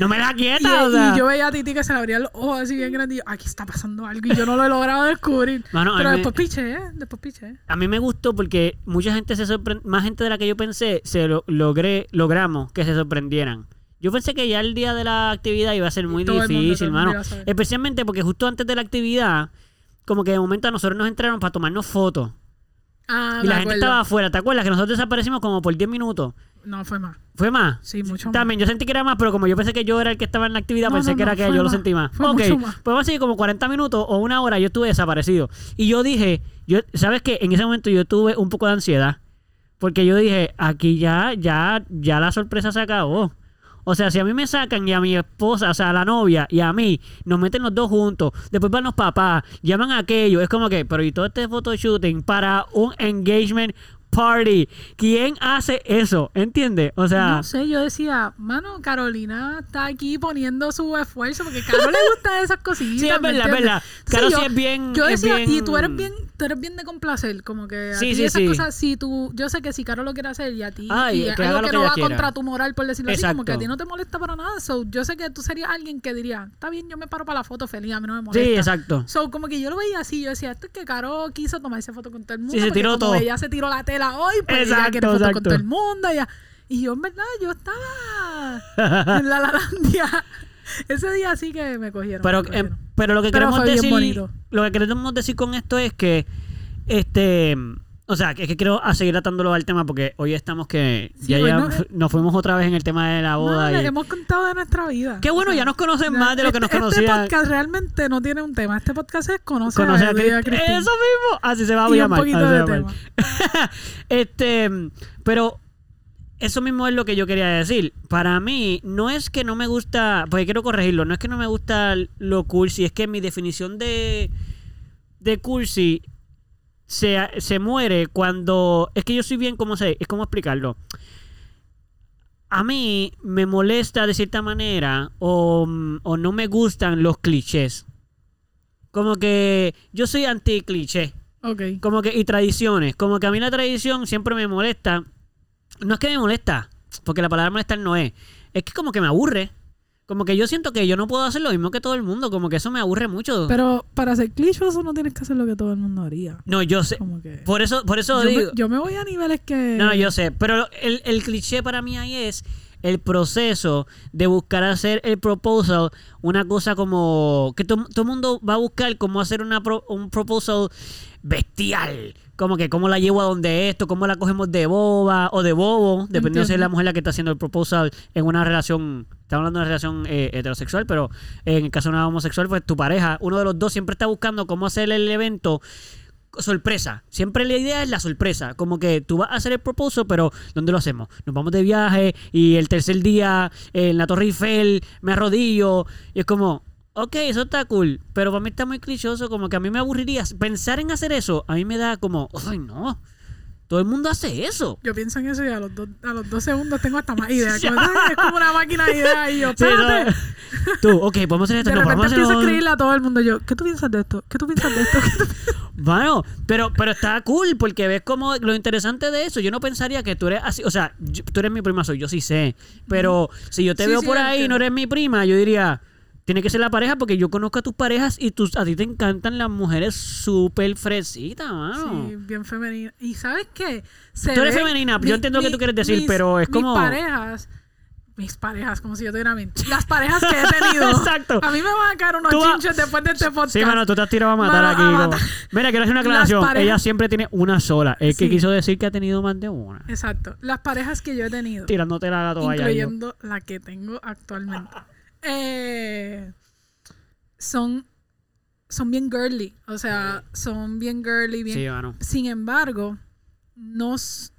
[SPEAKER 1] No me deja
[SPEAKER 2] Y, e,
[SPEAKER 1] quieta, o
[SPEAKER 2] y
[SPEAKER 1] sea.
[SPEAKER 2] yo veía a Titi que se le abría los ojos así bien grandes y yo, aquí está pasando algo y yo no lo he logrado descubrir.
[SPEAKER 1] Mano, a
[SPEAKER 2] Pero
[SPEAKER 1] mí-
[SPEAKER 2] después piche, ¿eh? Después piche, ¿eh?
[SPEAKER 1] A mí me gustó porque mucha gente se sorprendió, más gente de la que yo pensé, se lo logré, logramos que se sorprendieran. Yo pensé que ya el día de la actividad iba a ser muy
[SPEAKER 2] Todo el mundo, todo
[SPEAKER 1] difícil,
[SPEAKER 2] el mundo
[SPEAKER 1] hermano.
[SPEAKER 2] iba a saber.
[SPEAKER 1] Especialmente porque justo antes de la actividad, como que de momento a nosotros nos entraron para tomarnos fotos.
[SPEAKER 2] Ah,
[SPEAKER 1] y la
[SPEAKER 2] me
[SPEAKER 1] gente
[SPEAKER 2] acuerdo.
[SPEAKER 1] estaba afuera, ¿te acuerdas? Que nosotros desaparecimos como por 10 minutos.
[SPEAKER 2] No, fue más.
[SPEAKER 1] ¿Fue más?
[SPEAKER 2] Sí, mucho más.
[SPEAKER 1] También, yo sentí que era más, pero como yo pensé que yo era el que estaba en la actividad,
[SPEAKER 2] No,
[SPEAKER 1] pensé
[SPEAKER 2] no,
[SPEAKER 1] que
[SPEAKER 2] no,
[SPEAKER 1] era que
[SPEAKER 2] fue
[SPEAKER 1] yo lo
[SPEAKER 2] más.
[SPEAKER 1] sentí más.
[SPEAKER 2] Fue
[SPEAKER 1] ok,
[SPEAKER 2] mucho más.
[SPEAKER 1] pues así como 40 minutos o una hora yo estuve desaparecido. Y yo dije, yo, ¿sabes qué? En ese momento yo tuve un poco de ansiedad. Porque yo dije, aquí ya, ya, ya la sorpresa se acabó. O sea, si a mí me sacan y a mi esposa, o sea, a la novia y a mí, nos meten los dos juntos, después van los papás, llaman a aquello, es como que, pero y todo este photoshooting para un engagement party, ¿quién hace eso? ¿Entiendes? O sea,
[SPEAKER 2] No sé, yo decía, mano, Carolina está aquí poniendo su esfuerzo porque a Caro le gusta esas cositas.
[SPEAKER 1] Sí, es
[SPEAKER 2] ¿me
[SPEAKER 1] verdad, es
[SPEAKER 2] entiendes?
[SPEAKER 1] verdad.
[SPEAKER 2] Entonces
[SPEAKER 1] Caro
[SPEAKER 2] yo-
[SPEAKER 1] sí es bien.
[SPEAKER 2] Yo
[SPEAKER 1] es
[SPEAKER 2] decía,
[SPEAKER 1] bien-
[SPEAKER 2] y tú eres bien, tú eres bien de complacer, como que a
[SPEAKER 1] Sí,
[SPEAKER 2] ti
[SPEAKER 1] sí,
[SPEAKER 2] esas
[SPEAKER 1] sí.
[SPEAKER 2] cosas, si tú, yo sé que si Caro lo quiere hacer y a ti,
[SPEAKER 1] Ay,
[SPEAKER 2] y
[SPEAKER 1] que
[SPEAKER 2] algo
[SPEAKER 1] haga lo
[SPEAKER 2] que
[SPEAKER 1] que
[SPEAKER 2] no
[SPEAKER 1] ella
[SPEAKER 2] va
[SPEAKER 1] quiera.
[SPEAKER 2] contra tu moral, por decirlo así, como que a
[SPEAKER 1] Exacto.
[SPEAKER 2] ti no te molesta para nada, so, yo sé que tú serías alguien que diría, está bien, yo me paro para la foto feliz, a mí no me molesta.
[SPEAKER 1] Sí, exacto.
[SPEAKER 2] So, como que yo lo veía así, yo decía, esto es que Caro quiso tomarse foto con todo el mundo.
[SPEAKER 1] se
[SPEAKER 2] porque
[SPEAKER 1] tiró
[SPEAKER 2] como
[SPEAKER 1] todo.
[SPEAKER 2] Ella se tiró la tela hoy, pues ella
[SPEAKER 1] Exacto,
[SPEAKER 2] quiere foto
[SPEAKER 1] exacto.
[SPEAKER 2] con todo el mundo. ella- Y yo, en verdad, yo estaba en la Lalandia. Ese día sí que me cogieron.
[SPEAKER 1] Pero,
[SPEAKER 2] me
[SPEAKER 1] eh,
[SPEAKER 2] cogieron.
[SPEAKER 1] pero lo que
[SPEAKER 2] Pero
[SPEAKER 1] queremos
[SPEAKER 2] fue bien
[SPEAKER 1] decir.
[SPEAKER 2] bonito.
[SPEAKER 1] Lo que queremos decir con esto es que. Este. O sea, que es que quiero a seguir atándolo al tema porque hoy estamos que.
[SPEAKER 2] Sí,
[SPEAKER 1] ya
[SPEAKER 2] hoy
[SPEAKER 1] ya
[SPEAKER 2] no- eh.
[SPEAKER 1] fu- nos fuimos otra vez en el tema de la boda.
[SPEAKER 2] Madre,
[SPEAKER 1] y-
[SPEAKER 2] hemos contado de nuestra vida.
[SPEAKER 1] Qué bueno,
[SPEAKER 2] O
[SPEAKER 1] ya
[SPEAKER 2] sea,
[SPEAKER 1] nos conocen más de lo que nos
[SPEAKER 2] este-
[SPEAKER 1] conocían.
[SPEAKER 2] Este podcast realmente no tiene un tema. Este podcast es conocer
[SPEAKER 1] Conocer a
[SPEAKER 2] a, Edu y a
[SPEAKER 1] Crist-
[SPEAKER 2] Cristina.
[SPEAKER 1] Eso mismo. Así se va a
[SPEAKER 2] Y un
[SPEAKER 1] llamar.
[SPEAKER 2] poquito
[SPEAKER 1] así se
[SPEAKER 2] de
[SPEAKER 1] va a llamar.
[SPEAKER 2] tema.
[SPEAKER 1] este, pero eso mismo es lo que yo quería decir. Para mí, no es que no me gusta, porque quiero corregirlo, no es que no me gusta lo cursi, es que mi definición de, de cursi se, se muere cuando. Es que yo soy bien, como sé, es como explicarlo. A mí me molesta de cierta manera o, o no me gustan los clichés. Como que yo soy anti-cliché.
[SPEAKER 2] Ok.
[SPEAKER 1] Como que, y tradiciones. Como que a mí la tradición siempre me molesta. No es que me molesta, porque la palabra molestar no es. Es que como que me aburre. Como que yo siento que yo no puedo hacer lo mismo que todo el mundo, como que eso me aburre mucho.
[SPEAKER 2] Pero para ser clichoso no tienes que hacer lo que todo el mundo haría.
[SPEAKER 1] no, yo sé.
[SPEAKER 2] Como que.
[SPEAKER 1] Por eso, por eso
[SPEAKER 2] yo, me,
[SPEAKER 1] digo.
[SPEAKER 2] yo me voy a niveles que.
[SPEAKER 1] No, no, yo sé. Pero el, el cliché para mí ahí es el proceso de buscar hacer el proposal, una cosa como que to- todo el mundo va a buscar cómo hacer una pro- un proposal bestial. Como que cómo la llevo a donde esto, cómo la cogemos de boba o de bobo, dependiendo si es
[SPEAKER 2] Entiendo.
[SPEAKER 1] la mujer la que está haciendo el proposal en una relación, estamos hablando de una relación eh, heterosexual, pero en el caso de una homosexual, pues tu pareja, uno de los dos siempre está buscando cómo hacer el evento sorpresa. Siempre la idea es la sorpresa. Como que tú vas a hacer el proposal, pero ¿dónde lo hacemos? Nos vamos de viaje y el tercer día eh, en la Torre Eiffel me arrodillo. Y es como, ok, eso está cool, pero para mí está muy clichoso. Como que a mí me aburriría. Pensar en hacer eso, a mí me da como, ay, no. Todo el mundo hace eso.
[SPEAKER 2] Yo pienso en eso y a los, dos- a los dos segundos tengo hasta más ideas. Como, "Ay, es como una máquina de ideas y yo,
[SPEAKER 1] Sí,
[SPEAKER 2] espérate.
[SPEAKER 1] no. Tú, ok, podemos hacer esto.
[SPEAKER 2] de
[SPEAKER 1] No,
[SPEAKER 2] repente
[SPEAKER 1] podemos hacer
[SPEAKER 2] empiezo a
[SPEAKER 1] lo otro.
[SPEAKER 2] escribirle a todo el mundo. Yo, ¿qué tú piensas de esto? ¿Qué tú piensas de esto? ¿Qué tú piensas?"
[SPEAKER 1] Bueno, pero, pero está cool porque ves como lo interesante de eso. Yo no pensaría que tú eres así. O sea, yo- tú eres mi prima, soy yo sí sé. Pero si yo te
[SPEAKER 2] Sí,
[SPEAKER 1] veo
[SPEAKER 2] sí,
[SPEAKER 1] por
[SPEAKER 2] lo
[SPEAKER 1] ahí y no
[SPEAKER 2] entiendo.
[SPEAKER 1] eres mi prima, yo diría, tiene que ser la pareja porque yo conozco a tus parejas y tus, a ti te encantan las mujeres súper fresitas, mano.
[SPEAKER 2] Sí, bien femenina. ¿Y sabes qué? Se
[SPEAKER 1] Ah. Tú eres
[SPEAKER 2] ve-
[SPEAKER 1] femenina, yo entiendo lo que tú quieres decir,
[SPEAKER 2] mis-
[SPEAKER 1] pero es como-
[SPEAKER 2] Mis parejas... Mis parejas, como si yo tuviera min- Las parejas que he tenido.
[SPEAKER 1] Exacto.
[SPEAKER 2] A mí me van a caer unos
[SPEAKER 1] Tú vas-
[SPEAKER 2] chinches después de este podcast.
[SPEAKER 1] Sí, mano, tú te has tirado a matar
[SPEAKER 2] Mano,
[SPEAKER 1] aquí.
[SPEAKER 2] a
[SPEAKER 1] como-
[SPEAKER 2] matar.
[SPEAKER 1] Mira, quiero hacer una
[SPEAKER 2] Las
[SPEAKER 1] aclaración.
[SPEAKER 2] parejas-
[SPEAKER 1] Ella siempre tiene una sola. Es que
[SPEAKER 2] Sí.
[SPEAKER 1] quiso decir que ha tenido más de una.
[SPEAKER 2] Exacto. Las parejas que yo he tenido.
[SPEAKER 1] Tirándote la toalla. yo.
[SPEAKER 2] incluyendo la que tengo actualmente. Eh, son, son bien girly, o sea, son bien girly, bien...
[SPEAKER 1] Sí, mano.
[SPEAKER 2] Sin embargo, no, s-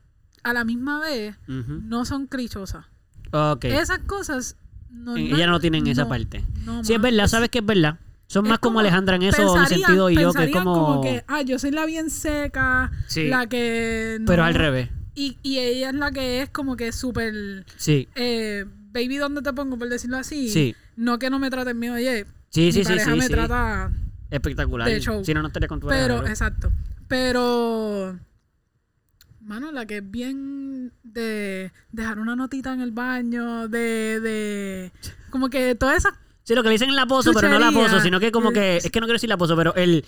[SPEAKER 2] a la misma vez
[SPEAKER 1] Ujú.
[SPEAKER 2] no son clichosas.
[SPEAKER 1] Ok.
[SPEAKER 2] Esas cosas... No,
[SPEAKER 1] Eh, Ellas no tienen esa parte.
[SPEAKER 2] no,
[SPEAKER 1] Sí, es
[SPEAKER 2] ma.
[SPEAKER 1] verdad, sabes que es verdad. Son
[SPEAKER 2] pues, Es
[SPEAKER 1] más como,
[SPEAKER 2] como-
[SPEAKER 1] Alejandra en eso, en el
[SPEAKER 2] Pensarían-
[SPEAKER 1] sentido y yo, que es
[SPEAKER 2] pensarían
[SPEAKER 1] como.
[SPEAKER 2] que, ah, yo soy la bien seca,
[SPEAKER 1] Sí.
[SPEAKER 2] la que... no-
[SPEAKER 1] Pero al revés.
[SPEAKER 2] Y, y ella es la que es como que súper...
[SPEAKER 1] Sí.
[SPEAKER 2] eh, baby, ¿dónde te pongo? Por decirlo así.
[SPEAKER 1] Sí.
[SPEAKER 2] No que no me traten mío, oye.
[SPEAKER 1] Sí,
[SPEAKER 2] mi
[SPEAKER 1] sí, sí,
[SPEAKER 2] pareja
[SPEAKER 1] sí,
[SPEAKER 2] me
[SPEAKER 1] sí.
[SPEAKER 2] trata.
[SPEAKER 1] Espectacular.
[SPEAKER 2] de show.
[SPEAKER 1] Si no, no estaría con tu
[SPEAKER 2] Pero,
[SPEAKER 1] verdadero.
[SPEAKER 2] exacto. Pero. Mano, la que es bien de dejar una notita en el baño, de. de como que todas esas.
[SPEAKER 1] Sí, lo que le dicen la pozo, pero no la
[SPEAKER 2] Chuchería.
[SPEAKER 1] pozo, sino que como
[SPEAKER 2] Eh,
[SPEAKER 1] que. Es que no quiero decir la pozo, pero el.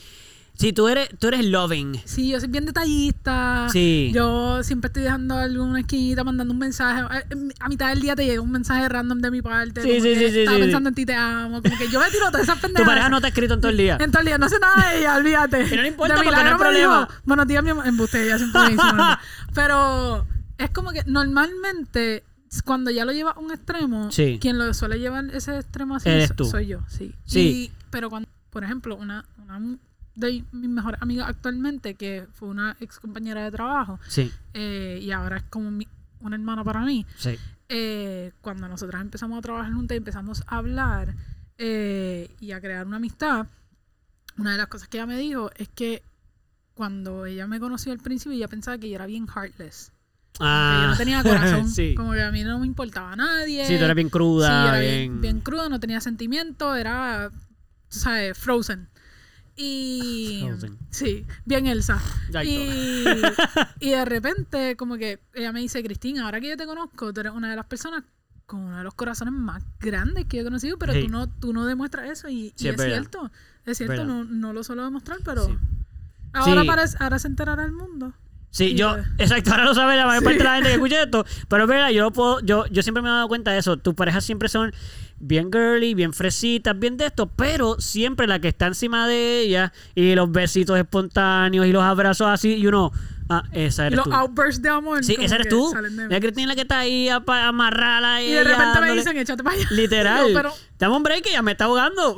[SPEAKER 1] Si tú eres, tú eres loving.
[SPEAKER 2] Sí, yo soy bien detallista.
[SPEAKER 1] Sí.
[SPEAKER 2] Yo siempre estoy dejando alguna esquinita, mandando un mensaje. A, eh, a mitad del día te llega un mensaje random de mi parte.
[SPEAKER 1] Sí,
[SPEAKER 2] como
[SPEAKER 1] sí,
[SPEAKER 2] que
[SPEAKER 1] sí, sí,
[SPEAKER 2] Estaba
[SPEAKER 1] sí, sí.
[SPEAKER 2] pensando en ti, te amo. Como que yo me tiro todas esas pendejas.
[SPEAKER 1] Tu pareja no te ha escrito en todo el día.
[SPEAKER 2] En todo el día, no sé nada de ella, olvídate.
[SPEAKER 1] Y no le importa
[SPEAKER 2] De
[SPEAKER 1] porque no hay
[SPEAKER 2] milagro me
[SPEAKER 1] problema.
[SPEAKER 2] dijo, Buenos días, mi amor. Embuste, ella siempre me dice, "Buenos días". Pero es como que normalmente, cuando ya lo lleva a un extremo,
[SPEAKER 1] Sí.
[SPEAKER 2] quien lo suele llevar ese extremo así
[SPEAKER 1] Eres
[SPEAKER 2] so-
[SPEAKER 1] tú.
[SPEAKER 2] soy yo, sí.
[SPEAKER 1] Sí.
[SPEAKER 2] Y- pero cuando, por ejemplo, una, una de mis mejores amigas actualmente, que fue una ex compañera de trabajo,
[SPEAKER 1] Sí,
[SPEAKER 2] eh, y ahora es como mi- una hermana para mí,
[SPEAKER 1] sí.
[SPEAKER 2] eh, cuando nosotras empezamos a trabajar juntas y empezamos a hablar eh, y a crear una amistad, una de las cosas que ella me dijo es que cuando ella me conoció al principio, ella pensaba que yo era bien heartless. que yo
[SPEAKER 1] Ah.
[SPEAKER 2] no tenía corazón.
[SPEAKER 1] sí.
[SPEAKER 2] Como que a mí no me importaba a nadie.
[SPEAKER 1] Ah, Sí, tú eres bien cruda.
[SPEAKER 2] Sí, era
[SPEAKER 1] bien.
[SPEAKER 2] bien, bien cruda, no tenía sentimiento, era, tú sabes, frozen. Y.
[SPEAKER 1] Ah, Frozen.
[SPEAKER 2] Sí, bien Elsa.
[SPEAKER 1] Exacto.
[SPEAKER 2] Y, y de repente, como que ella me dice, Cristina, ahora que yo te conozco, tú eres una de las personas con uno de los corazones más grandes que yo he conocido, pero
[SPEAKER 1] Sí.
[SPEAKER 2] tú no tú no demuestras eso y,
[SPEAKER 1] Sí,
[SPEAKER 2] y
[SPEAKER 1] es
[SPEAKER 2] es,
[SPEAKER 1] verdad.
[SPEAKER 2] cierto. Es cierto,
[SPEAKER 1] verdad.
[SPEAKER 2] no, no lo suelo demostrar, pero
[SPEAKER 1] Sí.
[SPEAKER 2] ahora,
[SPEAKER 1] Sí.
[SPEAKER 2] parece- ahora se enterará el mundo.
[SPEAKER 1] Sí,
[SPEAKER 2] Y
[SPEAKER 1] yo,
[SPEAKER 2] pues-
[SPEAKER 1] exacto, ahora lo sabe la mayor
[SPEAKER 2] Sí.
[SPEAKER 1] parte de la gente que escucha esto, pero es verdad, yo puedo, yo, yo siempre me he dado cuenta de eso, tus parejas siempre son bien girly, bien fresitas, bien de esto, pero siempre la que está encima de ella y los besitos espontáneos y los abrazos así, y uno, ah, esa
[SPEAKER 2] Y
[SPEAKER 1] eres
[SPEAKER 2] los
[SPEAKER 1] tú.
[SPEAKER 2] outbursts de amor.
[SPEAKER 1] Sí,
[SPEAKER 2] como
[SPEAKER 1] esa eres
[SPEAKER 2] que
[SPEAKER 1] tú.
[SPEAKER 2] salen de mí.
[SPEAKER 1] La Cristina la que está ahí a, pa- amarrada
[SPEAKER 2] Y de repente me
[SPEAKER 1] dándole-
[SPEAKER 2] dicen, échate para allá.
[SPEAKER 1] Literal,
[SPEAKER 2] Yo, pero-
[SPEAKER 1] dame un break que ya me está ahogando.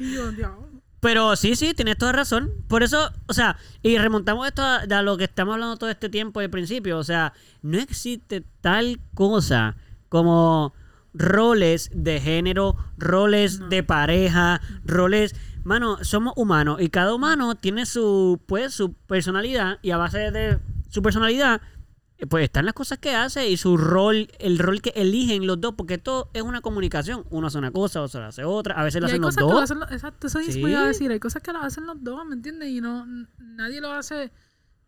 [SPEAKER 2] Y yo, "Diablo".
[SPEAKER 1] Pero sí, sí, tienes toda razón. Por eso, o sea, y remontamos esto a, a lo que estamos hablando todo este tiempo al principio. O sea, no existe tal cosa como roles de género, roles de pareja, roles... Mano, somos humanos y cada humano tiene su, pues, su personalidad y a base de su personalidad, eh, pues están las cosas que hace y su rol, el rol que eligen los dos, porque esto es una comunicación. Uno hace una cosa, otro hace otra, a veces
[SPEAKER 2] Y
[SPEAKER 1] lo
[SPEAKER 2] hay
[SPEAKER 1] hacen los
[SPEAKER 2] cosas que lo
[SPEAKER 1] dos.
[SPEAKER 2] hacen los- exacto, eso mismo iba
[SPEAKER 1] Sí.
[SPEAKER 2] a decir. Hay cosas que las hacen los dos, ¿me entiendes? Y no, n- nadie lo hace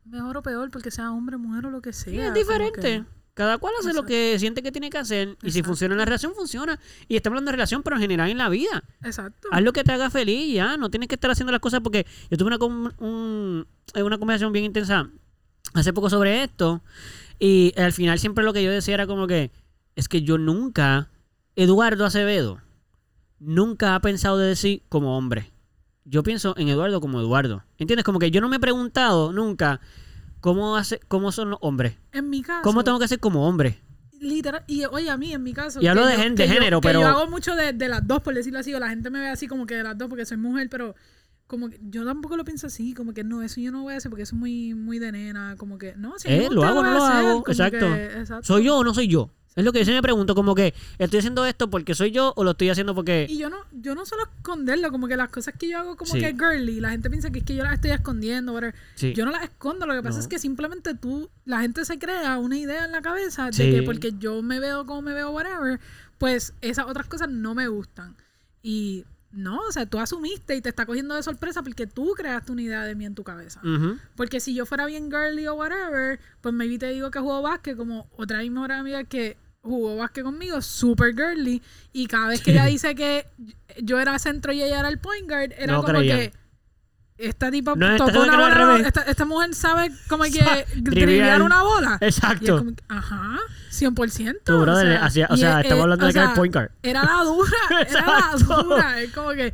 [SPEAKER 2] mejor o peor porque sea hombre, mujer o lo que sea.
[SPEAKER 1] es
[SPEAKER 2] como que-
[SPEAKER 1] diferente. Cada cual hace lo que siente que tiene que hacer. Y si
[SPEAKER 2] Exacto.
[SPEAKER 1] funciona la relación, funciona. Y estamos hablando de relación, pero en general en la vida.
[SPEAKER 2] Exacto.
[SPEAKER 1] Haz lo que te haga feliz y ya. No tienes que estar haciendo las cosas porque yo tuve una, com- un- eh, una conversación bien intensa hace poco sobre esto. Y al final siempre lo que yo decía era como que es que yo nunca, Eduardo Acevedo, nunca ha pensado de decir como hombre. Yo pienso en Eduardo como Eduardo. ¿Entiendes? Como que yo no me he preguntado nunca cómo, hace, cómo son los hombres.
[SPEAKER 2] En mi caso.
[SPEAKER 1] ¿Cómo tengo que ser como hombre?
[SPEAKER 2] Literal. Y oye, a mí, en mi caso.
[SPEAKER 1] Y hablo
[SPEAKER 2] que
[SPEAKER 1] de
[SPEAKER 2] yo-
[SPEAKER 1] gen- de
[SPEAKER 2] que yo-
[SPEAKER 1] género,
[SPEAKER 2] que
[SPEAKER 1] pero-
[SPEAKER 2] Yo hago mucho de, de las dos, por decirlo así. O la gente me ve así como que de las dos porque soy mujer, pero como que yo tampoco lo pienso así. Como que no, eso yo no lo voy a hacer porque eso es muy, muy de nena. Como que no, si a mí me
[SPEAKER 1] Eh, lo
[SPEAKER 2] gusta,
[SPEAKER 1] hago,
[SPEAKER 2] voy
[SPEAKER 1] no
[SPEAKER 2] a
[SPEAKER 1] lo
[SPEAKER 2] hacer,
[SPEAKER 1] hago,
[SPEAKER 2] como
[SPEAKER 1] exacto.
[SPEAKER 2] que- exacto.
[SPEAKER 1] ¿Soy yo o no soy yo? Es lo que yo siempre me pregunto, como que estoy haciendo esto porque soy yo o lo estoy haciendo porque...
[SPEAKER 2] Y yo no, yo no suelo esconderlo, como que las cosas que yo hago como
[SPEAKER 1] Sí.
[SPEAKER 2] que girly, la gente piensa que es que yo las estoy escondiendo, whatever.
[SPEAKER 1] Sí.
[SPEAKER 2] Yo no las escondo, lo que pasa
[SPEAKER 1] No.
[SPEAKER 2] es que simplemente tú, la gente se crea una idea en la cabeza de
[SPEAKER 1] Sí.
[SPEAKER 2] que porque yo me veo como me veo, whatever, pues esas otras cosas no me gustan. Y no, o sea, tú asumiste y te está cogiendo de sorpresa porque tú creaste una idea de mí en tu cabeza.
[SPEAKER 1] Ujú.
[SPEAKER 2] Porque si yo fuera bien girly o whatever, pues maybe te digo que jugó básquet, como otra de mis mejores amigas que jugó básquet conmigo, super girly, y cada vez que ella dice que yo era centro y ella era el point guard, era
[SPEAKER 1] No
[SPEAKER 2] como
[SPEAKER 1] creían.
[SPEAKER 2] que esta tipa
[SPEAKER 1] No, esta
[SPEAKER 2] tocó
[SPEAKER 1] se
[SPEAKER 2] una
[SPEAKER 1] cree al
[SPEAKER 2] bola,
[SPEAKER 1] revés.
[SPEAKER 2] esta, esta mujer sabe como que
[SPEAKER 1] Sa-
[SPEAKER 2] driblar una bola. Y es
[SPEAKER 1] Exacto.
[SPEAKER 2] como que, ajá, 100%.
[SPEAKER 1] Tu brother,
[SPEAKER 2] o sea,
[SPEAKER 1] hacía- o
[SPEAKER 2] y
[SPEAKER 1] sea,
[SPEAKER 2] es-
[SPEAKER 1] estamos
[SPEAKER 2] es-
[SPEAKER 1] hablando
[SPEAKER 2] o
[SPEAKER 1] de que era el
[SPEAKER 2] sea,
[SPEAKER 1] point guard.
[SPEAKER 2] Era la dura, era la
[SPEAKER 1] Exacto.
[SPEAKER 2] dura. Es como que.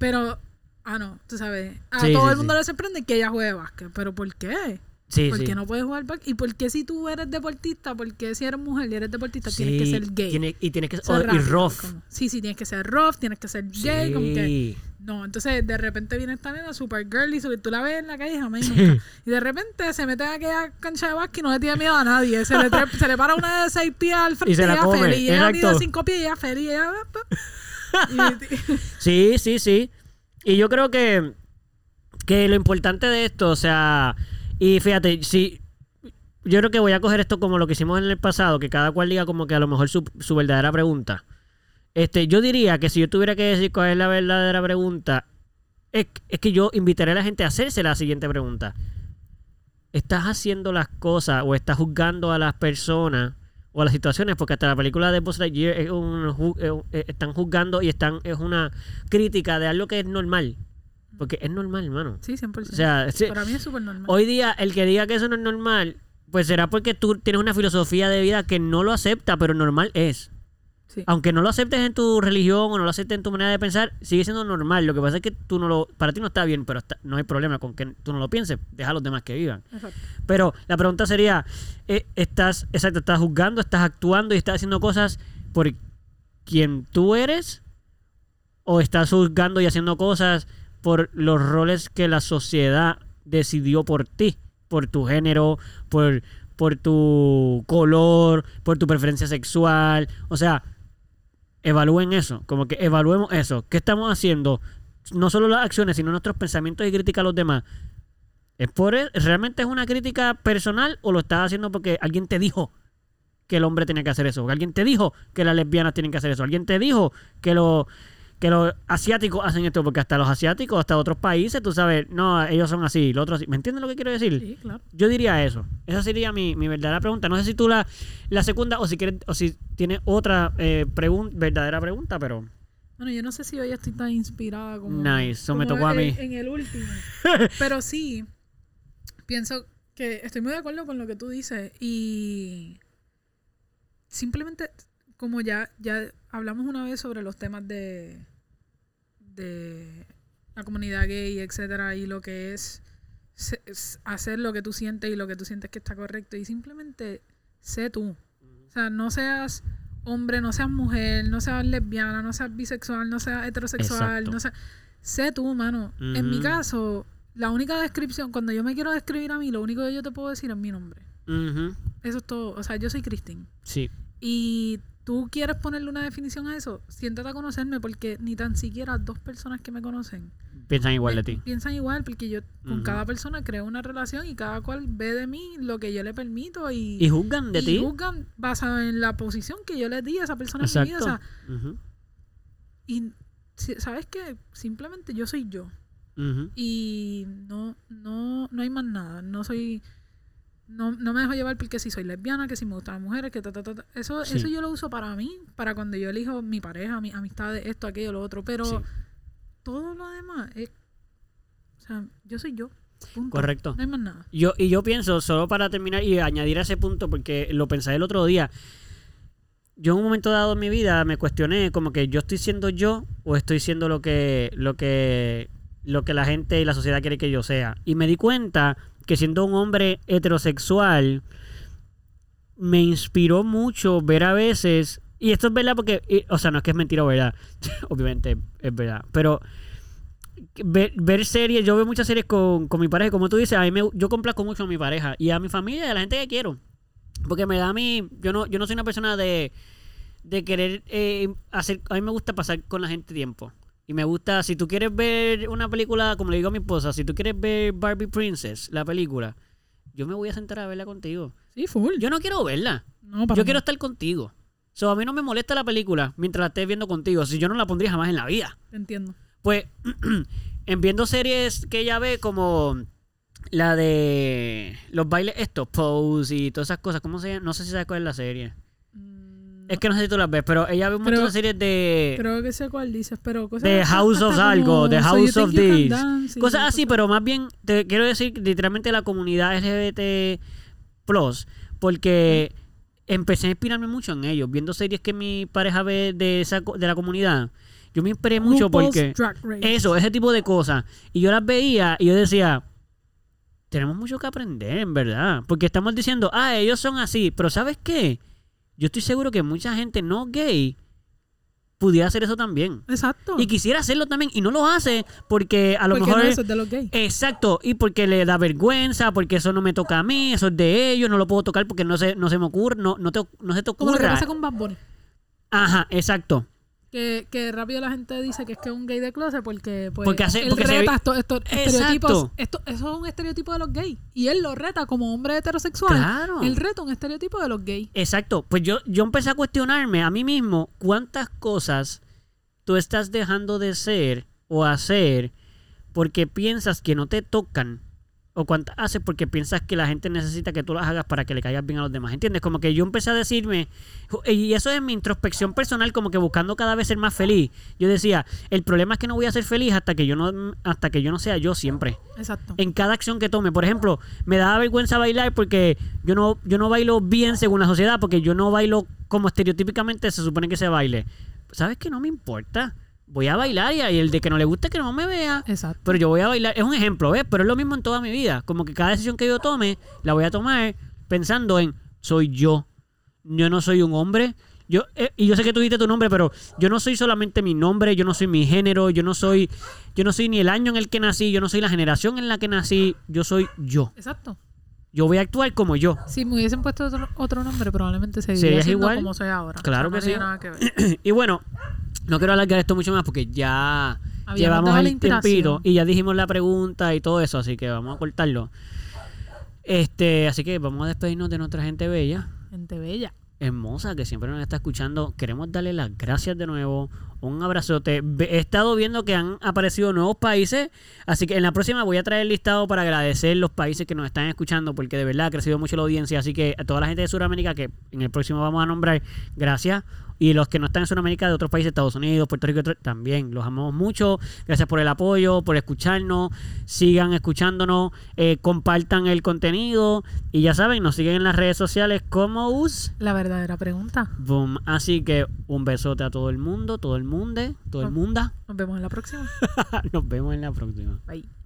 [SPEAKER 2] Pero, ah, no, tú sabes. A
[SPEAKER 1] Sí,
[SPEAKER 2] todo
[SPEAKER 1] sí,
[SPEAKER 2] el mundo
[SPEAKER 1] sí.
[SPEAKER 2] le sorprende que ella juegue básquet. ¿Pero por qué?
[SPEAKER 1] Sí,
[SPEAKER 2] ¿Por
[SPEAKER 1] sí.
[SPEAKER 2] qué no puedes jugar básquet? ¿Y por qué si tú eres deportista? ¿Por qué si eres mujer y eres deportista
[SPEAKER 1] Sí,
[SPEAKER 2] tienes que ser gay?
[SPEAKER 1] tiene- y tienes que ser oh,
[SPEAKER 2] Eso es
[SPEAKER 1] y
[SPEAKER 2] rápido,
[SPEAKER 1] rough.
[SPEAKER 2] como- sí, sí, tienes que ser rough, tienes que ser gay. Como que,
[SPEAKER 1] Sí.
[SPEAKER 2] no, entonces de repente viene esta nena super girly, sobre- tú la ves en la calle jamás y nunca. Y de repente se mete a aquella cancha de básquet y no le tiene miedo a nadie. Se le, tre- se le para una de seis pies al frente
[SPEAKER 1] Y se la
[SPEAKER 2] ella
[SPEAKER 1] come,
[SPEAKER 2] feliz. Y ella mide
[SPEAKER 1] exacto.
[SPEAKER 2] cinco pies y ella feliz. y ella- y-
[SPEAKER 1] sí, sí, sí. Y yo creo que, que lo importante de esto, o sea, y fíjate, si yo creo que voy a coger esto como lo que hicimos en el pasado, que cada cual diga como que a lo mejor su, su verdadera pregunta. Este, yo diría que si yo tuviera que decir cuál es la verdadera pregunta, es, es que yo invitaría a la gente a hacerse la siguiente pregunta. ¿Estás haciendo las cosas o estás juzgando a las personas o a las situaciones? Porque hasta la película de Buzz Lightyear es un ju- es un- eh, están juzgando y están es una crítica de algo que es normal. Porque es normal, hermano.
[SPEAKER 2] sí, 100%.
[SPEAKER 1] O sea, sí,
[SPEAKER 2] Para mí es súper normal.
[SPEAKER 1] hoy día el que diga que eso no es normal, pues será porque tú tienes una filosofía de vida que no lo acepta, pero normal es.
[SPEAKER 2] Sí.
[SPEAKER 1] Aunque no lo aceptes en tu religión o no lo aceptes en tu manera de pensar, sigue siendo normal. Lo que pasa es que tú no lo, para ti no está bien, pero está- no hay problema con que tú no lo pienses. Deja a los demás que vivan.
[SPEAKER 2] Exacto.
[SPEAKER 1] Pero la pregunta sería, eh, estás, exacto, estás juzgando, estás actuando y estás haciendo cosas por quien tú eres o estás juzgando y haciendo cosas por los roles que la sociedad decidió por ti, por tu género, por por tu color, por tu preferencia sexual, o sea, evalúen eso, como que evaluemos eso, ¿qué estamos haciendo? No solo las acciones, sino nuestros pensamientos y crítica a los demás. ¿Es por el- ¿Realmente es una crítica personal o lo estás haciendo porque alguien te dijo que el hombre tenía que hacer eso? que ¿Alguien te dijo que las lesbianas tienen que hacer eso? ¿Alguien te dijo que los que los asiáticos hacen esto? Porque hasta los asiáticos, hasta otros países, tú sabes, no, ellos son así, los otros así. ¿Me entiendes lo que quiero decir?
[SPEAKER 2] Sí, claro.
[SPEAKER 1] Yo diría eso. Esa sería mi, mi verdadera pregunta. No sé si tú la, la segunda o si quieres o si tienes otra eh, pregun- verdadera pregunta, pero
[SPEAKER 2] Bueno, yo no sé si hoy estoy tan inspirada como.
[SPEAKER 1] Nice, eso me
[SPEAKER 2] como
[SPEAKER 1] tocó a
[SPEAKER 2] en-
[SPEAKER 1] mí.
[SPEAKER 2] En el último. Pero sí, pienso que estoy muy de acuerdo con lo que tú dices. Y. Simplemente, como ya, ya hablamos una vez sobre los temas de. de la comunidad gay, etcétera, y lo que es se- es hacer lo que tú sientes y lo que tú sientes que está correcto. Y simplemente sé tú. O sea, no seas hombre, no seas mujer, no seas lesbiana, no seas bisexual, no seas heterosexual,
[SPEAKER 1] Exacto.
[SPEAKER 2] no seas... Sé tú, mano. En mi
[SPEAKER 1] Ujú.
[SPEAKER 2] caso, la única descripción, cuando yo me quiero describir a mí, lo único que yo te puedo decir es mi nombre.
[SPEAKER 1] ujú,
[SPEAKER 2] Eso es todo. O sea, yo soy Christine.
[SPEAKER 1] sí.
[SPEAKER 2] Y tú quieres ponerle una definición a eso, siéntate a conocerme porque ni tan siquiera dos personas que me conocen
[SPEAKER 1] Piensan igual
[SPEAKER 2] me-
[SPEAKER 1] de ti.
[SPEAKER 2] Piensan igual, porque yo con
[SPEAKER 1] Ujú.
[SPEAKER 2] cada persona creo una relación y cada cual ve de mí lo que yo le permito y,
[SPEAKER 1] Y juzgan de
[SPEAKER 2] y
[SPEAKER 1] ti.
[SPEAKER 2] juzgan basado en la posición que yo le di a esa persona en mi vida.
[SPEAKER 1] Exacto.
[SPEAKER 2] O sea,
[SPEAKER 1] Ujú,
[SPEAKER 2] y si- sabes que simplemente yo soy yo
[SPEAKER 1] ujú.
[SPEAKER 2] y no, no, no hay más nada. No soy No, no me dejo llevar porque si soy lesbiana, que si me gustan las mujeres, que ta, ta, ta, ta. Eso,
[SPEAKER 1] Sí.
[SPEAKER 2] eso yo lo uso para mí, para cuando yo elijo mi pareja, mis amistades, esto, aquello, lo otro. Pero
[SPEAKER 1] Sí.
[SPEAKER 2] todo lo demás es... O sea, yo soy yo. Punto.
[SPEAKER 1] Correcto.
[SPEAKER 2] No hay más nada.
[SPEAKER 1] Yo, y yo pienso, solo para terminar y añadir a ese punto, porque lo pensé el otro día, yo en un momento dado en mi vida me cuestioné como que yo estoy siendo yo o estoy siendo lo que, lo que, lo que la gente y la sociedad quiere que yo sea. Y me di cuenta que siendo un hombre heterosexual, me inspiró mucho ver a veces, y esto es verdad porque, y- o sea, no es que es mentira o verdad, obviamente es verdad, pero ver, ver series, yo veo muchas series con, con mi pareja, y como tú dices, a mí me- yo complazco mucho a mi pareja y a mi familia y a la gente que quiero. Porque me da a mí, yo no, yo no soy una persona de, de querer eh, hacer, a mí me gusta pasar con la gente tiempo. Y me gusta, si tú quieres ver una película, como le digo a mi esposa, si tú quieres ver Barbie Princess, la película, yo me voy a sentar a verla contigo.
[SPEAKER 2] Sí, full.
[SPEAKER 1] Yo no quiero verla,
[SPEAKER 2] no, para
[SPEAKER 1] yo
[SPEAKER 2] nada.
[SPEAKER 1] quiero estar contigo. So, a mí no me molesta la película mientras la estés viendo contigo, si yo no la pondría jamás en la vida
[SPEAKER 2] Te entiendo.
[SPEAKER 1] pues en viendo series que ella ve como la de los bailes estos, Pose y todas esas cosas, ¿cómo se llama? No sé si sabes cuál es la serie.
[SPEAKER 2] Mm,
[SPEAKER 1] Es que no sé si tú las ves, pero ella ve un montón
[SPEAKER 2] Creo-
[SPEAKER 1] de series de
[SPEAKER 2] Creo que sé cuál dices, pero cosas...
[SPEAKER 1] de House of
[SPEAKER 2] hasta
[SPEAKER 1] algo,
[SPEAKER 2] como
[SPEAKER 1] de
[SPEAKER 2] So You
[SPEAKER 1] House of
[SPEAKER 2] Think You Can
[SPEAKER 1] this,
[SPEAKER 2] Dance y
[SPEAKER 1] cosas
[SPEAKER 2] esas
[SPEAKER 1] así, pues, pero más bien te quiero decir que literalmente la comunidad LGBT plus porque empecé a inspirarme mucho en ellos, viendo series que mi pareja ve de esa co- de la comunidad. Yo me inspiré mucho
[SPEAKER 2] RuPaul's
[SPEAKER 1] porque
[SPEAKER 2] Drag Race.
[SPEAKER 1] Eso, ese tipo de cosas. Y yo las veía y yo decía, tenemos mucho que aprender, en verdad. Porque estamos diciendo, ah, ellos son así. Pero ¿sabes qué? Yo estoy seguro que mucha gente no gay pudiera hacer eso también.
[SPEAKER 2] Exacto.
[SPEAKER 1] Y quisiera hacerlo también y no lo hace porque a lo
[SPEAKER 2] Porque
[SPEAKER 1] mejor...
[SPEAKER 2] no, eso es de los gays.
[SPEAKER 1] Exacto, y porque le da vergüenza, porque eso no me toca a mí, eso es de ellos, no lo puedo tocar porque no se, no se me ocurre, no, no, te- no se te
[SPEAKER 2] Como lo que
[SPEAKER 1] ocurra.
[SPEAKER 2] pasa con Bad Bunny.
[SPEAKER 1] Ajá, exacto.
[SPEAKER 2] Que, que rápido la gente dice que es que es un gay de closet porque, pues,
[SPEAKER 1] Porque hace-
[SPEAKER 2] él
[SPEAKER 1] porque se
[SPEAKER 2] reta
[SPEAKER 1] ve-
[SPEAKER 2] estos, estos
[SPEAKER 1] Exacto.
[SPEAKER 2] estereotipos. Esto, eso es un estereotipo de los gays. Y él lo reta como hombre heterosexual.
[SPEAKER 1] Claro.
[SPEAKER 2] Él reta un estereotipo de los gays.
[SPEAKER 1] Exacto. Pues yo, yo empecé a cuestionarme a mí mismo cuántas cosas tú estás dejando de ser o hacer porque piensas que no te tocan o cuántas haces porque piensas que la gente necesita que tú las hagas para que le caigas bien a los demás. ¿Entiendes? Como que yo empecé a decirme, y eso es mi introspección personal, como que buscando cada vez ser más feliz. Yo decía, el problema es que no voy a ser feliz hasta que yo no, hasta que yo no sea yo siempre
[SPEAKER 2] Exacto.
[SPEAKER 1] en cada acción que tome. Por ejemplo, me da vergüenza bailar porque yo no, yo no bailo bien según la sociedad, porque yo no bailo como estereotípicamente se supone que se baile. ¿Sabes qué? No me importa. Voy a bailar y y el de que no le guste que no me vea.
[SPEAKER 2] Exacto.
[SPEAKER 1] Pero yo voy a bailar. Es un ejemplo, ¿ves? Pero es lo mismo en toda mi vida. Como que cada decisión que yo tome, la voy a tomar pensando en soy yo. Yo no soy un hombre. Yo, eh, y yo sé que tú dijiste tu nombre, pero yo no soy solamente mi nombre, yo no soy mi género, yo no soy, yo no soy ni el año en el que nací, yo no soy la generación en la que nací, yo soy yo.
[SPEAKER 2] Exacto.
[SPEAKER 1] Yo voy a actuar como yo.
[SPEAKER 2] Si me hubiesen puesto otro, otro nombre, probablemente
[SPEAKER 1] ¿Serías
[SPEAKER 2] seguiría siendo
[SPEAKER 1] igual?
[SPEAKER 2] como soy ahora.
[SPEAKER 1] Claro
[SPEAKER 2] no
[SPEAKER 1] que sí.
[SPEAKER 2] tiene nada que ver.
[SPEAKER 1] y bueno, no quiero alargar esto mucho más porque ya
[SPEAKER 2] Habíamos
[SPEAKER 1] llevamos
[SPEAKER 2] dado la
[SPEAKER 1] el tiempito
[SPEAKER 2] inspiración.
[SPEAKER 1] y ya dijimos la pregunta y todo eso, así que vamos a cortarlo. Este, así que vamos a despedirnos de nuestra gente bella,
[SPEAKER 2] Gente bella.
[SPEAKER 1] hermosa, que siempre nos está escuchando. Queremos darle las gracias de nuevo. Un abrazote. Ve- He estado viendo que han aparecido nuevos países, así que en la próxima voy a traer el listado para agradecer los países que nos están escuchando, porque de verdad ha crecido mucho la audiencia. Así que a toda la gente de Sudamérica, que en el próximo vamos a nombrar, gracias. Y los que no están en Sudamérica, de otros países, Estados Unidos, Puerto Rico, otro- también los amamos mucho. Gracias por el apoyo, por escucharnos. Sigan escuchándonos, eh, compartan el contenido. Y ya saben, nos siguen en las redes sociales como US.
[SPEAKER 2] La verdadera pregunta.
[SPEAKER 1] Boom. Así que un besote a todo el mundo, todo el mundo, todo el mundo.
[SPEAKER 2] Nos vemos en la próxima.
[SPEAKER 1] Nos vemos en la próxima.
[SPEAKER 2] Bye.